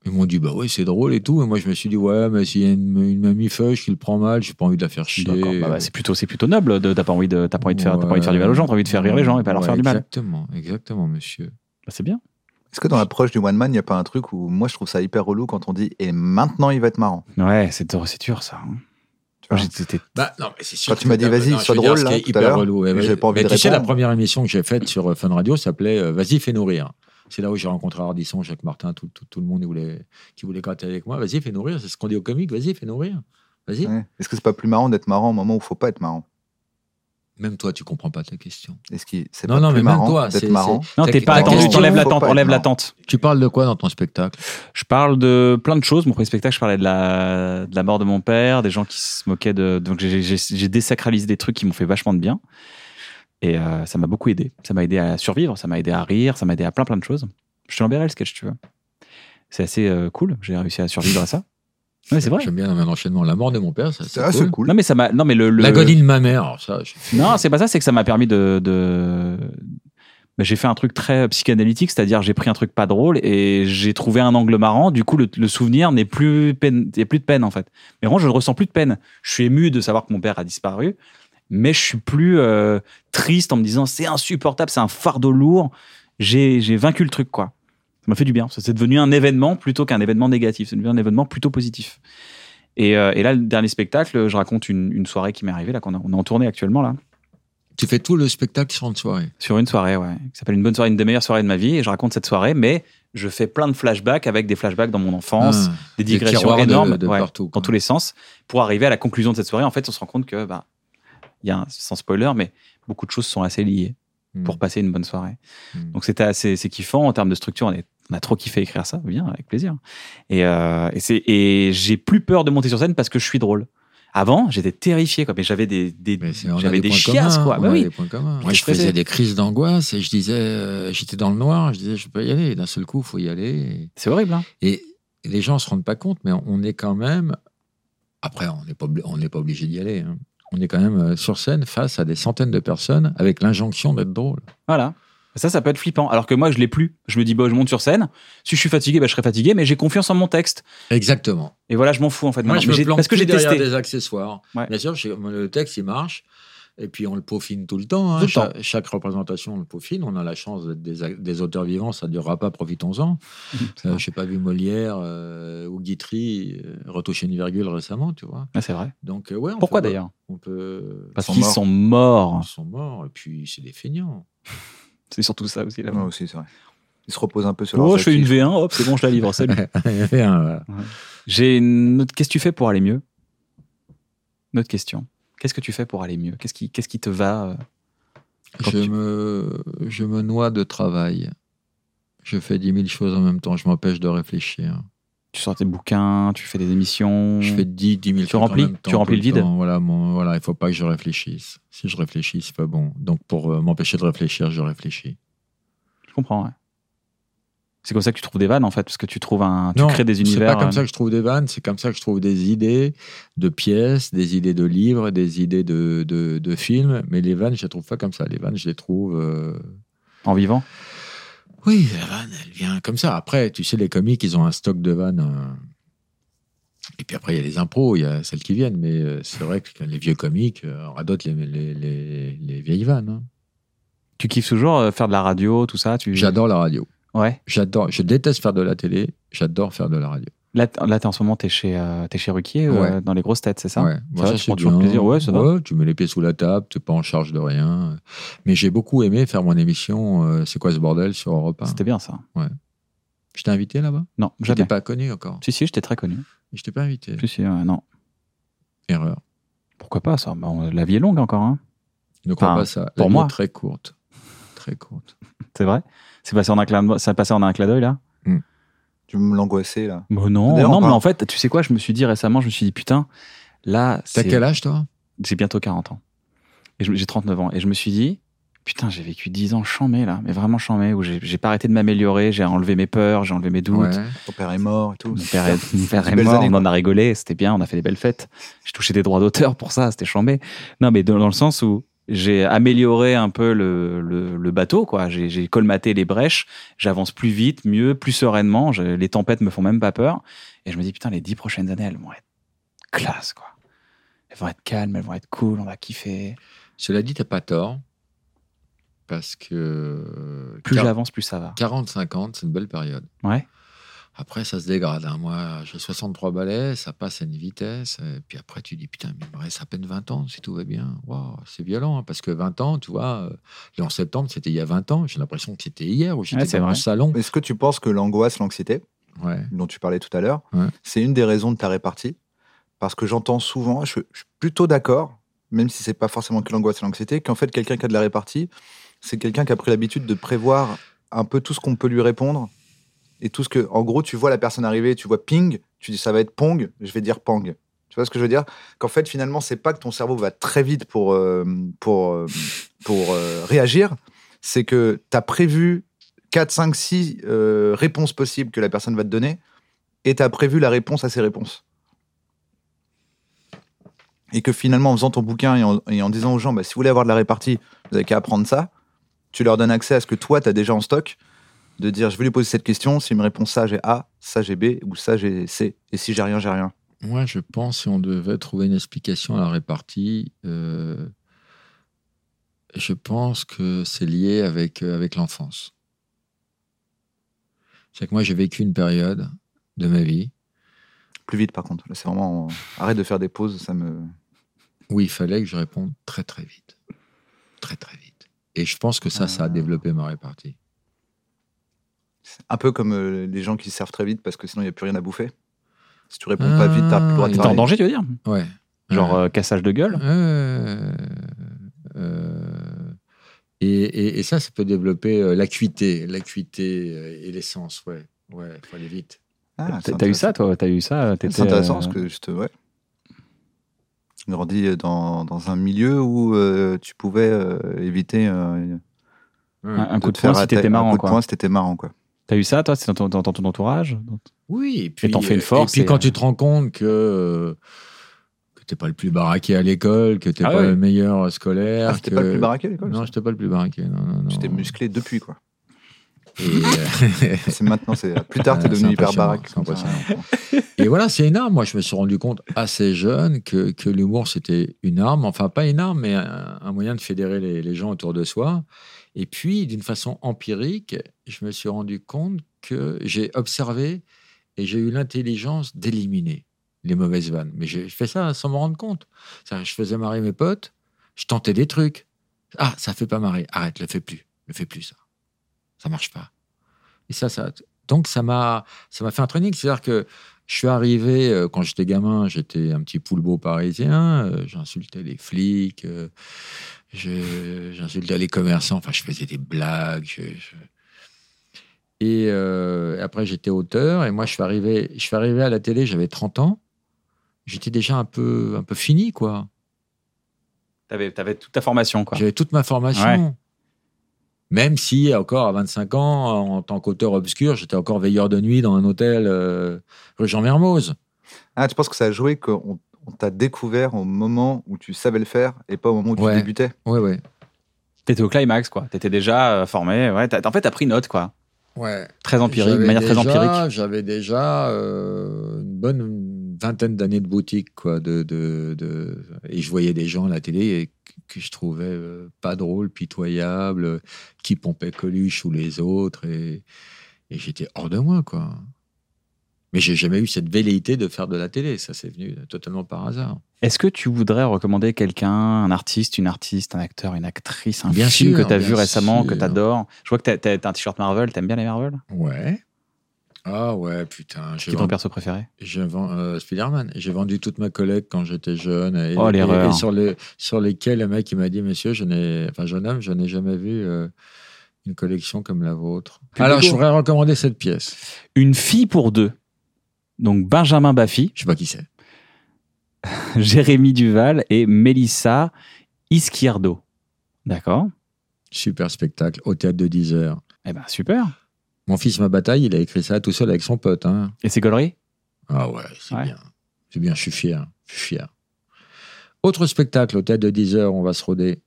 [SPEAKER 4] Ils m'ont dit, bah ouais, c'est drôle et tout. Et moi, je me suis dit, ouais, mais s'il y a une, une mamie feuille qui le prend mal, j'ai pas envie de la faire chier.
[SPEAKER 3] D'accord, bah, bah, c'est plutôt, c'est plutôt noble. de- T'as pas envie de, t'as pas envie de faire, t'as pas envie de faire du mal aux gens, t'as envie de faire rire les gens et pas leur
[SPEAKER 4] Ouais,
[SPEAKER 3] faire du mal.
[SPEAKER 4] Exactement, exactement, monsieur.
[SPEAKER 3] Bah, c'est bien.
[SPEAKER 2] est-ce que dans l'approche du One Man, il n'y a pas un truc où moi je trouve ça hyper relou quand on dit et maintenant il va être marrant
[SPEAKER 3] Ouais, c'est dur, c'est dur ça. hein.
[SPEAKER 2] vois,
[SPEAKER 3] J'ai- c'était-
[SPEAKER 4] Bah, non, mais c'est sûr.
[SPEAKER 2] Quand tu m'as dit, vas-y, sois
[SPEAKER 4] c'est
[SPEAKER 2] drôle, là, tout à l'heure,
[SPEAKER 4] relou. ouais, ouais.
[SPEAKER 2] j'avais pas envie
[SPEAKER 4] mais
[SPEAKER 2] de
[SPEAKER 4] tu sais, la
[SPEAKER 2] répondre.
[SPEAKER 4] première émission que j'ai faite sur euh, Fun Radio s'appelait euh, Vas-y, fais nourrir. C'est là où j'ai rencontré Ardisson, Jacques Martin, tout, tout, tout le monde voulait, qui voulait gratter avec moi. Vas-y, fais nourrir. C'est ce qu'on dit aux comiques. Vas-y, fais nourrir. Vas-y.
[SPEAKER 2] Ouais. Est-ce que c'est pas plus marrant d'être marrant au moment où il faut pas être marrant
[SPEAKER 4] Même toi, tu comprends pas ta question.
[SPEAKER 2] Est-ce que c'est
[SPEAKER 4] Non,
[SPEAKER 2] pas
[SPEAKER 4] non,
[SPEAKER 2] plus
[SPEAKER 4] mais même
[SPEAKER 2] marrant
[SPEAKER 4] toi,
[SPEAKER 2] d'être
[SPEAKER 4] c'est-
[SPEAKER 2] marrant
[SPEAKER 4] c'est-
[SPEAKER 3] Non,
[SPEAKER 4] ta-
[SPEAKER 3] t'es pas
[SPEAKER 4] ta
[SPEAKER 3] attendu,
[SPEAKER 4] question-
[SPEAKER 3] t'enlèves
[SPEAKER 2] faut
[SPEAKER 3] l'attente,
[SPEAKER 2] pas être
[SPEAKER 3] enlève
[SPEAKER 2] marrant.
[SPEAKER 3] l'attente.
[SPEAKER 4] Tu parles de quoi dans ton spectacle
[SPEAKER 3] Je parle de plein de choses. Mon premier spectacle, je parlais de la, *laughs* Euh, de la mort de mon père, des gens qui se moquaient de. Donc j'ai- j'ai j'ai désacralisé des trucs qui m'ont fait vachement de bien. Et euh, ça m'a beaucoup aidé. Ça m'a aidé à survivre, ça m'a aidé à rire, ça m'a aidé à plein plein de choses. Je te l'enverrai le sketch, tu veux. C'est assez euh, cool. J'ai réussi à survivre à ça. Ouais, c'est vrai.
[SPEAKER 4] J'aime bien un enchaînement. La mort de mon père, ça, c'est
[SPEAKER 2] C'est ah, c'est
[SPEAKER 4] cool.
[SPEAKER 2] cool.
[SPEAKER 3] Non mais ça m'a. Non mais le. le-
[SPEAKER 4] L'agonie de ma mère, alors ça. je-
[SPEAKER 3] Non, c'est pas ça. C'est que ça m'a permis de. de- Ben, j'ai fait un truc très psychanalytique, c'est-à-dire j'ai pris un truc pas drôle et j'ai trouvé un angle marrant. Du coup, le, le souvenir n'est plus peine, n'est plus de peine en fait. Mais vraiment, je ne ressens plus de peine. Je suis ému de savoir que mon père a disparu, mais je suis plus euh, triste en me disant c'est insupportable, c'est un fardeau lourd. J'ai j'ai vaincu le truc quoi. Ça m'a fait du bien. Ça, C'est devenu un événement plutôt qu'un événement négatif. C'est devenu un événement plutôt positif. Et, euh, et là, le dernier spectacle, je raconte une, une soirée qui m'est arrivée là qu'on est- on est en tournée actuellement là
[SPEAKER 4] Tu fais tout le spectacle sur une soirée.
[SPEAKER 3] sur une soirée, ouais, qui s'appelle Une bonne soirée, une des meilleures soirées de ma vie. Et je raconte cette soirée, mais je fais plein de flashbacks avec des flashbacks dans mon enfance,
[SPEAKER 4] Ah,
[SPEAKER 3] des
[SPEAKER 4] des
[SPEAKER 3] digressions
[SPEAKER 4] tiroirs de-
[SPEAKER 3] énormes
[SPEAKER 4] de
[SPEAKER 3] ouais,
[SPEAKER 4] partout,
[SPEAKER 3] dans
[SPEAKER 4] quoi.
[SPEAKER 3] tous les sens, pour arriver à la conclusion de cette soirée. En fait, on se rend compte que, bah, il y a un, sans spoiler, mais beaucoup de choses sont assez liées pour
[SPEAKER 4] Hmm.
[SPEAKER 3] passer une bonne soirée.
[SPEAKER 4] Mm.
[SPEAKER 3] Donc c'était assez, c'est kiffant en termes de structure. On, est- on a trop kiffé écrire ça, bien avec plaisir. Et, euh, et c'est et j'ai plus peur de monter sur scène parce que je suis drôle. Avant, j'étais terrifié quoi, mais j'avais des, des
[SPEAKER 4] Mais c'est- on a
[SPEAKER 3] j'avais des,
[SPEAKER 4] points
[SPEAKER 3] chiasses
[SPEAKER 4] communs, hein.
[SPEAKER 3] quoi.
[SPEAKER 4] on
[SPEAKER 3] Bah
[SPEAKER 4] a
[SPEAKER 3] oui.
[SPEAKER 4] des points communs. Moi,
[SPEAKER 3] J'étais
[SPEAKER 4] je faisais
[SPEAKER 3] stressé.
[SPEAKER 4] des crises d'angoisse et je disais, euh, j'étais dans le noir, je disais, je peux y aller. Et D'un seul coup, il faut y aller.
[SPEAKER 3] C'est horrible. Hein.
[SPEAKER 4] Et et les gens ne se rendent pas compte, mais on est quand même. Après, on n'est pas, obli- on n'est pas obligé d'y aller. hein. On est quand même euh, sur scène face à des centaines de personnes avec l'injonction d'être drôle.
[SPEAKER 3] Voilà. Ça, ça peut être flippant. Alors que moi, je l'ai plus. Je me dis, bah, je monte sur scène. Si je suis fatigué, bah, je serai fatigué, mais j'ai confiance en mon texte.
[SPEAKER 4] Exactement.
[SPEAKER 3] Et voilà, je m'en fous en fait.
[SPEAKER 4] Moi,
[SPEAKER 3] maintenant.
[SPEAKER 4] je
[SPEAKER 3] Mais
[SPEAKER 4] me
[SPEAKER 3] j'ai-
[SPEAKER 4] plante
[SPEAKER 3] parce que
[SPEAKER 4] plus
[SPEAKER 3] j'ai
[SPEAKER 4] derrière
[SPEAKER 3] testé.
[SPEAKER 4] des accessoires.
[SPEAKER 3] Ouais.
[SPEAKER 4] Bien sûr, j'ai- le texte, il marche. Et puis, on le peaufine tout le temps. hein.
[SPEAKER 3] Tout le
[SPEAKER 4] Cha- Chaque représentation, on le peaufine. On a la chance d'être des, ac- des auteurs vivants. Ça ne durera pas, profitons-en. Euh, je n'ai pas vu Molière euh, ou Guitry euh, retoucher une virgule récemment, tu vois.
[SPEAKER 3] Ah, c'est vrai.
[SPEAKER 4] Donc, euh, ouais, on
[SPEAKER 3] Pourquoi
[SPEAKER 4] peut-
[SPEAKER 3] d'ailleurs
[SPEAKER 4] on peut...
[SPEAKER 3] Parce
[SPEAKER 2] sont
[SPEAKER 3] qu'ils
[SPEAKER 2] morts.
[SPEAKER 3] sont morts.
[SPEAKER 4] Ils sont morts. Et puis, c'est des *laughs* feignants.
[SPEAKER 3] C'est surtout ça aussi. Là.
[SPEAKER 2] Ouais, aussi, c'est vrai. Ils se reposent un peu sur
[SPEAKER 3] Oh,
[SPEAKER 2] leurs
[SPEAKER 3] je fais une
[SPEAKER 2] acquis.
[SPEAKER 3] V1, hop, c'est bon, je la livre.
[SPEAKER 2] *laughs*
[SPEAKER 3] Salut. J'ai une autre. Qu'est-ce que tu fais pour aller mieux Une autre question. Qu'est-ce que tu fais pour aller mieux Qu'est-ce qui, qu'est-ce qui te va euh Quand
[SPEAKER 4] je,
[SPEAKER 3] tu-
[SPEAKER 4] me, je me noie de travail. Je fais dix mille choses en même temps. Je m'empêche de réfléchir.
[SPEAKER 3] Tu sors tes bouquins, tu fais des émissions.
[SPEAKER 4] Je fais 10, 10 000
[SPEAKER 3] Hmm. Tu
[SPEAKER 4] trucs
[SPEAKER 3] remplis-
[SPEAKER 4] en même temps,
[SPEAKER 3] tu remplis le
[SPEAKER 4] tout
[SPEAKER 3] vide
[SPEAKER 4] temps. Voilà, mon- voilà, il ne faut pas que je réfléchisse. Si je réfléchis, c'est pas bon. Donc, pour euh, m'empêcher de réfléchir, je réfléchis.
[SPEAKER 3] Je comprends, ouais. C'est comme ça que tu trouves des vannes en fait, parce que tu trouves un, tu
[SPEAKER 4] Non,
[SPEAKER 3] crées des univers.
[SPEAKER 4] C'est pas comme
[SPEAKER 3] euh,
[SPEAKER 4] ça que je trouve des vannes, c'est comme ça que je trouve des idées de pièces, des idées de livres, des idées de, de, de films. Mais les vannes, je les trouve pas comme ça. Les vannes, je les trouve. euh,
[SPEAKER 3] en vivant.
[SPEAKER 4] Oui, la vanne, elle vient comme ça. Après, tu sais, les comiques, ils ont un stock de vannes. hein. Et puis après, il y a les impros, il y a celles qui viennent. Mais euh, c'est vrai que les vieux comiques euh, radotent les, les, les, les vieilles vannes. hein.
[SPEAKER 3] Tu kiffes toujours euh, faire de la radio, tout ça. Tu...
[SPEAKER 4] J'adore la radio.
[SPEAKER 3] Ouais.
[SPEAKER 4] J'adore. Je déteste faire de la télé. J'adore faire de la radio.
[SPEAKER 3] Là, t- là t'es en ce moment, t'es chez, euh, t'es chez Ruquier, euh,
[SPEAKER 4] Ouais.
[SPEAKER 3] dans les grosses têtes, c'est ça
[SPEAKER 4] Ouais.
[SPEAKER 3] va, tu
[SPEAKER 4] c'est
[SPEAKER 3] prends toujours
[SPEAKER 4] bien.
[SPEAKER 3] plaisir. Ouais, ça va.
[SPEAKER 4] tu mets les pieds sous la table, t'es pas en charge de rien. Mais j'ai beaucoup aimé faire mon émission euh, C'est quoi ce bordel sur Europe 1.
[SPEAKER 3] C'était bien ça.
[SPEAKER 4] Je t'ai invité là-bas
[SPEAKER 3] Non,
[SPEAKER 4] J'étais
[SPEAKER 3] jamais.
[SPEAKER 4] pas connu encore.
[SPEAKER 3] Si, si, j'étais très connu.
[SPEAKER 4] Je t'ai pas invité.
[SPEAKER 3] Si, si, ouais, non.
[SPEAKER 4] Erreur.
[SPEAKER 3] Pourquoi pas ça Bah, on- La vie est longue encore, hein.
[SPEAKER 4] Ne crois
[SPEAKER 3] Enfin,
[SPEAKER 4] pas ça. La
[SPEAKER 3] pour
[SPEAKER 4] vie
[SPEAKER 3] moi.
[SPEAKER 4] est Très courte. Très courte.
[SPEAKER 3] c'est vrai C'est passé en un clin d'œil- ça a passé en un clin d'œil là
[SPEAKER 2] Tu me l'angoissais, là.
[SPEAKER 3] Bon, non,
[SPEAKER 2] D'ailleurs,
[SPEAKER 3] non
[SPEAKER 2] on
[SPEAKER 3] mais
[SPEAKER 2] parle-
[SPEAKER 3] en fait, tu sais quoi, je me suis dit récemment, je me suis dit putain, là,
[SPEAKER 4] T'as
[SPEAKER 3] c'est
[SPEAKER 4] quel âge, toi
[SPEAKER 3] j'ai bientôt 40 ans. Et je- j'ai 39 ans. Et je me suis dit, putain, j'ai vécu 10 ans chamé là, mais vraiment chamé, où j'ai j'ai pas arrêté de m'améliorer, j'ai enlevé mes peurs, j'ai enlevé mes doutes.
[SPEAKER 4] Ouais.
[SPEAKER 2] Ton père est mort et tout.
[SPEAKER 3] Mon père est, mon
[SPEAKER 2] *laughs*
[SPEAKER 3] père est
[SPEAKER 2] belles
[SPEAKER 3] mort,
[SPEAKER 2] années,
[SPEAKER 3] on
[SPEAKER 2] quoi.
[SPEAKER 3] en a rigolé, c'était bien, on a fait des belles fêtes. J'ai touché des droits d'auteur pour ça, c'était chambé. Non, mais dans, dans le sens où j'ai amélioré un peu le, le- le bateau, quoi. J'ai j'ai colmaté les brèches, j'avance plus vite, mieux, plus sereinement. Je- les tempêtes me font même pas peur. Et je me dis, putain, les dix prochaines années, elles vont être classe, quoi. Elles vont être calmes, elles vont être cool, on va kiffer.
[SPEAKER 4] Cela dit, t'as pas tort. Parce que.
[SPEAKER 3] Plus
[SPEAKER 4] Car-
[SPEAKER 3] j'avance, plus ça va.
[SPEAKER 4] 40-50, c'est une belle période.
[SPEAKER 3] Ouais.
[SPEAKER 4] Après, ça se dégrade. hein. Moi, j'ai 63 balais, ça passe à une vitesse. Et puis après, tu dis, putain, mais il me reste à peine 20 ans si tout va bien. Waouh, c'est violent. hein, parce que 20 ans, tu vois, euh, le 11 septembre, c'était il y a 20 ans. J'ai l'impression que c'était hier ou j'étais
[SPEAKER 3] Ouais, c'est
[SPEAKER 4] dans mon
[SPEAKER 3] vrai.
[SPEAKER 4] salon.
[SPEAKER 2] Est-ce que tu penses que l'angoisse, l'anxiété,
[SPEAKER 4] Ouais.
[SPEAKER 2] dont tu parlais tout à l'heure,
[SPEAKER 4] Ouais.
[SPEAKER 2] c'est une des raisons de ta répartie. Parce que j'entends souvent, je, je suis plutôt d'accord, même si c'est pas forcément que l'angoisse et l'anxiété, qu'en fait, quelqu'un qui a de la répartie, c'est quelqu'un qui a pris l'habitude de prévoir un peu tout ce qu'on peut lui répondre. Et tout ce que, en gros, tu vois la personne arriver, tu vois ping, tu dis ça va être pong, je vais dire pang. Tu vois ce que je veux dire Qu'en fait, finalement, c'est pas que ton cerveau va très vite pour, euh, pour, euh, pour euh, réagir, c'est que tu as prévu 4, 5, 6 euh, réponses possibles que la personne va te donner et tu as prévu la réponse à ces réponses. Et que finalement, en faisant ton bouquin et en, et en disant aux gens, bah, si vous voulez avoir de la répartie, vous n'avez qu'à apprendre ça, tu leur donnes accès à ce que toi, tu as déjà en stock, de dire, je vais lui poser cette question, s'il me répond ça, j'ai A, ça, j'ai B, ou ça, j'ai C. Et si j'ai rien, j'ai rien.
[SPEAKER 4] Moi, je pense, si on devait trouver une explication à la répartie, euh, je pense que c'est lié avec, euh, avec l'enfance. C'est que moi, j'ai vécu une période de ma vie
[SPEAKER 2] Plus vite, par contre. Là, c'est vraiment. Arrête de faire des pauses, ça me.
[SPEAKER 4] où il fallait que je réponde très très vite. Très très vite. Et je pense que ça, ça a
[SPEAKER 2] Ah.
[SPEAKER 4] développé ma répartie.
[SPEAKER 2] c'est Un peu comme euh, les gens qui servent très vite parce que sinon, il n'y a plus rien à bouffer. Si tu réponds pas vite, t'as plus le droit de
[SPEAKER 4] Ah,
[SPEAKER 3] T'es
[SPEAKER 2] parler.
[SPEAKER 3] en danger, tu veux dire
[SPEAKER 4] Ouais.
[SPEAKER 3] Genre euh, cassage de gueule
[SPEAKER 4] Euh, euh, et, et- et ça, ça peut développer euh, l'acuité, l'acuité euh, et l'essence. Ouais, ouais, faut aller vite.
[SPEAKER 2] Ah,
[SPEAKER 3] T'as
[SPEAKER 2] c'est
[SPEAKER 3] t'as eu ça, toi T'as eu ça t'étais,
[SPEAKER 2] C'est intéressant
[SPEAKER 3] euh,
[SPEAKER 2] parce que juste, ouais. J'ai grandi dans, dans un milieu où euh, tu pouvais euh, éviter euh,
[SPEAKER 4] Ouais.
[SPEAKER 3] Un, un
[SPEAKER 2] de
[SPEAKER 3] coup
[SPEAKER 2] te
[SPEAKER 3] de poing,
[SPEAKER 2] faire
[SPEAKER 3] si
[SPEAKER 2] atta-
[SPEAKER 3] t'étais marrant,
[SPEAKER 2] Un coup
[SPEAKER 3] quoi.
[SPEAKER 2] de poing, si t'étais marrant, quoi.
[SPEAKER 3] T'as eu ça, toi, c'est dans ton, dans ton entourage
[SPEAKER 4] Oui, et puis euh,
[SPEAKER 3] t'en fais une force
[SPEAKER 4] Et puis
[SPEAKER 3] et-
[SPEAKER 4] quand tu te rends compte que euh, que t'es pas le plus baraqué à l'école, que t'es
[SPEAKER 3] Ah
[SPEAKER 4] pas
[SPEAKER 3] ouais.
[SPEAKER 4] le meilleur scolaire,
[SPEAKER 2] Ah, c'était pas le
[SPEAKER 4] que-
[SPEAKER 2] plus baraqué à l'école
[SPEAKER 4] Non,
[SPEAKER 2] ça
[SPEAKER 4] j'étais pas le plus baraqué. Non, non, non.
[SPEAKER 2] Tu t'es musclé depuis,
[SPEAKER 4] *laughs*
[SPEAKER 2] quoi.
[SPEAKER 4] Et, euh,
[SPEAKER 2] C'est maintenant, c'est plus tard, t'es
[SPEAKER 4] Ah,
[SPEAKER 2] devenu
[SPEAKER 4] c'est
[SPEAKER 2] hyper
[SPEAKER 4] impressionnant,
[SPEAKER 2] baraque.
[SPEAKER 4] c'est
[SPEAKER 2] comme ça.
[SPEAKER 4] impressionnant. *laughs* Et voilà, c'est énorme. Moi, je me suis rendu compte assez jeune que, que l'humour, c'était une arme. Enfin, pas une arme, mais un, un moyen de fédérer les, les gens autour de soi. Et puis, d'une façon empirique, je me suis rendu compte que j'ai observé et j'ai eu l'intelligence d'éliminer les mauvaises vannes. Mais j'ai fait ça sans me rendre compte. C'est-à-dire, Je faisais marrer mes potes, je tentais des trucs. Ah, ça fait pas marrer. Arrête, le fais plus. Le fais plus, ça. Ça marche pas. Et ça, ça. Donc, ça m'a ça m'a fait un training. C'est-à-dire que je suis arrivé, euh, quand j'étais gamin, j'étais un petit poulbeau parisien, euh, j'insultais les flics, euh, je- j'insultais les commerçants, enfin, je faisais des blagues. je- je- Et euh, après, j'étais auteur, et moi, je suis arrivé, je suis arrivé à la télé, j'avais 30 ans, j'étais déjà un peu, un peu fini, quoi.
[SPEAKER 3] T'avais, t'avais toute ta formation, quoi.
[SPEAKER 4] J'avais toute ma formation. Même si, encore à 25 ans, en tant qu'auteur obscur, j'étais encore veilleur de nuit dans un hôtel euh, rue Jean Mermoz.
[SPEAKER 2] *laughs* Ah, tu penses que ça a joué qu'on on t'a découvert au moment où tu savais le faire et pas au moment où
[SPEAKER 4] Ouais.
[SPEAKER 2] tu débutais
[SPEAKER 4] Ouais, ouais.
[SPEAKER 3] T'étais au climax, quoi. T'étais déjà euh, formé. Ouais, t'as- en fait, t'as pris note, quoi.
[SPEAKER 4] Ouais.
[SPEAKER 3] Très empirique, de
[SPEAKER 4] J'avais
[SPEAKER 3] manière très
[SPEAKER 4] déjà-
[SPEAKER 3] empirique.
[SPEAKER 4] J'avais déjà euh, une bonne vingtaine d'années de boutique, quoi. De, de, de- Et je voyais des gens à la télé et que je trouvais euh, pas drôles, pitoyables, euh, qui pompaient Coluche ou les autres. Et, et j'étais hors de moi, quoi. Mais j'ai jamais eu cette velléité de faire de la télé. Ça, c'est venu totalement par hasard.
[SPEAKER 3] Est-ce que tu voudrais recommander quelqu'un, un artiste, une artiste, un acteur, une actrice, un
[SPEAKER 4] Bien
[SPEAKER 3] film
[SPEAKER 4] sûr,
[SPEAKER 3] que t'as vu
[SPEAKER 4] bien
[SPEAKER 3] récemment, que
[SPEAKER 4] sûr.
[SPEAKER 3] t'adores Je vois que t'as- t'as t'as un t-shirt Marvel. T'aimes bien les Marvel
[SPEAKER 4] Ouais. Ah ouais, putain.
[SPEAKER 3] Qui est ton perso préféré
[SPEAKER 4] J'ai vend- euh, Spider-Man. J'ai vendu toute ma collecte quand j'étais jeune. Et,
[SPEAKER 3] Oh,
[SPEAKER 4] et-
[SPEAKER 3] l'erreur.
[SPEAKER 4] et sur, les, sur lesquels le mec il m'a dit Monsieur, je n'ai, enfin, jeune homme, je n'ai jamais vu euh, une collection comme la vôtre. Alors, je voudrais recommander cette pièce.
[SPEAKER 3] Une fille pour deux. Donc Benjamin Baffy, *laughs*
[SPEAKER 4] Je sais pas qui c'est.
[SPEAKER 3] Jérémy Duval et Mélissa Isquierdo. D'accord
[SPEAKER 4] Super spectacle au théâtre de 10 heures.
[SPEAKER 3] Eh ben super.
[SPEAKER 4] Mon fils, ma bataille, il a écrit ça tout seul avec son pote. Hein.
[SPEAKER 3] Et c'est Gollery
[SPEAKER 4] Ah ouais, c'est
[SPEAKER 3] Ouais.
[SPEAKER 4] bien. C'est bien, je suis fier. Je suis fier. Autre spectacle au théâtre de 10 heures, on va se roder.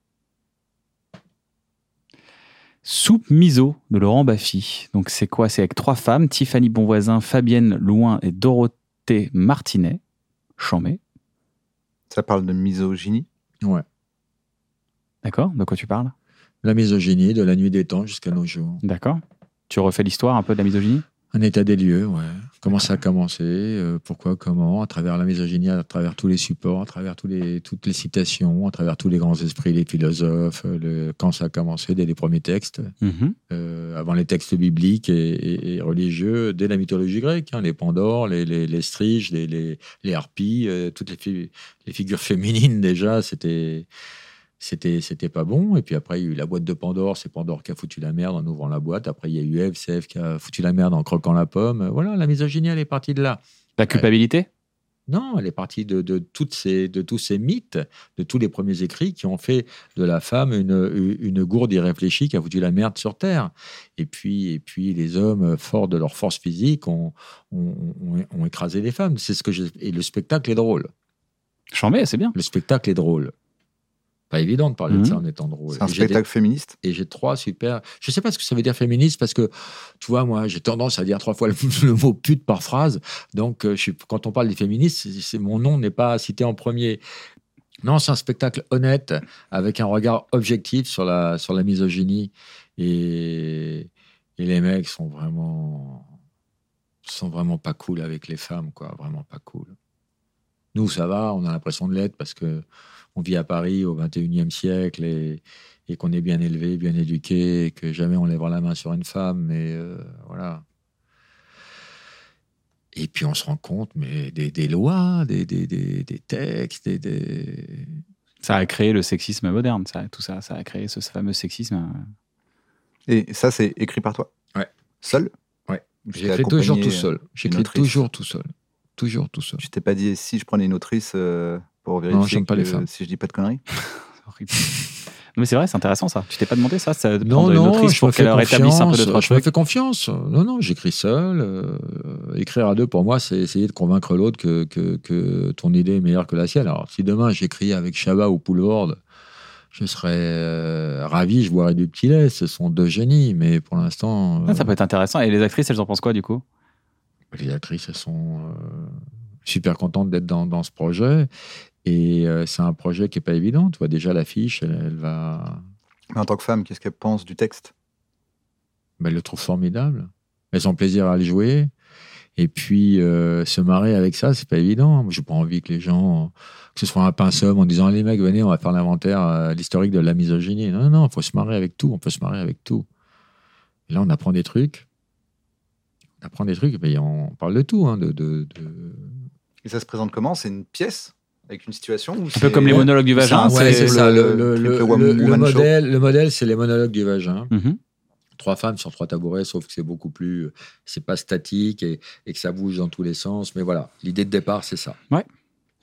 [SPEAKER 3] Soupe miso de Laurent Baffy. Donc c'est quoi C'est avec trois femmes, Tiffany Bonvoisin, Fabienne Louin et Dorothée Martinet. Chamé.
[SPEAKER 2] Ça parle de misogynie.
[SPEAKER 4] Ouais.
[SPEAKER 3] D'accord De quoi tu parles
[SPEAKER 4] La misogynie de la nuit des temps jusqu'à nos jours.
[SPEAKER 3] D'accord. Tu refais l'histoire un peu de la misogynie
[SPEAKER 4] Un état des lieux, ouais. Comment ça a commencé euh, Pourquoi Comment À travers la misogynie, à travers tous les supports, à travers tous les, toutes les citations, à travers tous les grands esprits, les philosophes, euh, le, quand ça a commencé, dès les premiers textes, euh, avant les textes bibliques et, et- et religieux, dès la mythologie grecque, hein, les Pandores, les, les, les Striges, les, les, les Harpies, euh, toutes les, fi- les figures féminines déjà, c'était. C'était, c'était pas bon. Et puis après, il y a eu la boîte de Pandore. C'est Pandore qui a foutu la merde en ouvrant la boîte. Après, il y a eu Ève, c'est Ève qui a foutu la merde en croquant la pomme. Euh, Voilà, la misogynie, elle est partie de là.
[SPEAKER 3] La culpabilité
[SPEAKER 4] Non, elle est partie de, de, toutes ces, de tous ces mythes, de tous les premiers écrits qui ont fait de la femme une, une gourde irréfléchie qui a foutu la merde sur Terre. Et puis, et puis les hommes, forts de leur force physique, ont, ont, ont- ont écrasé les femmes. C'est ce que je... Et le spectacle est drôle.
[SPEAKER 3] Chamé, c'est bien.
[SPEAKER 4] Le spectacle est drôle. Pas évident de parler
[SPEAKER 3] Mhm.
[SPEAKER 4] de ça en étant drôle.
[SPEAKER 2] Mmh. C'est un
[SPEAKER 4] Et j'ai des-
[SPEAKER 2] spectacle féministe.
[SPEAKER 4] et j'ai trois super. Je sais pas ce que ça veut dire féministe parce que, tu vois, moi, j'ai tendance à dire trois fois le, *laughs* le mot pute par phrase. Donc, euh, je suis- quand on parle des féministes, c'est- c'est- mon nom n'est pas cité en premier. Non, c'est un spectacle honnête avec un regard objectif sur la, sur la misogynie. Et, et les mecs sont vraiment, sont vraiment pas cool avec les femmes, quoi. Vraiment pas cool. Nous, ça va, on a l'impression de l'être parce que on vit à Paris au 21e siècle et, et qu'on est bien élevé, bien éduqué, et que jamais on lèvera la main sur une femme, mais euh, voilà. Et puis on se rend compte, mais des, des lois, des, des, des, des textes, des, des-
[SPEAKER 3] Ça a créé le sexisme moderne, ça, tout ça. Ça a créé ce, ce fameux sexisme. euh,
[SPEAKER 2] Et ça, c'est écrit par toi
[SPEAKER 4] Ouais.
[SPEAKER 2] Seul
[SPEAKER 4] Ouais.
[SPEAKER 2] Ou tu t'es
[SPEAKER 4] J'écris
[SPEAKER 2] accompagné,
[SPEAKER 4] toujours tout
[SPEAKER 2] euh,
[SPEAKER 4] seul. J'écris
[SPEAKER 2] autrice.
[SPEAKER 4] toujours tout seul. Toujours tout seul.
[SPEAKER 2] Tu t'es pas dit si je prenais une autrice euh, pour vérifier
[SPEAKER 4] j'aime pas les
[SPEAKER 2] que-
[SPEAKER 4] femmes.
[SPEAKER 2] si je dis pas de conneries
[SPEAKER 3] c'est horrible. non, mais c'est vrai, c'est intéressant ça. Tu t'es pas demandé ça, ça de
[SPEAKER 4] Non,
[SPEAKER 3] prendre une
[SPEAKER 4] non,
[SPEAKER 3] autrice
[SPEAKER 4] je me
[SPEAKER 3] pour
[SPEAKER 4] fais
[SPEAKER 3] qu'elle rétablisse un peu
[SPEAKER 4] confiance.
[SPEAKER 3] de trois
[SPEAKER 4] Je me
[SPEAKER 3] trucs.
[SPEAKER 4] fais confiance. Non, non, j'écris seul. euh, écrire à deux, pour moi, c'est essayer de convaincre l'autre que, que, que ton idée est meilleure que la sienne. Alors, si demain j'écris avec Chabat ou Poulvord, je serais euh, ravi, je boirais du petit lait. Ce sont deux génies, mais pour l'instant,
[SPEAKER 3] Ah, ça peut être intéressant. Et les actrices, elles en pensent quoi du coup
[SPEAKER 4] euh, les actrices, elles sont euh, super contentes d'être dans, dans ce projet. Et euh, c'est un projet qui n'est pas évident. Tu vois, déjà, l'affiche, elle, elle va.
[SPEAKER 2] Mais en tant que femme, qu'est-ce qu'elle pense du texte
[SPEAKER 4] bah, elles le trouvent formidable. Elles ont plaisir à le jouer. Et puis, euh, se marrer avec ça, c'est pas évident. Moi, j'ai pas envie que les gens, que ce soit un pinceau en disant, les mecs, venez, on va faire l'inventaire, euh, l'historique de la misogynie. Non, non, non, faut se marrer avec tout. On peut se marrer avec tout. Et là, on apprend des trucs. On apprend des trucs, mais on parle de tout, hein, de, de- de-
[SPEAKER 2] Et ça se présente comment C'est une pièce avec une situation ou
[SPEAKER 3] Un peu comme les monologues du
[SPEAKER 2] c'est
[SPEAKER 3] vagin.
[SPEAKER 2] un-
[SPEAKER 4] Ouais,
[SPEAKER 2] c'est
[SPEAKER 4] c'est ça. Le,
[SPEAKER 2] le
[SPEAKER 4] le- le-
[SPEAKER 2] triple one-
[SPEAKER 4] le- le
[SPEAKER 2] woman show.
[SPEAKER 4] modèle, le modèle, c'est les monologues du vagin.
[SPEAKER 3] Mhm.
[SPEAKER 4] trois femmes sur trois tabourets, sauf que c'est beaucoup plus, c'est pas statique et, et que ça bouge dans tous les sens. Mais voilà, l'idée de départ, c'est ça.
[SPEAKER 3] Ouais.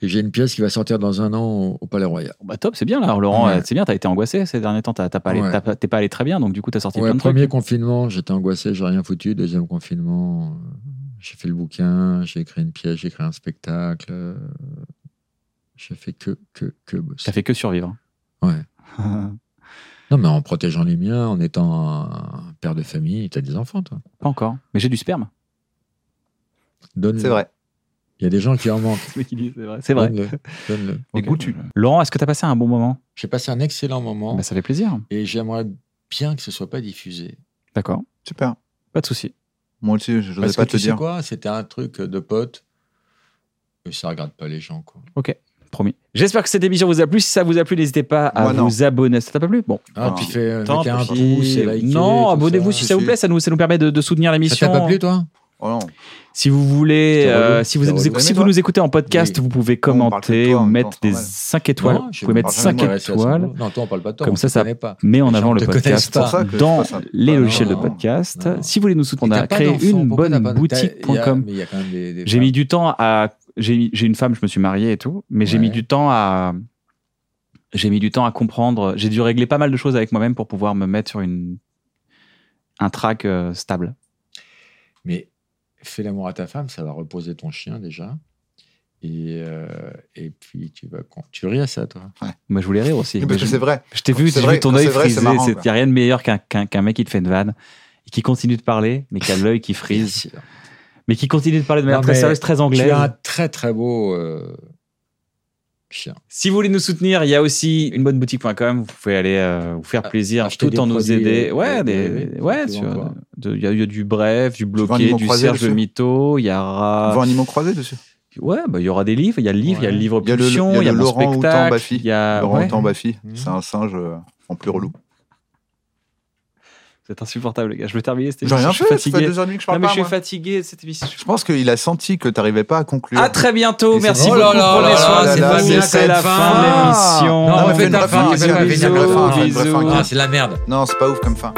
[SPEAKER 4] Et j'ai une pièce qui va sortir dans un an au, au Palais Royal.
[SPEAKER 3] Bah top, c'est bien là, Laurent.
[SPEAKER 4] Ouais.
[SPEAKER 3] euh, C'est bien, t'as été angoissé ces derniers temps. T'as t'as pas allé,
[SPEAKER 4] Ouais.
[SPEAKER 3] t'as pas- t'es pas allé très bien, donc du coup t'as sorti
[SPEAKER 4] Ouais,
[SPEAKER 3] plein de
[SPEAKER 4] premier
[SPEAKER 3] trucs.
[SPEAKER 4] confinement, j'étais angoissé, j'ai rien foutu. Deuxième confinement, euh, j'ai fait le bouquin, j'ai écrit une pièce, j'ai écrit un spectacle. euh, J'ai fait que, que, que bosser.
[SPEAKER 3] T'as fait que survivre.
[SPEAKER 4] Ouais. Non, mais en protégeant les miens, en étant un père de famille, t'as des enfants, toi.
[SPEAKER 3] pas encore. Mais j'ai du sperme.
[SPEAKER 4] Donne
[SPEAKER 10] C'est vrai.
[SPEAKER 4] Il y a des gens qui en manquent.
[SPEAKER 3] C'est vrai. C'est vrai.
[SPEAKER 4] Donne-le. Donne-le.
[SPEAKER 3] Ok. Laurent, est-ce que t'as passé un bon moment
[SPEAKER 4] J'ai passé un excellent moment
[SPEAKER 3] Bah, Ça fait plaisir.
[SPEAKER 4] et j'aimerais bien que ce soit pas diffusé.
[SPEAKER 3] D'accord.
[SPEAKER 2] Super.
[SPEAKER 3] Pas de souci.
[SPEAKER 2] Moi aussi, je n'osais
[SPEAKER 4] Parce
[SPEAKER 2] pas
[SPEAKER 4] que
[SPEAKER 2] te
[SPEAKER 4] tu sais
[SPEAKER 2] dire.
[SPEAKER 4] quoi C'était un truc de pote. Et ça regarde pas les gens, quoi.
[SPEAKER 3] Promis. J'espère que cette émission vous a plu. Si ça vous a plu, n'hésitez pas à
[SPEAKER 2] Moi, non.
[SPEAKER 3] vous abonner. Ça t'a pas plu Bon.
[SPEAKER 4] Ah,
[SPEAKER 3] Enfin,
[SPEAKER 4] tu fais euh,
[SPEAKER 3] tant
[SPEAKER 4] mettez un
[SPEAKER 3] pis.
[SPEAKER 4] pouce et likez,
[SPEAKER 3] non,
[SPEAKER 4] tout
[SPEAKER 3] abonnez-vous si
[SPEAKER 2] Si,
[SPEAKER 3] ça vous
[SPEAKER 2] si.
[SPEAKER 3] plaît. Ça nous, ça nous permet de, de soutenir
[SPEAKER 4] Ça
[SPEAKER 3] l'émission.
[SPEAKER 4] t'a pas plu, toi
[SPEAKER 2] Oh non.
[SPEAKER 3] Si vous voulez,
[SPEAKER 4] C'était
[SPEAKER 3] euh,
[SPEAKER 4] relou.
[SPEAKER 3] si vous,
[SPEAKER 4] C'était
[SPEAKER 3] si
[SPEAKER 4] relou.
[SPEAKER 3] vous nous écoutez en podcast,
[SPEAKER 4] Oui.
[SPEAKER 3] vous pouvez
[SPEAKER 2] parle que
[SPEAKER 3] commenter
[SPEAKER 2] de toi,
[SPEAKER 3] ou
[SPEAKER 2] en même
[SPEAKER 3] mettre
[SPEAKER 2] temps, c'est
[SPEAKER 3] des
[SPEAKER 2] normal.
[SPEAKER 3] 5 étoiles.
[SPEAKER 4] Non,
[SPEAKER 3] vous
[SPEAKER 4] je
[SPEAKER 3] pouvez
[SPEAKER 4] me
[SPEAKER 3] mettre
[SPEAKER 4] parle
[SPEAKER 3] 5
[SPEAKER 4] jamais intéressé à ce
[SPEAKER 3] étoiles.
[SPEAKER 4] mot. Non, toi, on parle pas de toi.
[SPEAKER 3] Comme
[SPEAKER 4] on
[SPEAKER 3] ça,
[SPEAKER 4] te
[SPEAKER 3] ça-
[SPEAKER 4] connaît pas.
[SPEAKER 3] Mais en
[SPEAKER 4] Les
[SPEAKER 3] avant
[SPEAKER 4] gens
[SPEAKER 3] le
[SPEAKER 4] te connaissent
[SPEAKER 3] podcast
[SPEAKER 4] pas.
[SPEAKER 2] C'est pour ça que
[SPEAKER 3] dans
[SPEAKER 2] je fais ça.
[SPEAKER 3] les
[SPEAKER 4] Ah, non,
[SPEAKER 3] logiciels de
[SPEAKER 4] non,
[SPEAKER 3] podcast.
[SPEAKER 4] non.
[SPEAKER 3] Si vous voulez nous
[SPEAKER 4] Et
[SPEAKER 3] soutenir, on
[SPEAKER 4] t'as
[SPEAKER 3] a
[SPEAKER 4] pas
[SPEAKER 3] créé
[SPEAKER 4] d'enfant,
[SPEAKER 3] une
[SPEAKER 4] pourquoi t'as
[SPEAKER 3] bonne
[SPEAKER 4] pas de- t'as- il y a-
[SPEAKER 3] boutique.com.
[SPEAKER 4] mais il y a quand même des- des-
[SPEAKER 3] J'ai mis du temps à. J'ai j'ai une femme, je me suis marié et tout, mais j'ai
[SPEAKER 4] Ouais.
[SPEAKER 3] mis du temps à. J'ai mis du temps à comprendre. J'ai dû régler pas mal de choses avec moi-même pour pouvoir me mettre sur une un track euh, stable.
[SPEAKER 4] Mais fais l'amour à ta femme, ça va reposer ton chien déjà. Et, euh, et puis tu vas con- tu ris à ça toi.
[SPEAKER 3] Moi, je voulais rire aussi.
[SPEAKER 2] Mais Parce que
[SPEAKER 3] Je-
[SPEAKER 2] c'est vrai.
[SPEAKER 3] Je t'ai vu,
[SPEAKER 2] C'est
[SPEAKER 3] j'ai
[SPEAKER 2] vrai,
[SPEAKER 3] vu ton
[SPEAKER 2] quand
[SPEAKER 3] œil
[SPEAKER 2] c'est vrai, c'est
[SPEAKER 3] frisé.
[SPEAKER 2] marrant,
[SPEAKER 3] Il
[SPEAKER 2] quoi.
[SPEAKER 3] n'y a rien de meilleur qu'un qu'un- qu'un mec qui te fait une vanne et qui continue de parler, mais qui a l'œil qui frise,
[SPEAKER 4] Bien sûr.
[SPEAKER 3] mais qui continue de parler de manière
[SPEAKER 4] Non,
[SPEAKER 3] très
[SPEAKER 4] mais
[SPEAKER 3] sérieuse, très
[SPEAKER 4] Tu
[SPEAKER 3] anglaise.
[SPEAKER 4] as un très très beau euh, chien.
[SPEAKER 3] Si vous voulez nous soutenir, il y a aussi une bonne boutique.com. Vous pouvez aller euh, vous faire
[SPEAKER 4] Ah,
[SPEAKER 3] plaisir
[SPEAKER 4] acheter
[SPEAKER 3] tout en
[SPEAKER 4] des
[SPEAKER 3] nous
[SPEAKER 4] produits,
[SPEAKER 3] aider.
[SPEAKER 4] euh,
[SPEAKER 3] Ouais,
[SPEAKER 4] euh,
[SPEAKER 3] des,
[SPEAKER 4] euh,
[SPEAKER 3] ouais,
[SPEAKER 4] tu
[SPEAKER 3] sur-
[SPEAKER 4] vends quoi
[SPEAKER 3] de- il y, a- il y a du bref, du
[SPEAKER 2] vends
[SPEAKER 3] bloqué,
[SPEAKER 2] Animaux
[SPEAKER 3] du
[SPEAKER 2] Croisés
[SPEAKER 3] Serge le
[SPEAKER 2] dessus
[SPEAKER 3] Mito. Il y aura.
[SPEAKER 2] Vends animaux croisés dessus.
[SPEAKER 3] Ouais, bah, il y aura des livres. Il y a le livre, il y a le
[SPEAKER 4] Ouais.
[SPEAKER 3] livre
[SPEAKER 2] Il y a le-
[SPEAKER 3] Pulsion,
[SPEAKER 2] il y a
[SPEAKER 3] il y a
[SPEAKER 2] le
[SPEAKER 3] mon
[SPEAKER 2] Laurent Houtan
[SPEAKER 3] spectacle.
[SPEAKER 2] Baffy.
[SPEAKER 3] Il y a.
[SPEAKER 2] Laurent
[SPEAKER 3] Ah ouais. Mmh.
[SPEAKER 2] Houtan Baffy,
[SPEAKER 4] Mhm.
[SPEAKER 2] c'est un singe euh, en plus relou.
[SPEAKER 3] Vous êtes insupportable, les gars. Je vais terminer cette
[SPEAKER 2] J'ai
[SPEAKER 3] émission.
[SPEAKER 2] rien
[SPEAKER 3] Je suis
[SPEAKER 2] fait, ça fait
[SPEAKER 3] fatigué.
[SPEAKER 2] deux heures et demie que je
[SPEAKER 3] Non,
[SPEAKER 2] parle
[SPEAKER 3] mais je
[SPEAKER 2] pas.
[SPEAKER 3] suis
[SPEAKER 2] moi.
[SPEAKER 3] fatigué de cette émission.
[SPEAKER 2] Je pense qu'il a senti que tu n'arrivais pas à conclure.
[SPEAKER 3] À Ah, très bientôt.
[SPEAKER 2] Et c'est-
[SPEAKER 3] Merci
[SPEAKER 4] Oh
[SPEAKER 3] beaucoup.
[SPEAKER 4] là là
[SPEAKER 3] Prenez
[SPEAKER 4] là
[SPEAKER 3] soin.
[SPEAKER 4] là
[SPEAKER 3] C'est
[SPEAKER 4] là,
[SPEAKER 3] pas
[SPEAKER 4] c'est
[SPEAKER 3] bien,
[SPEAKER 4] cette
[SPEAKER 3] c'est la
[SPEAKER 4] fin.
[SPEAKER 3] fin de l'émission.
[SPEAKER 2] Non,
[SPEAKER 4] Non,
[SPEAKER 2] mais
[SPEAKER 4] fais
[SPEAKER 2] fais
[SPEAKER 4] ta
[SPEAKER 2] une
[SPEAKER 4] fin,
[SPEAKER 2] vraie
[SPEAKER 4] fais ta
[SPEAKER 2] fin,
[SPEAKER 4] fais ta
[SPEAKER 2] bisous,
[SPEAKER 4] fin, fais ta
[SPEAKER 2] bisous.
[SPEAKER 4] fin. Ah, c'est la merde.
[SPEAKER 2] Non, c'est pas ouf comme fin.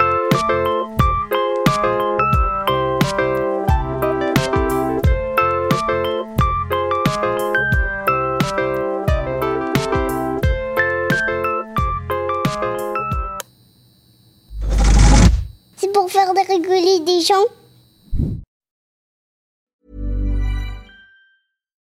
[SPEAKER 11] C'est pour faire de rigoler des gens.